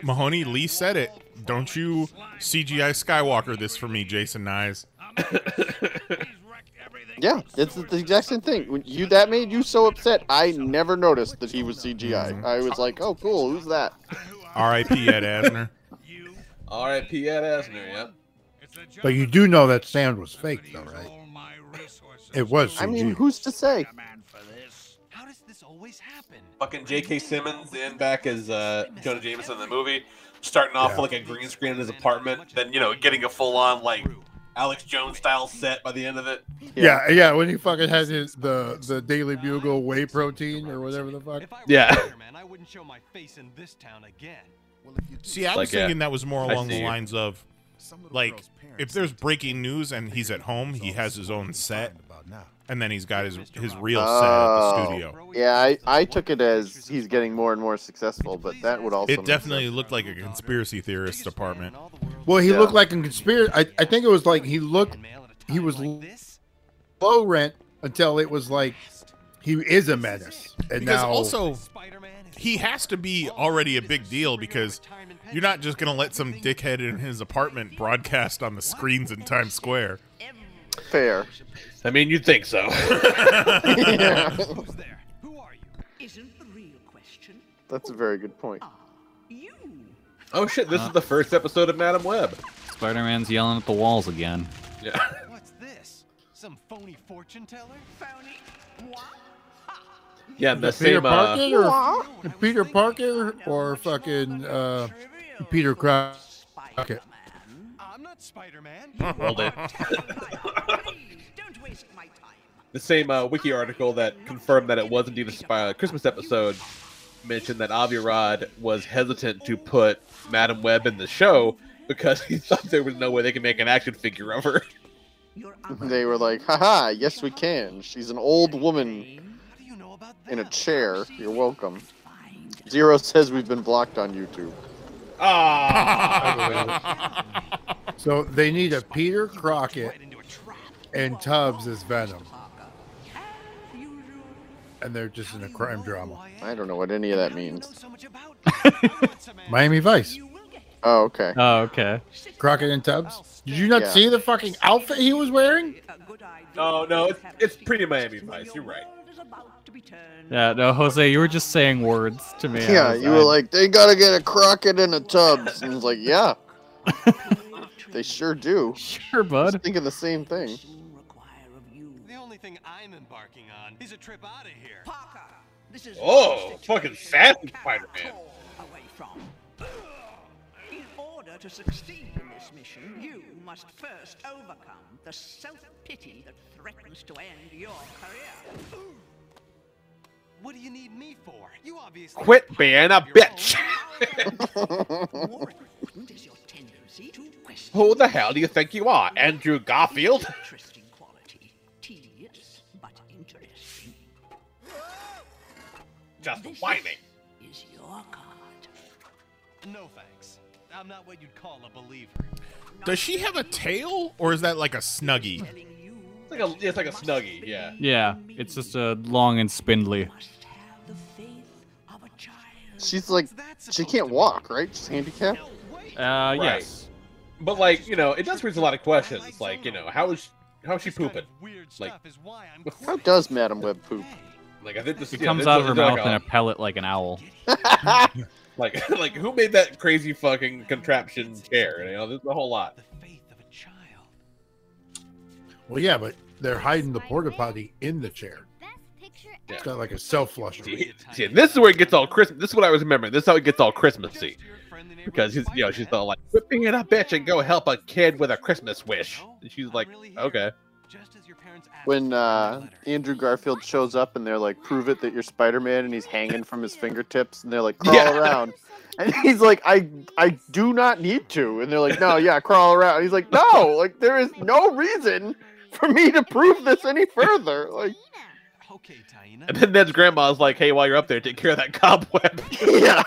Speaker 2: Mahoney Lee said it. Don't you CGI Skywalker this for me, Jason Nyes.
Speaker 9: Yeah, it's the exact same thing. When you that made you so upset, I never noticed that he was CGI. I was like, oh cool, who's that?
Speaker 2: R.I.P. Ed Asner.
Speaker 8: R.I.P. Ed Asner, yeah.
Speaker 10: But you do know that sand was fake, though, right? It was.
Speaker 9: I mean,
Speaker 10: CG.
Speaker 9: who's to say?
Speaker 8: Fucking J.K. Simmons in back as uh, Jonah Jameson in the movie, starting off like a green screen in his apartment, then you know getting a full on like Alex Jones style set by the end of it.
Speaker 10: yeah, yeah, When he fucking has his the the Daily Bugle whey protein or whatever the fuck.
Speaker 8: Yeah.
Speaker 2: See, I
Speaker 8: Like,
Speaker 2: was thinking
Speaker 8: yeah.
Speaker 2: that was more
Speaker 8: I
Speaker 2: along
Speaker 8: see
Speaker 2: the
Speaker 8: you.
Speaker 2: lines of like if there's breaking news and he's at home, he has his own set, and then he's got his his real set at the
Speaker 9: Oh.
Speaker 2: Uh, studio.
Speaker 9: Yeah, I, I took it as he's getting more and more successful, but that would also
Speaker 2: It
Speaker 9: make
Speaker 2: definitely looked like a conspiracy theorist apartment.
Speaker 10: Well, he
Speaker 9: Yeah.
Speaker 10: looked like a conspiracy. I, I think it was like he looked. He was low rent until it was like he is a menace, and
Speaker 2: because
Speaker 10: now
Speaker 2: also he has to be already a big deal because you're not just gonna let some dickhead in his apartment broadcast on the screens in Times Square.
Speaker 9: Fair.
Speaker 8: I mean, you'd think so.
Speaker 9: Yeah.
Speaker 11: Who's there? Who are you? Isn't the real question.
Speaker 9: That's a very good point.
Speaker 8: Oh shit! This is the first episode of Madam Web.
Speaker 5: Spider Man's yelling at the walls again.
Speaker 8: Yeah.
Speaker 11: What's this? Some phony fortune teller? Phony.
Speaker 8: Yeah,
Speaker 10: Is
Speaker 8: the
Speaker 10: it Peter
Speaker 8: same. Uh,
Speaker 10: Parker, or, Peter Parker, or fucking uh, Peter Croc. Okay.
Speaker 11: I'm not Spider-Man.
Speaker 8: Well done.
Speaker 11: Don't waste my time.
Speaker 8: the same uh, wiki article that confirmed that it was indeed a spy a Christmas episode mentioned that Avirad was hesitant to put Madam Web in the show because he thought there was no way they could make an action figure of her.
Speaker 9: They were like, haha, yes we can. She's an old woman in a chair. You're welcome. Zero says we've been blocked on YouTube.
Speaker 8: Ah.
Speaker 10: So they need a Peter Crockett and Tubbs as Venom. And they're just in a crime drama.
Speaker 9: I don't know what any of that means.
Speaker 10: Miami Vice.
Speaker 9: Oh, okay.
Speaker 5: Oh, okay.
Speaker 10: Crockett and Tubbs. Did you not
Speaker 9: Yeah.
Speaker 10: see the fucking outfit he was wearing?
Speaker 8: no, no, it's, it's pretty Miami Vice. You're right.
Speaker 5: Yeah, no, Jose, you were just saying words to me. I
Speaker 9: Yeah,
Speaker 5: was-
Speaker 9: you were like, they gotta get a Crockett and a Tubbs. And I was like, yeah. they sure do.
Speaker 5: Sure, bud.
Speaker 9: thinking the same thing.
Speaker 11: The only thing I'm embarking on is a trip out of here. Parker, this is
Speaker 8: Oh, fucking sassy Spider-Man.
Speaker 11: away from. In order to succeed in this mission, you must first overcome the self-pity that threatens to end your career. What do you need me for? You obviously
Speaker 8: Quit being a bitch. Who the hell do you think you are, Andrew Garfield?
Speaker 11: tedious but interesting.
Speaker 8: Just whining.
Speaker 11: Is your card? No thanks. I'm not what you'd call a believer.
Speaker 2: Does she have a tail or is that like a snuggie?
Speaker 8: It's like a, it's like a snuggie. Yeah.
Speaker 5: Yeah, it's just a long and spindly.
Speaker 9: She's like, she can't walk, right? She's handicapped.
Speaker 5: Uh,
Speaker 8: Right.
Speaker 5: yes.
Speaker 8: But like, you know, it does raise a lot of questions. It's like, you know, how is how is she pooping? Like,
Speaker 9: How does Madam Web poop?
Speaker 8: like I think this
Speaker 5: It
Speaker 8: yeah,
Speaker 5: comes
Speaker 8: this-
Speaker 5: out of
Speaker 8: this
Speaker 5: her
Speaker 8: is
Speaker 5: mouth
Speaker 8: like
Speaker 5: in a pellet like an owl.
Speaker 8: like, like who made that crazy fucking contraption chair? You know, there's a whole lot.
Speaker 10: Well, yeah, but they're hiding the porta potty in the chair. It's got like a self flusher.
Speaker 8: See, see, and this is where it gets all Christmas. This is what I was remembering. This is how it gets all Christmassy, because he's, you know, she's all like whipping it up, bitch, and go help a kid with a Christmas wish. And she's like, okay.
Speaker 9: When uh, Andrew Garfield shows up and they're like, prove it that you're Spider Man and he's hanging from his fingertips and they're like, crawl
Speaker 8: Yeah.
Speaker 9: around. And he's like, I I do not need to. And they're like, no, yeah, crawl around. he's like, no, like there is no reason for me to prove this any further. Like,
Speaker 8: And then Ned's grandma's like, hey, while you're up there, take care of that cobweb.
Speaker 9: yeah.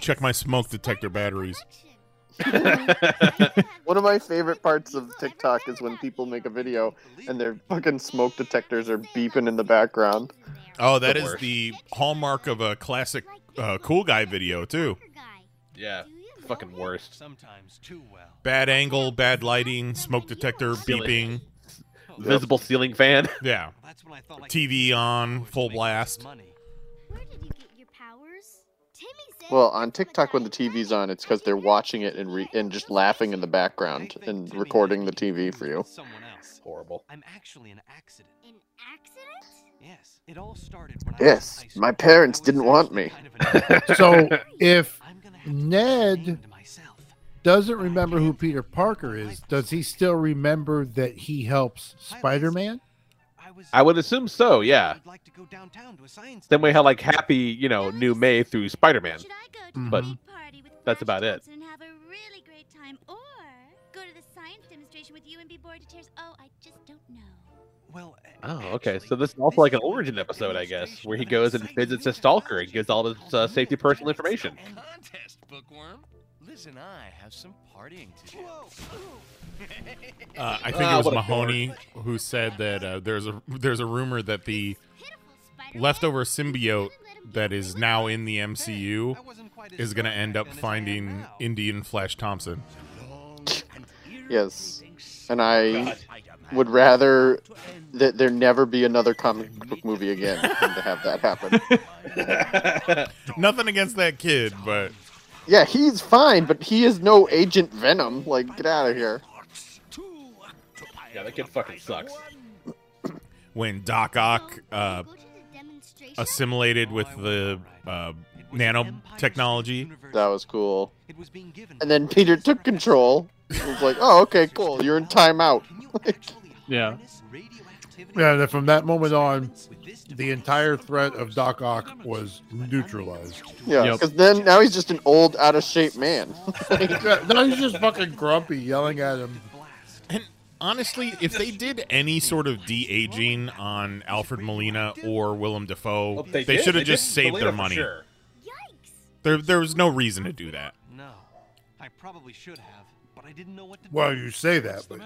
Speaker 2: Check my smoke detector batteries.
Speaker 9: One of my favorite parts of TikTok is when people make a video and their fucking smoke detectors are beeping in the background.
Speaker 2: Oh, that
Speaker 9: The
Speaker 2: is
Speaker 9: worst.
Speaker 2: the hallmark of a classic uh, cool guy video too.
Speaker 8: Yeah. Fucking worst. Sometimes too well.
Speaker 2: Bad angle, bad lighting, smoke detector beeping,
Speaker 8: Visible ceiling fan.
Speaker 2: Yeah. TV on full blast.
Speaker 9: Well, on TikTok, when the TV's on, it's because they're watching it and re- and just laughing in the background and recording the TV for you.
Speaker 8: Horrible.
Speaker 13: I'm actually an accident. An accident? Yes. It all started when I was
Speaker 9: Yes, my parents didn't want me.
Speaker 10: So if Ned doesn't remember who Peter Parker is, does he still remember that he helps Spider Man?
Speaker 8: I would assume so, yeah. Then we had like happy, you know, new May through Spider Man.
Speaker 10: Mm.
Speaker 8: But that's about it.
Speaker 14: Oh,
Speaker 13: Well, eh,
Speaker 8: Oh, okay. So this is also like an origin episode, I guess, where he goes and visits a stalker and gives all this uh, safety personal information.
Speaker 13: contest, bookworm. Liz and I have some partying to do.
Speaker 2: Uh, I think
Speaker 13: Ah,
Speaker 2: it was
Speaker 13: what a
Speaker 2: Mahoney who said that uh, there's a there's a rumor that the leftover symbiote that is now in the MCU is going to end up finding Indian Flash Thompson.
Speaker 9: Yes, and I would rather that there never be another comic book movie again than to have that happen.
Speaker 2: Nothing against that kid, but
Speaker 9: Yeah, he's fine, but he is no Agent Venom. Like, get out of here.
Speaker 8: Yeah, that kid fucking sucks.
Speaker 2: when Doc Ock uh, assimilated with the uh, nanotechnology,
Speaker 9: that was cool. And then Peter took control. It was like, oh, okay, cool. You're in timeout.
Speaker 15: Yeah.
Speaker 10: Yeah, that from that moment on, the entire threat of Doc Ock was neutralized.
Speaker 9: Yeah, because then now he's just an old, out of shape man.
Speaker 10: Yeah, now he's just fucking grumpy, yelling at him.
Speaker 2: honestly, if they did any sort of de aging on Alfred Molina or Willem Dafoe,
Speaker 8: Well, Oh, they
Speaker 2: they
Speaker 8: did.
Speaker 2: should have
Speaker 8: They
Speaker 2: just
Speaker 8: did
Speaker 2: saved
Speaker 8: Molina
Speaker 2: their
Speaker 8: for
Speaker 2: money.
Speaker 8: sure.
Speaker 2: There, there was no reason to do that.
Speaker 13: No, I probably should have, but I didn't know what to
Speaker 10: Well,
Speaker 13: do.
Speaker 10: you say that, but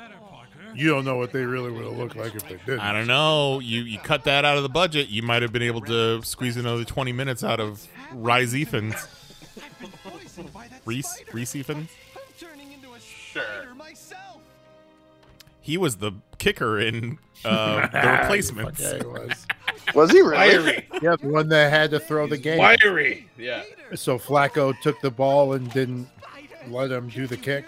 Speaker 10: you don't know what they really would have looked like if they did.
Speaker 2: I don't know. You you cut that out of the budget, you might have been able to squeeze another twenty minutes out of Rise Ethan's. Reese Reese Ethan.
Speaker 8: Sure.
Speaker 2: He was the kicker in uh, the replacements.
Speaker 10: Yeah, he was.
Speaker 9: Was he really?
Speaker 10: Yeah, the one that had to throw the game.
Speaker 8: Wiry. Yeah.
Speaker 10: So Flacco took the ball and didn't let him do the kick.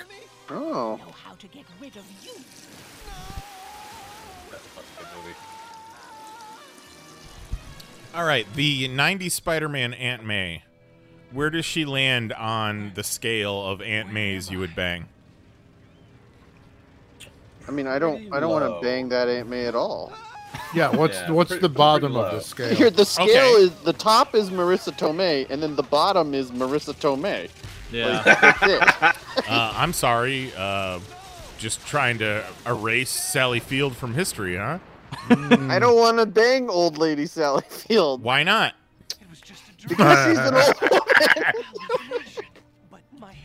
Speaker 9: Oh.
Speaker 8: That's a fucking good movie.
Speaker 2: All right, the '90s Spider-Man Aunt May. Where does she land on the scale of Aunt May's you would bang?
Speaker 9: I mean, I don't, I don't want to bang that Aunt May at all.
Speaker 10: Yeah, what's
Speaker 9: Yeah,
Speaker 10: what's
Speaker 9: pretty-
Speaker 10: the bottom
Speaker 9: pretty
Speaker 10: of the
Speaker 9: low.
Speaker 10: scale?
Speaker 9: Here, the scale
Speaker 10: Okay.
Speaker 9: is the top is Marissa Tomei, and then the bottom is Marissa Tomei.
Speaker 2: Yeah.
Speaker 9: Like, that's it.
Speaker 2: Uh, I'm sorry. Uh, just trying to erase Sally Field from history, huh?
Speaker 9: I don't want to bang old lady Sally Field
Speaker 2: Why not?
Speaker 9: because she's an old woman.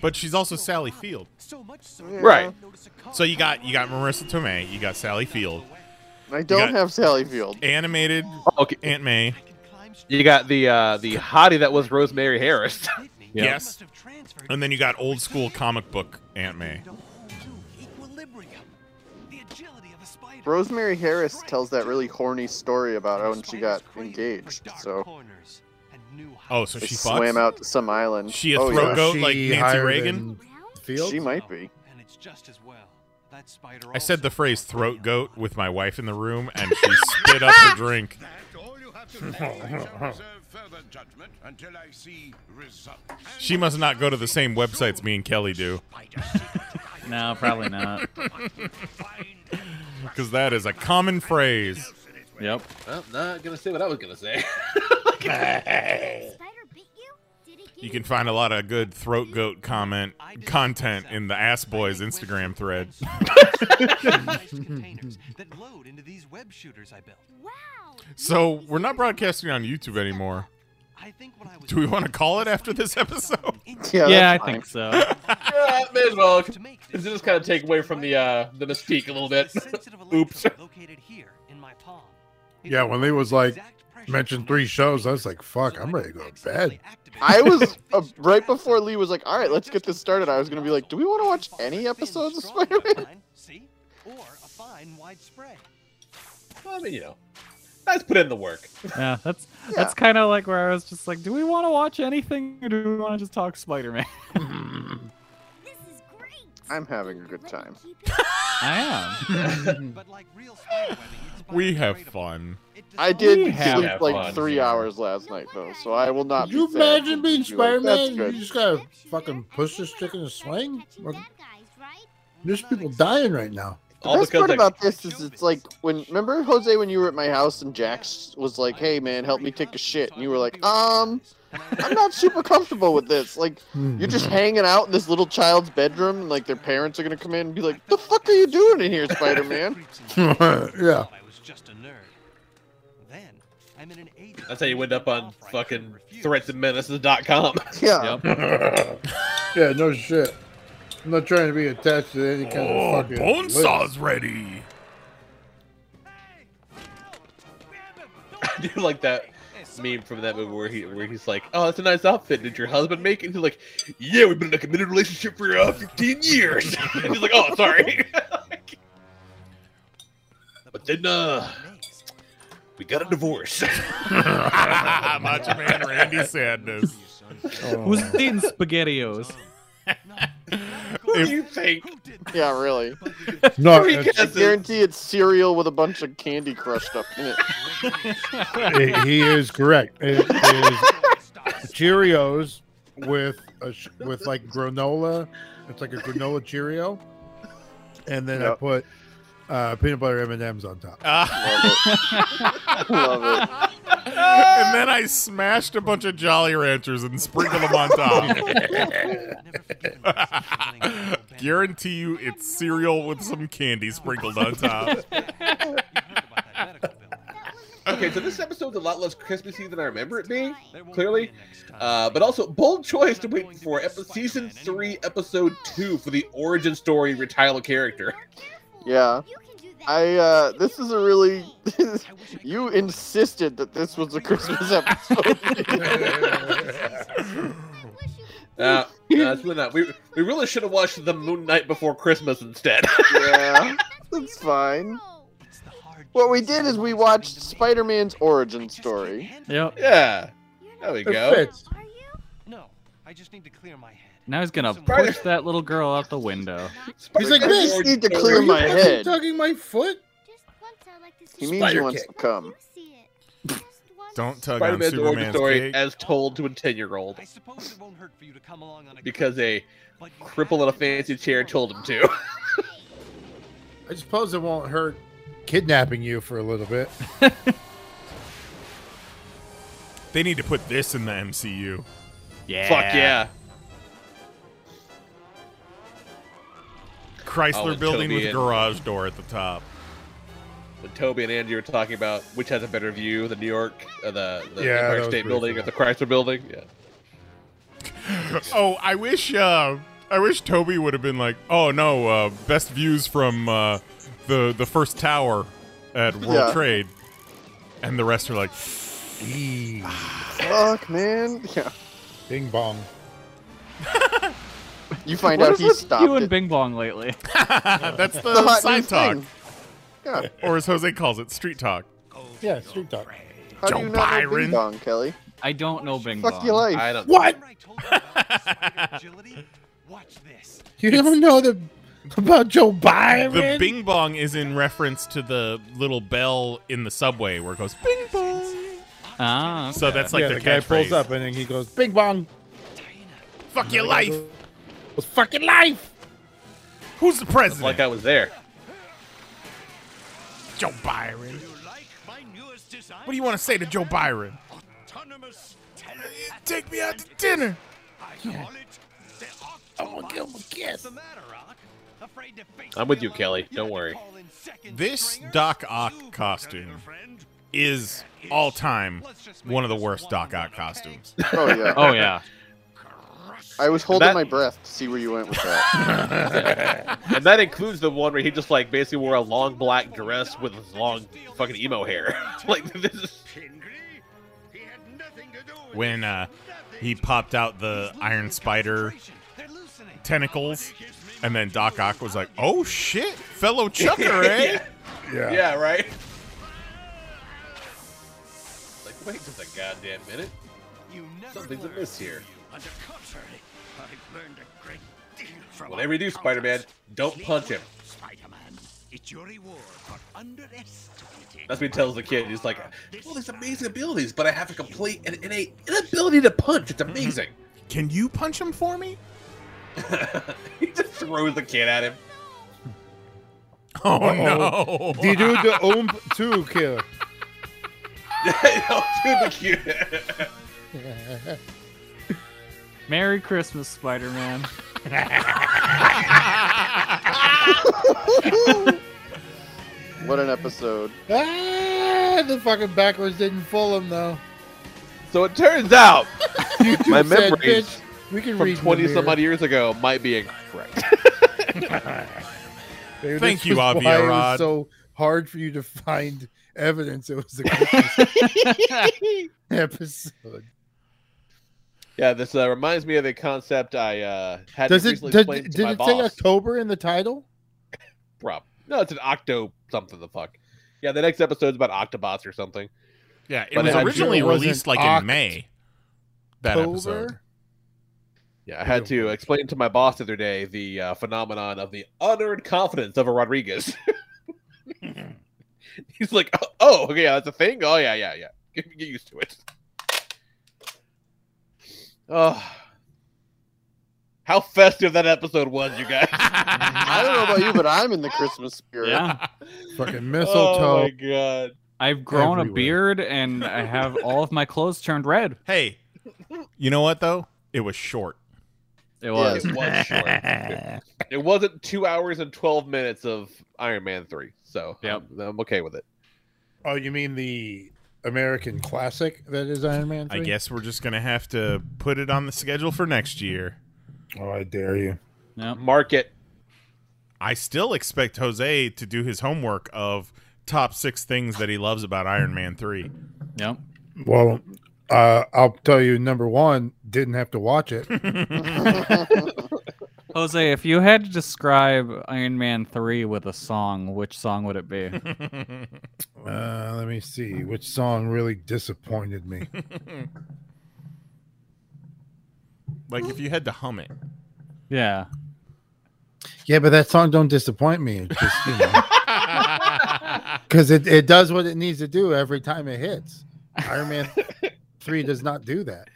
Speaker 2: But she's also Sally Field.
Speaker 9: Yeah.
Speaker 2: So you got you got Marissa Tomei, you got Sally Field.
Speaker 9: I don't have Sally Field.
Speaker 2: Animated
Speaker 9: Oh,
Speaker 8: okay.
Speaker 2: Aunt May.
Speaker 8: You got the uh, the hottie that was Rosemary Harris.
Speaker 2: Yes. And then you got old school comic book Aunt May.
Speaker 9: Rosemary Harris tells that really horny story about how when she got engaged. So
Speaker 2: Oh, so
Speaker 9: they
Speaker 2: she fucks?
Speaker 9: swam out to some island.
Speaker 2: She a
Speaker 9: oh,
Speaker 2: throat
Speaker 9: yeah.
Speaker 2: goat like Nancy Reagan?
Speaker 9: She might be.
Speaker 13: And it's just as well.
Speaker 12: That spider
Speaker 2: I said the phrase throat goat with my wife in the room, and she spit up her drink. She must not go to the same websites me and Kelly do.
Speaker 5: No, probably not.
Speaker 2: Because that is a common phrase.
Speaker 5: Yep.
Speaker 8: I'm not gonna say what I was gonna say.
Speaker 2: You can find a lot of good throat goat comment content in the Ass Boys Instagram thread.
Speaker 12: containers that load into these web shooters I built.
Speaker 2: so we're not broadcasting on YouTube anymore. Do we want to call it after this episode?
Speaker 8: Yeah,
Speaker 5: Yeah, I think so.
Speaker 8: yeah, Ah, may as well. This just kind of take away from the uh, the mystique a little bit. Oops.
Speaker 10: Yeah, when they was like mentioned three shows, I was like, "Fuck, I'm ready to go to bed."
Speaker 9: I was uh, right before Lee was like, "All right, let's get this started." I was gonna be like, "Do we want to watch any episodes of Spider-Man?"
Speaker 8: I mean, you know, let's put in the work.
Speaker 5: Yeah, that's that's kind of like where I was just like, do we want to watch anything or do we want to just talk Spider Man?
Speaker 9: I'm having a good time.
Speaker 5: I
Speaker 9: Hmm.
Speaker 5: am.
Speaker 2: we have fun.
Speaker 9: I did
Speaker 2: We have
Speaker 9: sleep like
Speaker 2: fun.
Speaker 9: three hours last night though, so I will not.
Speaker 10: Could you
Speaker 9: be sad.
Speaker 10: imagine being
Speaker 9: Be like,
Speaker 10: Spider
Speaker 9: "That's
Speaker 10: Man?
Speaker 9: good."
Speaker 10: you just gotta fucking push this chick in a swing. Like, There's people dying right now.
Speaker 9: The best part about this is it's like when remember Jose when you were at my house and Jax was like, "Hey man, help me take a shit," and you were like, "Um, I'm not super comfortable with this. Like, you're just hanging out in this little child's bedroom, and like their parents are gonna come in and be like, "The fuck are you doing in here, Spider Man?"
Speaker 10: yeah.
Speaker 8: That's how you end up on fucking threatsandmenaces.com.
Speaker 10: Yeah. Yeah, no shit. I'm not trying to be attached to any kind
Speaker 8: Oh,
Speaker 10: of fucking.
Speaker 8: bone
Speaker 10: list.
Speaker 8: saw's
Speaker 2: ready.
Speaker 8: I do like that meme from that movie where he where he's like, "Oh, that's a nice outfit. Did your husband make it?" And he's like, "Yeah, we've been in a committed relationship for uh, 15 years." and he's like, "Oh, sorry." but then uh, we got a divorce.
Speaker 2: Macho Man Randy Sadness.
Speaker 5: Who's eating SpaghettiOs?
Speaker 8: What do you think?
Speaker 9: Yeah, really.
Speaker 10: No,
Speaker 9: I
Speaker 10: it's-
Speaker 9: guarantee it's cereal with a bunch of candy crushed up in it.
Speaker 10: He- he is correct. It is Cheerios with a sh- with like granola. It's like a granola Cheerio, and then I
Speaker 9: Yep.
Speaker 10: put uh, peanut butter M and M's on top.
Speaker 2: uh, Ah. and then I smashed a bunch of Jolly Ranchers and sprinkled them on top. Guarantee you it's cereal with some candy sprinkled on top.
Speaker 8: okay, so this episode's a lot less Christmassy than I remember it being, clearly. Uh, but also, bold choice to wait for epi- season three, episode two, for the origin story of your Tyler character.
Speaker 9: Yeah. I uh this is a really you insisted that this was a Christmas episode.
Speaker 8: Uh, no, that's really not. We we really should have watched The Moon Knight before Christmas instead.
Speaker 9: yeah. That's fine.
Speaker 14: Oh,
Speaker 9: What we did is we watched Spider-Man's origin story.
Speaker 5: Yep.
Speaker 8: Yeah. There we go.
Speaker 13: I just need to clear my head.
Speaker 5: Now he's gonna push that little girl out the window.
Speaker 10: He's like, bitch,
Speaker 9: need to
Speaker 10: are
Speaker 9: clear
Speaker 10: you
Speaker 9: my
Speaker 10: fucking
Speaker 9: head."
Speaker 10: Tugging my foot.
Speaker 9: He means he
Speaker 10: Spider
Speaker 9: wants
Speaker 10: kick.
Speaker 9: to come.
Speaker 2: Don't tug on
Speaker 8: Spider-Man's origin
Speaker 2: Superman's
Speaker 8: story
Speaker 2: cake.
Speaker 8: as told to a ten-year-old. Because a cripple in a fancy chair told him to.
Speaker 10: I suppose it won't hurt kidnapping you for a little bit.
Speaker 2: They need to put this in the MCU. Yeah.
Speaker 8: Fuck yeah. Oh,
Speaker 2: Chrysler
Speaker 8: and
Speaker 2: building
Speaker 8: Oh, Toby
Speaker 2: with
Speaker 8: and-
Speaker 2: garage door at the top.
Speaker 8: When Toby and Andy were talking about which has a better view, the New York, uh, the, the
Speaker 10: Yeah, that
Speaker 8: Empire
Speaker 10: was
Speaker 8: State
Speaker 10: pretty
Speaker 8: Building or the Chrysler Building. Yeah.
Speaker 2: oh, I wish uh I wish Toby would have been like, "Oh no, uh best views from uh the the first tower at World
Speaker 9: Yeah.
Speaker 2: Trade." And the rest are like,
Speaker 9: Fuck, man. Yeah.
Speaker 10: Bing bong.
Speaker 9: You find
Speaker 5: What
Speaker 9: out
Speaker 5: is
Speaker 9: he
Speaker 5: with
Speaker 9: stopped
Speaker 5: you and
Speaker 9: it.
Speaker 5: Bing Bong lately.
Speaker 2: That's the,
Speaker 9: The hot new
Speaker 2: side talk.
Speaker 9: thing. Yeah.
Speaker 2: Or as Jose calls it, street talk.
Speaker 10: Yeah, street talk.
Speaker 9: How do
Speaker 2: Joe
Speaker 9: you not know
Speaker 2: Byron.
Speaker 9: Bing Bong, Kelly?
Speaker 5: I don't know Bing
Speaker 9: Fuck
Speaker 5: Bong.
Speaker 9: your life.
Speaker 8: I don't
Speaker 10: What?
Speaker 13: Watch this.
Speaker 10: You don't know the about Joe Biden.
Speaker 2: The Bing Bong is in reference to the little bell in the subway where it goes Bing Bong.
Speaker 5: Ah,
Speaker 2: So that's like
Speaker 10: yeah,
Speaker 2: their
Speaker 10: the guy
Speaker 2: catchphrase.
Speaker 10: pulls up and then he goes, "Bing bong,
Speaker 2: fuck your life."
Speaker 10: was fucking life."
Speaker 2: Who's the president?
Speaker 8: like I was there.
Speaker 2: Joe Byron. What do you want to say to Joe Byron? Take me out to dinner.
Speaker 10: I'm gonna give him a kiss.
Speaker 8: I'm with you, Kelly. Don't worry.
Speaker 2: This Doc Ock costume is all time one of the worst Doc Ock costumes.
Speaker 9: Oh, yeah.
Speaker 5: Oh yeah.
Speaker 9: I was holding
Speaker 8: That-
Speaker 9: my breath to see where you went with that.
Speaker 8: and that includes the one where he just like basically wore a long black dress with his long fucking emo hair. like this is
Speaker 2: when uh, he popped out the Iron Spider tentacles, and then Doc Ock was like, "Oh shit, fellow Chucker, eh?"
Speaker 8: yeah. right. Like wait just a goddamn minute. Something's amiss here.
Speaker 12: On the contrary, I've learned a great deal from
Speaker 8: Whatever you do, Spider-Man, don't punch him.
Speaker 12: Spider-Man. It's your reward for underestimating.
Speaker 8: That's what he tells the kid. He's like, "All these amazing abilities, but I have a complete and innate inability to punch. It's amazing."
Speaker 2: Can you punch him for me?
Speaker 8: he just throws the kid at him.
Speaker 2: Oh
Speaker 10: Uh-oh. Did you do the oomp too, killer?
Speaker 8: Don't do Oh, the kid.
Speaker 5: Merry Christmas, Spider Man.
Speaker 9: what an episode.
Speaker 10: Ah, the fucking backwards didn't fool him though.
Speaker 8: So it turns out
Speaker 10: YouTube
Speaker 8: my
Speaker 10: said,
Speaker 8: memories
Speaker 10: "Bitch, we can read
Speaker 8: from
Speaker 10: in the
Speaker 8: twenty some
Speaker 10: mirror."
Speaker 8: odd years ago might be incorrect.
Speaker 10: Maybe
Speaker 2: Thank
Speaker 10: this
Speaker 2: you,
Speaker 10: was
Speaker 2: Avi
Speaker 10: why it was
Speaker 2: Arad.
Speaker 10: So hard for you to find evidence. It was a Christmas episode.
Speaker 8: Yeah, this uh, reminds me of a concept I uh, had
Speaker 10: Does it
Speaker 8: recently
Speaker 10: did,
Speaker 8: explained
Speaker 10: did
Speaker 8: to my
Speaker 10: it say
Speaker 8: boss.
Speaker 10: October in the title?
Speaker 8: Prob- No, it's an octo something the fuck. Yeah, the next episode's about Octobots or something.
Speaker 2: Yeah, it
Speaker 8: But
Speaker 2: was
Speaker 8: I-
Speaker 2: originally
Speaker 10: it wasn't
Speaker 2: released like
Speaker 10: Oct-
Speaker 2: in May. That episode.
Speaker 10: October?
Speaker 8: Yeah, I
Speaker 10: Oh,
Speaker 8: had to explain to my boss the other day the uh, phenomenon of the unearned confidence of a Rodriguez. He's like, "Oh, oh, okay, yeah, that's a thing. Oh, yeah, yeah, yeah. Get, get used to it. Oh, how festive that episode was, you guys.
Speaker 9: I don't know about you, but I'm in the Christmas spirit.
Speaker 5: Yeah.
Speaker 10: Fucking
Speaker 8: Oh my
Speaker 10: mistletoe.
Speaker 8: god.
Speaker 5: I've grown a
Speaker 10: Everywhere.
Speaker 5: beard and I have all of my clothes turned red.
Speaker 2: Hey, you know what though? It was short.
Speaker 5: It
Speaker 8: Yeah,
Speaker 5: was.
Speaker 8: it was short. it wasn't two hours and twelve minutes of Iron Man three, so
Speaker 5: Yep.
Speaker 8: I'm, I'm okay with it.
Speaker 10: oh, you mean the American classic that is Iron Man? 3?
Speaker 2: I guess we're just gonna have to put it on the schedule for next year.
Speaker 10: Oh, I dare you.
Speaker 5: Yep.
Speaker 8: Mark it.
Speaker 2: I still expect Jose to do his homework of top six things that he loves about Iron Man three.
Speaker 5: Yep.
Speaker 10: Well, uh, I'll tell you. Number one, didn't have to watch it.
Speaker 5: Jose, if you had to describe Iron Man 3 with a song, which song would it be?
Speaker 10: Uh, let me see which song really disappointed me.
Speaker 2: like if you had to hum it.
Speaker 5: yeah.
Speaker 10: yeah, but that song don't disappoint me. It just you know, because it, it does what it needs to do every time it hits. Iron Man three does not do that.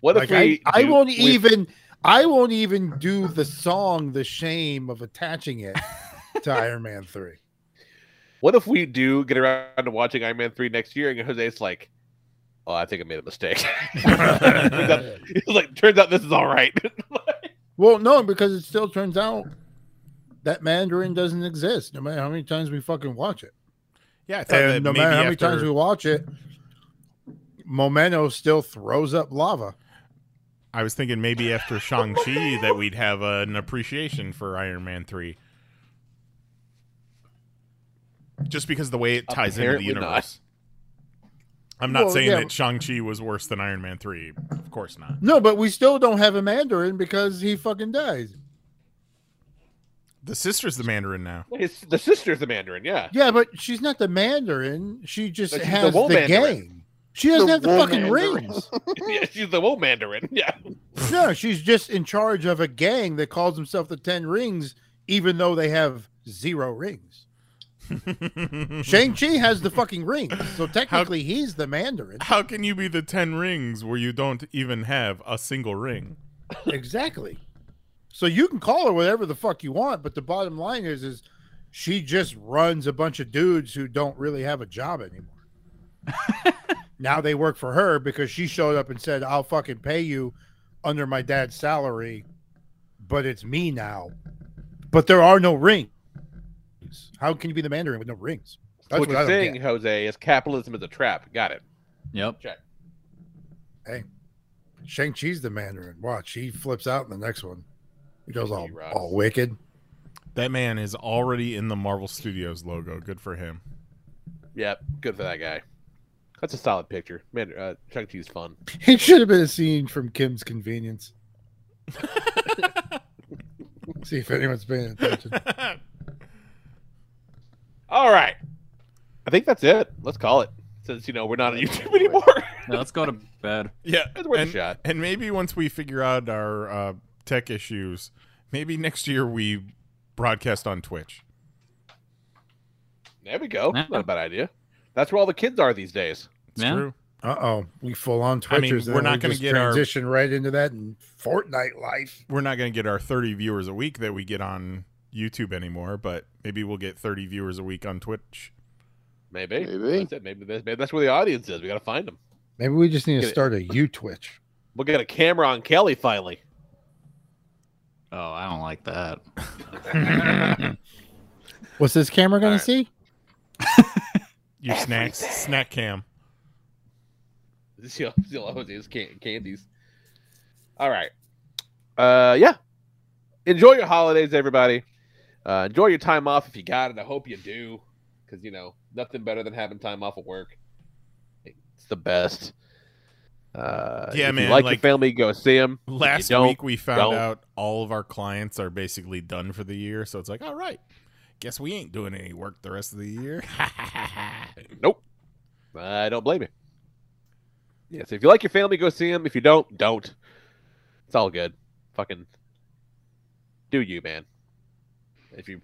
Speaker 8: What
Speaker 10: Like
Speaker 8: if we?
Speaker 10: I, I
Speaker 8: do-
Speaker 10: won't
Speaker 8: we-
Speaker 10: even I won't even do the song the shame of attaching it to Iron Man three.
Speaker 8: What if we do get around to watching Iron Man three next year, and Jose's like, "Oh, I think I made a mistake." Turns out- he's like, turns out this is all right.
Speaker 10: Well, no, because it still turns out that Mandarin doesn't exist, no matter how many times we fucking watch it.
Speaker 2: Yeah, I thought that
Speaker 10: And no
Speaker 2: maybe
Speaker 10: matter how many
Speaker 2: after-
Speaker 10: times we watch it, Momento still throws up lava.
Speaker 2: I was thinking maybe after Shang Chi that we'd have uh, an appreciation for Iron Man three. Just because the way it ties
Speaker 8: Apparently
Speaker 2: into the
Speaker 8: not.
Speaker 2: universe. I'm not
Speaker 10: Well,
Speaker 2: saying
Speaker 10: yeah.
Speaker 2: that Shang Chi was worse than Iron Man three. Of course not.
Speaker 10: No, but we still don't have a Mandarin because he fucking dies.
Speaker 2: The sister's the Mandarin now.
Speaker 8: His, the sister's the Mandarin, yeah.
Speaker 10: Yeah, but she's not the Mandarin. She just
Speaker 8: But she's the
Speaker 10: has the,
Speaker 8: woman Mandarin.
Speaker 10: gang. She doesn't have the fucking rings.
Speaker 8: yeah, she's the wool mandarin. Yeah.
Speaker 10: No, she's just in charge of a gang that calls himself the Ten Rings, even though they have zero rings. Shang Chi has the fucking rings, so technically he's the Mandarin.
Speaker 2: How can you be the Ten Rings where you don't even have a single ring?
Speaker 10: Exactly. So you can call her whatever the fuck you want, but the bottom line is, is she just runs a bunch of dudes who don't really have a job anymore. now they work for her because she showed up and said, "I'll fucking pay you under my dad's salary, but it's me now." But there are no rings. How can you be the Mandarin with no rings? That's
Speaker 8: what,
Speaker 10: I
Speaker 8: you're
Speaker 10: don't
Speaker 8: saying,
Speaker 10: get.
Speaker 8: Jose, is capitalism is a trap. Got it.
Speaker 5: Yep.
Speaker 8: Check.
Speaker 10: Hey, Shang Chi's the Mandarin. Watch, he flips out in the next one. He goes all, all wicked.
Speaker 2: That man is already in the Marvel Studios logo. Good for him.
Speaker 8: Yep. Good for that guy. That's a solid picture. Man, uh, Shang Chi's fun.
Speaker 10: It should have been a scene from Kim's Convenience. See if anyone's paying attention.
Speaker 8: All right. I think that's it. Let's call it. Since you know we're not on YouTube anymore.
Speaker 5: let's go to bed.
Speaker 2: Yeah,
Speaker 8: It's worth a
Speaker 2: and,
Speaker 8: shot.
Speaker 2: and maybe once we figure out our uh, tech issues, maybe next year we broadcast on Twitch.
Speaker 8: There we go. Not a bad idea. That's where all the kids are these days.
Speaker 2: It's true.
Speaker 10: Uh oh, we full on
Speaker 2: I mean,
Speaker 10: Twitchers.
Speaker 2: we're not
Speaker 10: going
Speaker 2: gonna
Speaker 10: to
Speaker 2: get our-
Speaker 10: transition right into that and Fortnite life.
Speaker 2: We're not going to get our 30 viewers a week that we get on YouTube anymore, but maybe we'll get 30 viewers a week on Twitch.
Speaker 8: Maybe.
Speaker 2: Maybe.
Speaker 8: That's it. Maybe, that's, maybe that's where the audience is. We got to find them.
Speaker 10: Maybe we just need
Speaker 8: Get
Speaker 10: to
Speaker 8: it.
Speaker 10: start a U Twitch.
Speaker 8: We'll get a camera on Kelly finally.
Speaker 5: Oh, I don't like that.
Speaker 10: What's this camera going to see?
Speaker 2: Your snacks, snack cam.
Speaker 8: She'll, she'll always use can- candies. All right. Uh, yeah. Enjoy your holidays, everybody. Uh, enjoy your time off if you got it. I hope you do, because you know nothing better than having time off of work. It's the best. Uh,
Speaker 2: Yeah,
Speaker 8: if
Speaker 2: man,
Speaker 8: You like,
Speaker 2: like,
Speaker 8: your family, go see them.
Speaker 2: Last week we found out all of our clients are basically done for the year, so it's like, all right, guess we ain't doing any work the rest of the year.
Speaker 8: Nope. I don't blame you. Yeah, so if you like your family, go see them. If you don't, don't. It's all good. Fucking do you, man. If you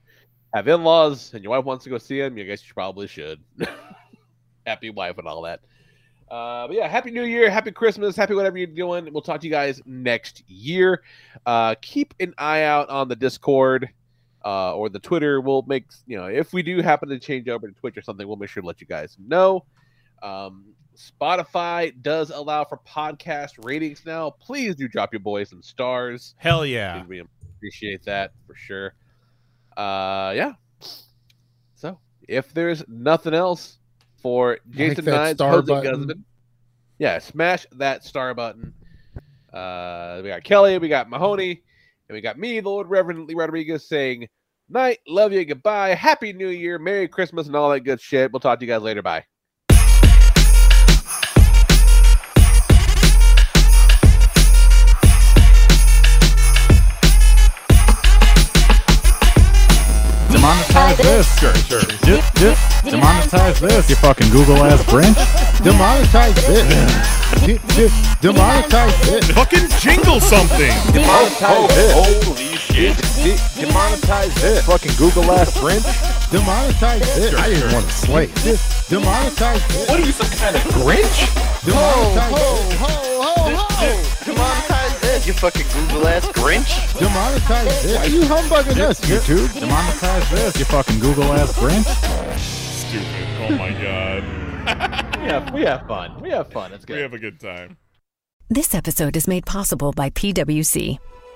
Speaker 8: have in laws and your wife wants to go see them, you guess you probably should. happy wife and all that. Uh, but yeah, happy New Year, happy Christmas, happy whatever you're doing. We'll talk to you guys next year. Uh, keep an eye out on the Discord uh, or the Twitter. We'll make you know if we do happen to change over to Twitch or something, we'll make sure to let you guys know. Um, Spotify does allow for podcast ratings now. Please do drop your boys some stars.
Speaker 2: Hell yeah.
Speaker 8: we appreciate that for sure. Uh, yeah. So if there's nothing else for Jason
Speaker 10: that
Speaker 8: Nines,
Speaker 10: star
Speaker 8: Jose
Speaker 10: button.
Speaker 8: Guzman, yeah, smash that star button. Uh, we got Kelly, we got Mahoney, and we got me, the Lord Reverend Lee Rodriguez, saying night, love you, goodbye, happy new year, merry Christmas, and all that good shit. We'll talk to you guys later. Bye.
Speaker 16: Demonetize this. Sure, sure. Yep, yep. Demonetize this. You fucking Google ass branch.
Speaker 10: Demonetize this. D- d- Demonetize this.
Speaker 2: Fucking jingle something.
Speaker 10: Oh,
Speaker 16: Demonetize this.
Speaker 8: Holy shit.
Speaker 16: Demonetize this. Fucking Google ass branch.
Speaker 10: Demonetize this. I didn't want to slay. This. Demonetize this.
Speaker 8: What are you, some kind of Grinch?
Speaker 10: Demonetize
Speaker 7: Demonetize this, you fucking Google ass Grinch.
Speaker 10: this. Demonetize this. Why are you humbugging us, YouTube?
Speaker 16: Demonetize this. You fucking Google ass branch.
Speaker 2: Stupid. Oh my god.
Speaker 8: yeah, we have fun. We have fun. It's good.
Speaker 2: We have a good time.
Speaker 4: This episode is made possible by PWC.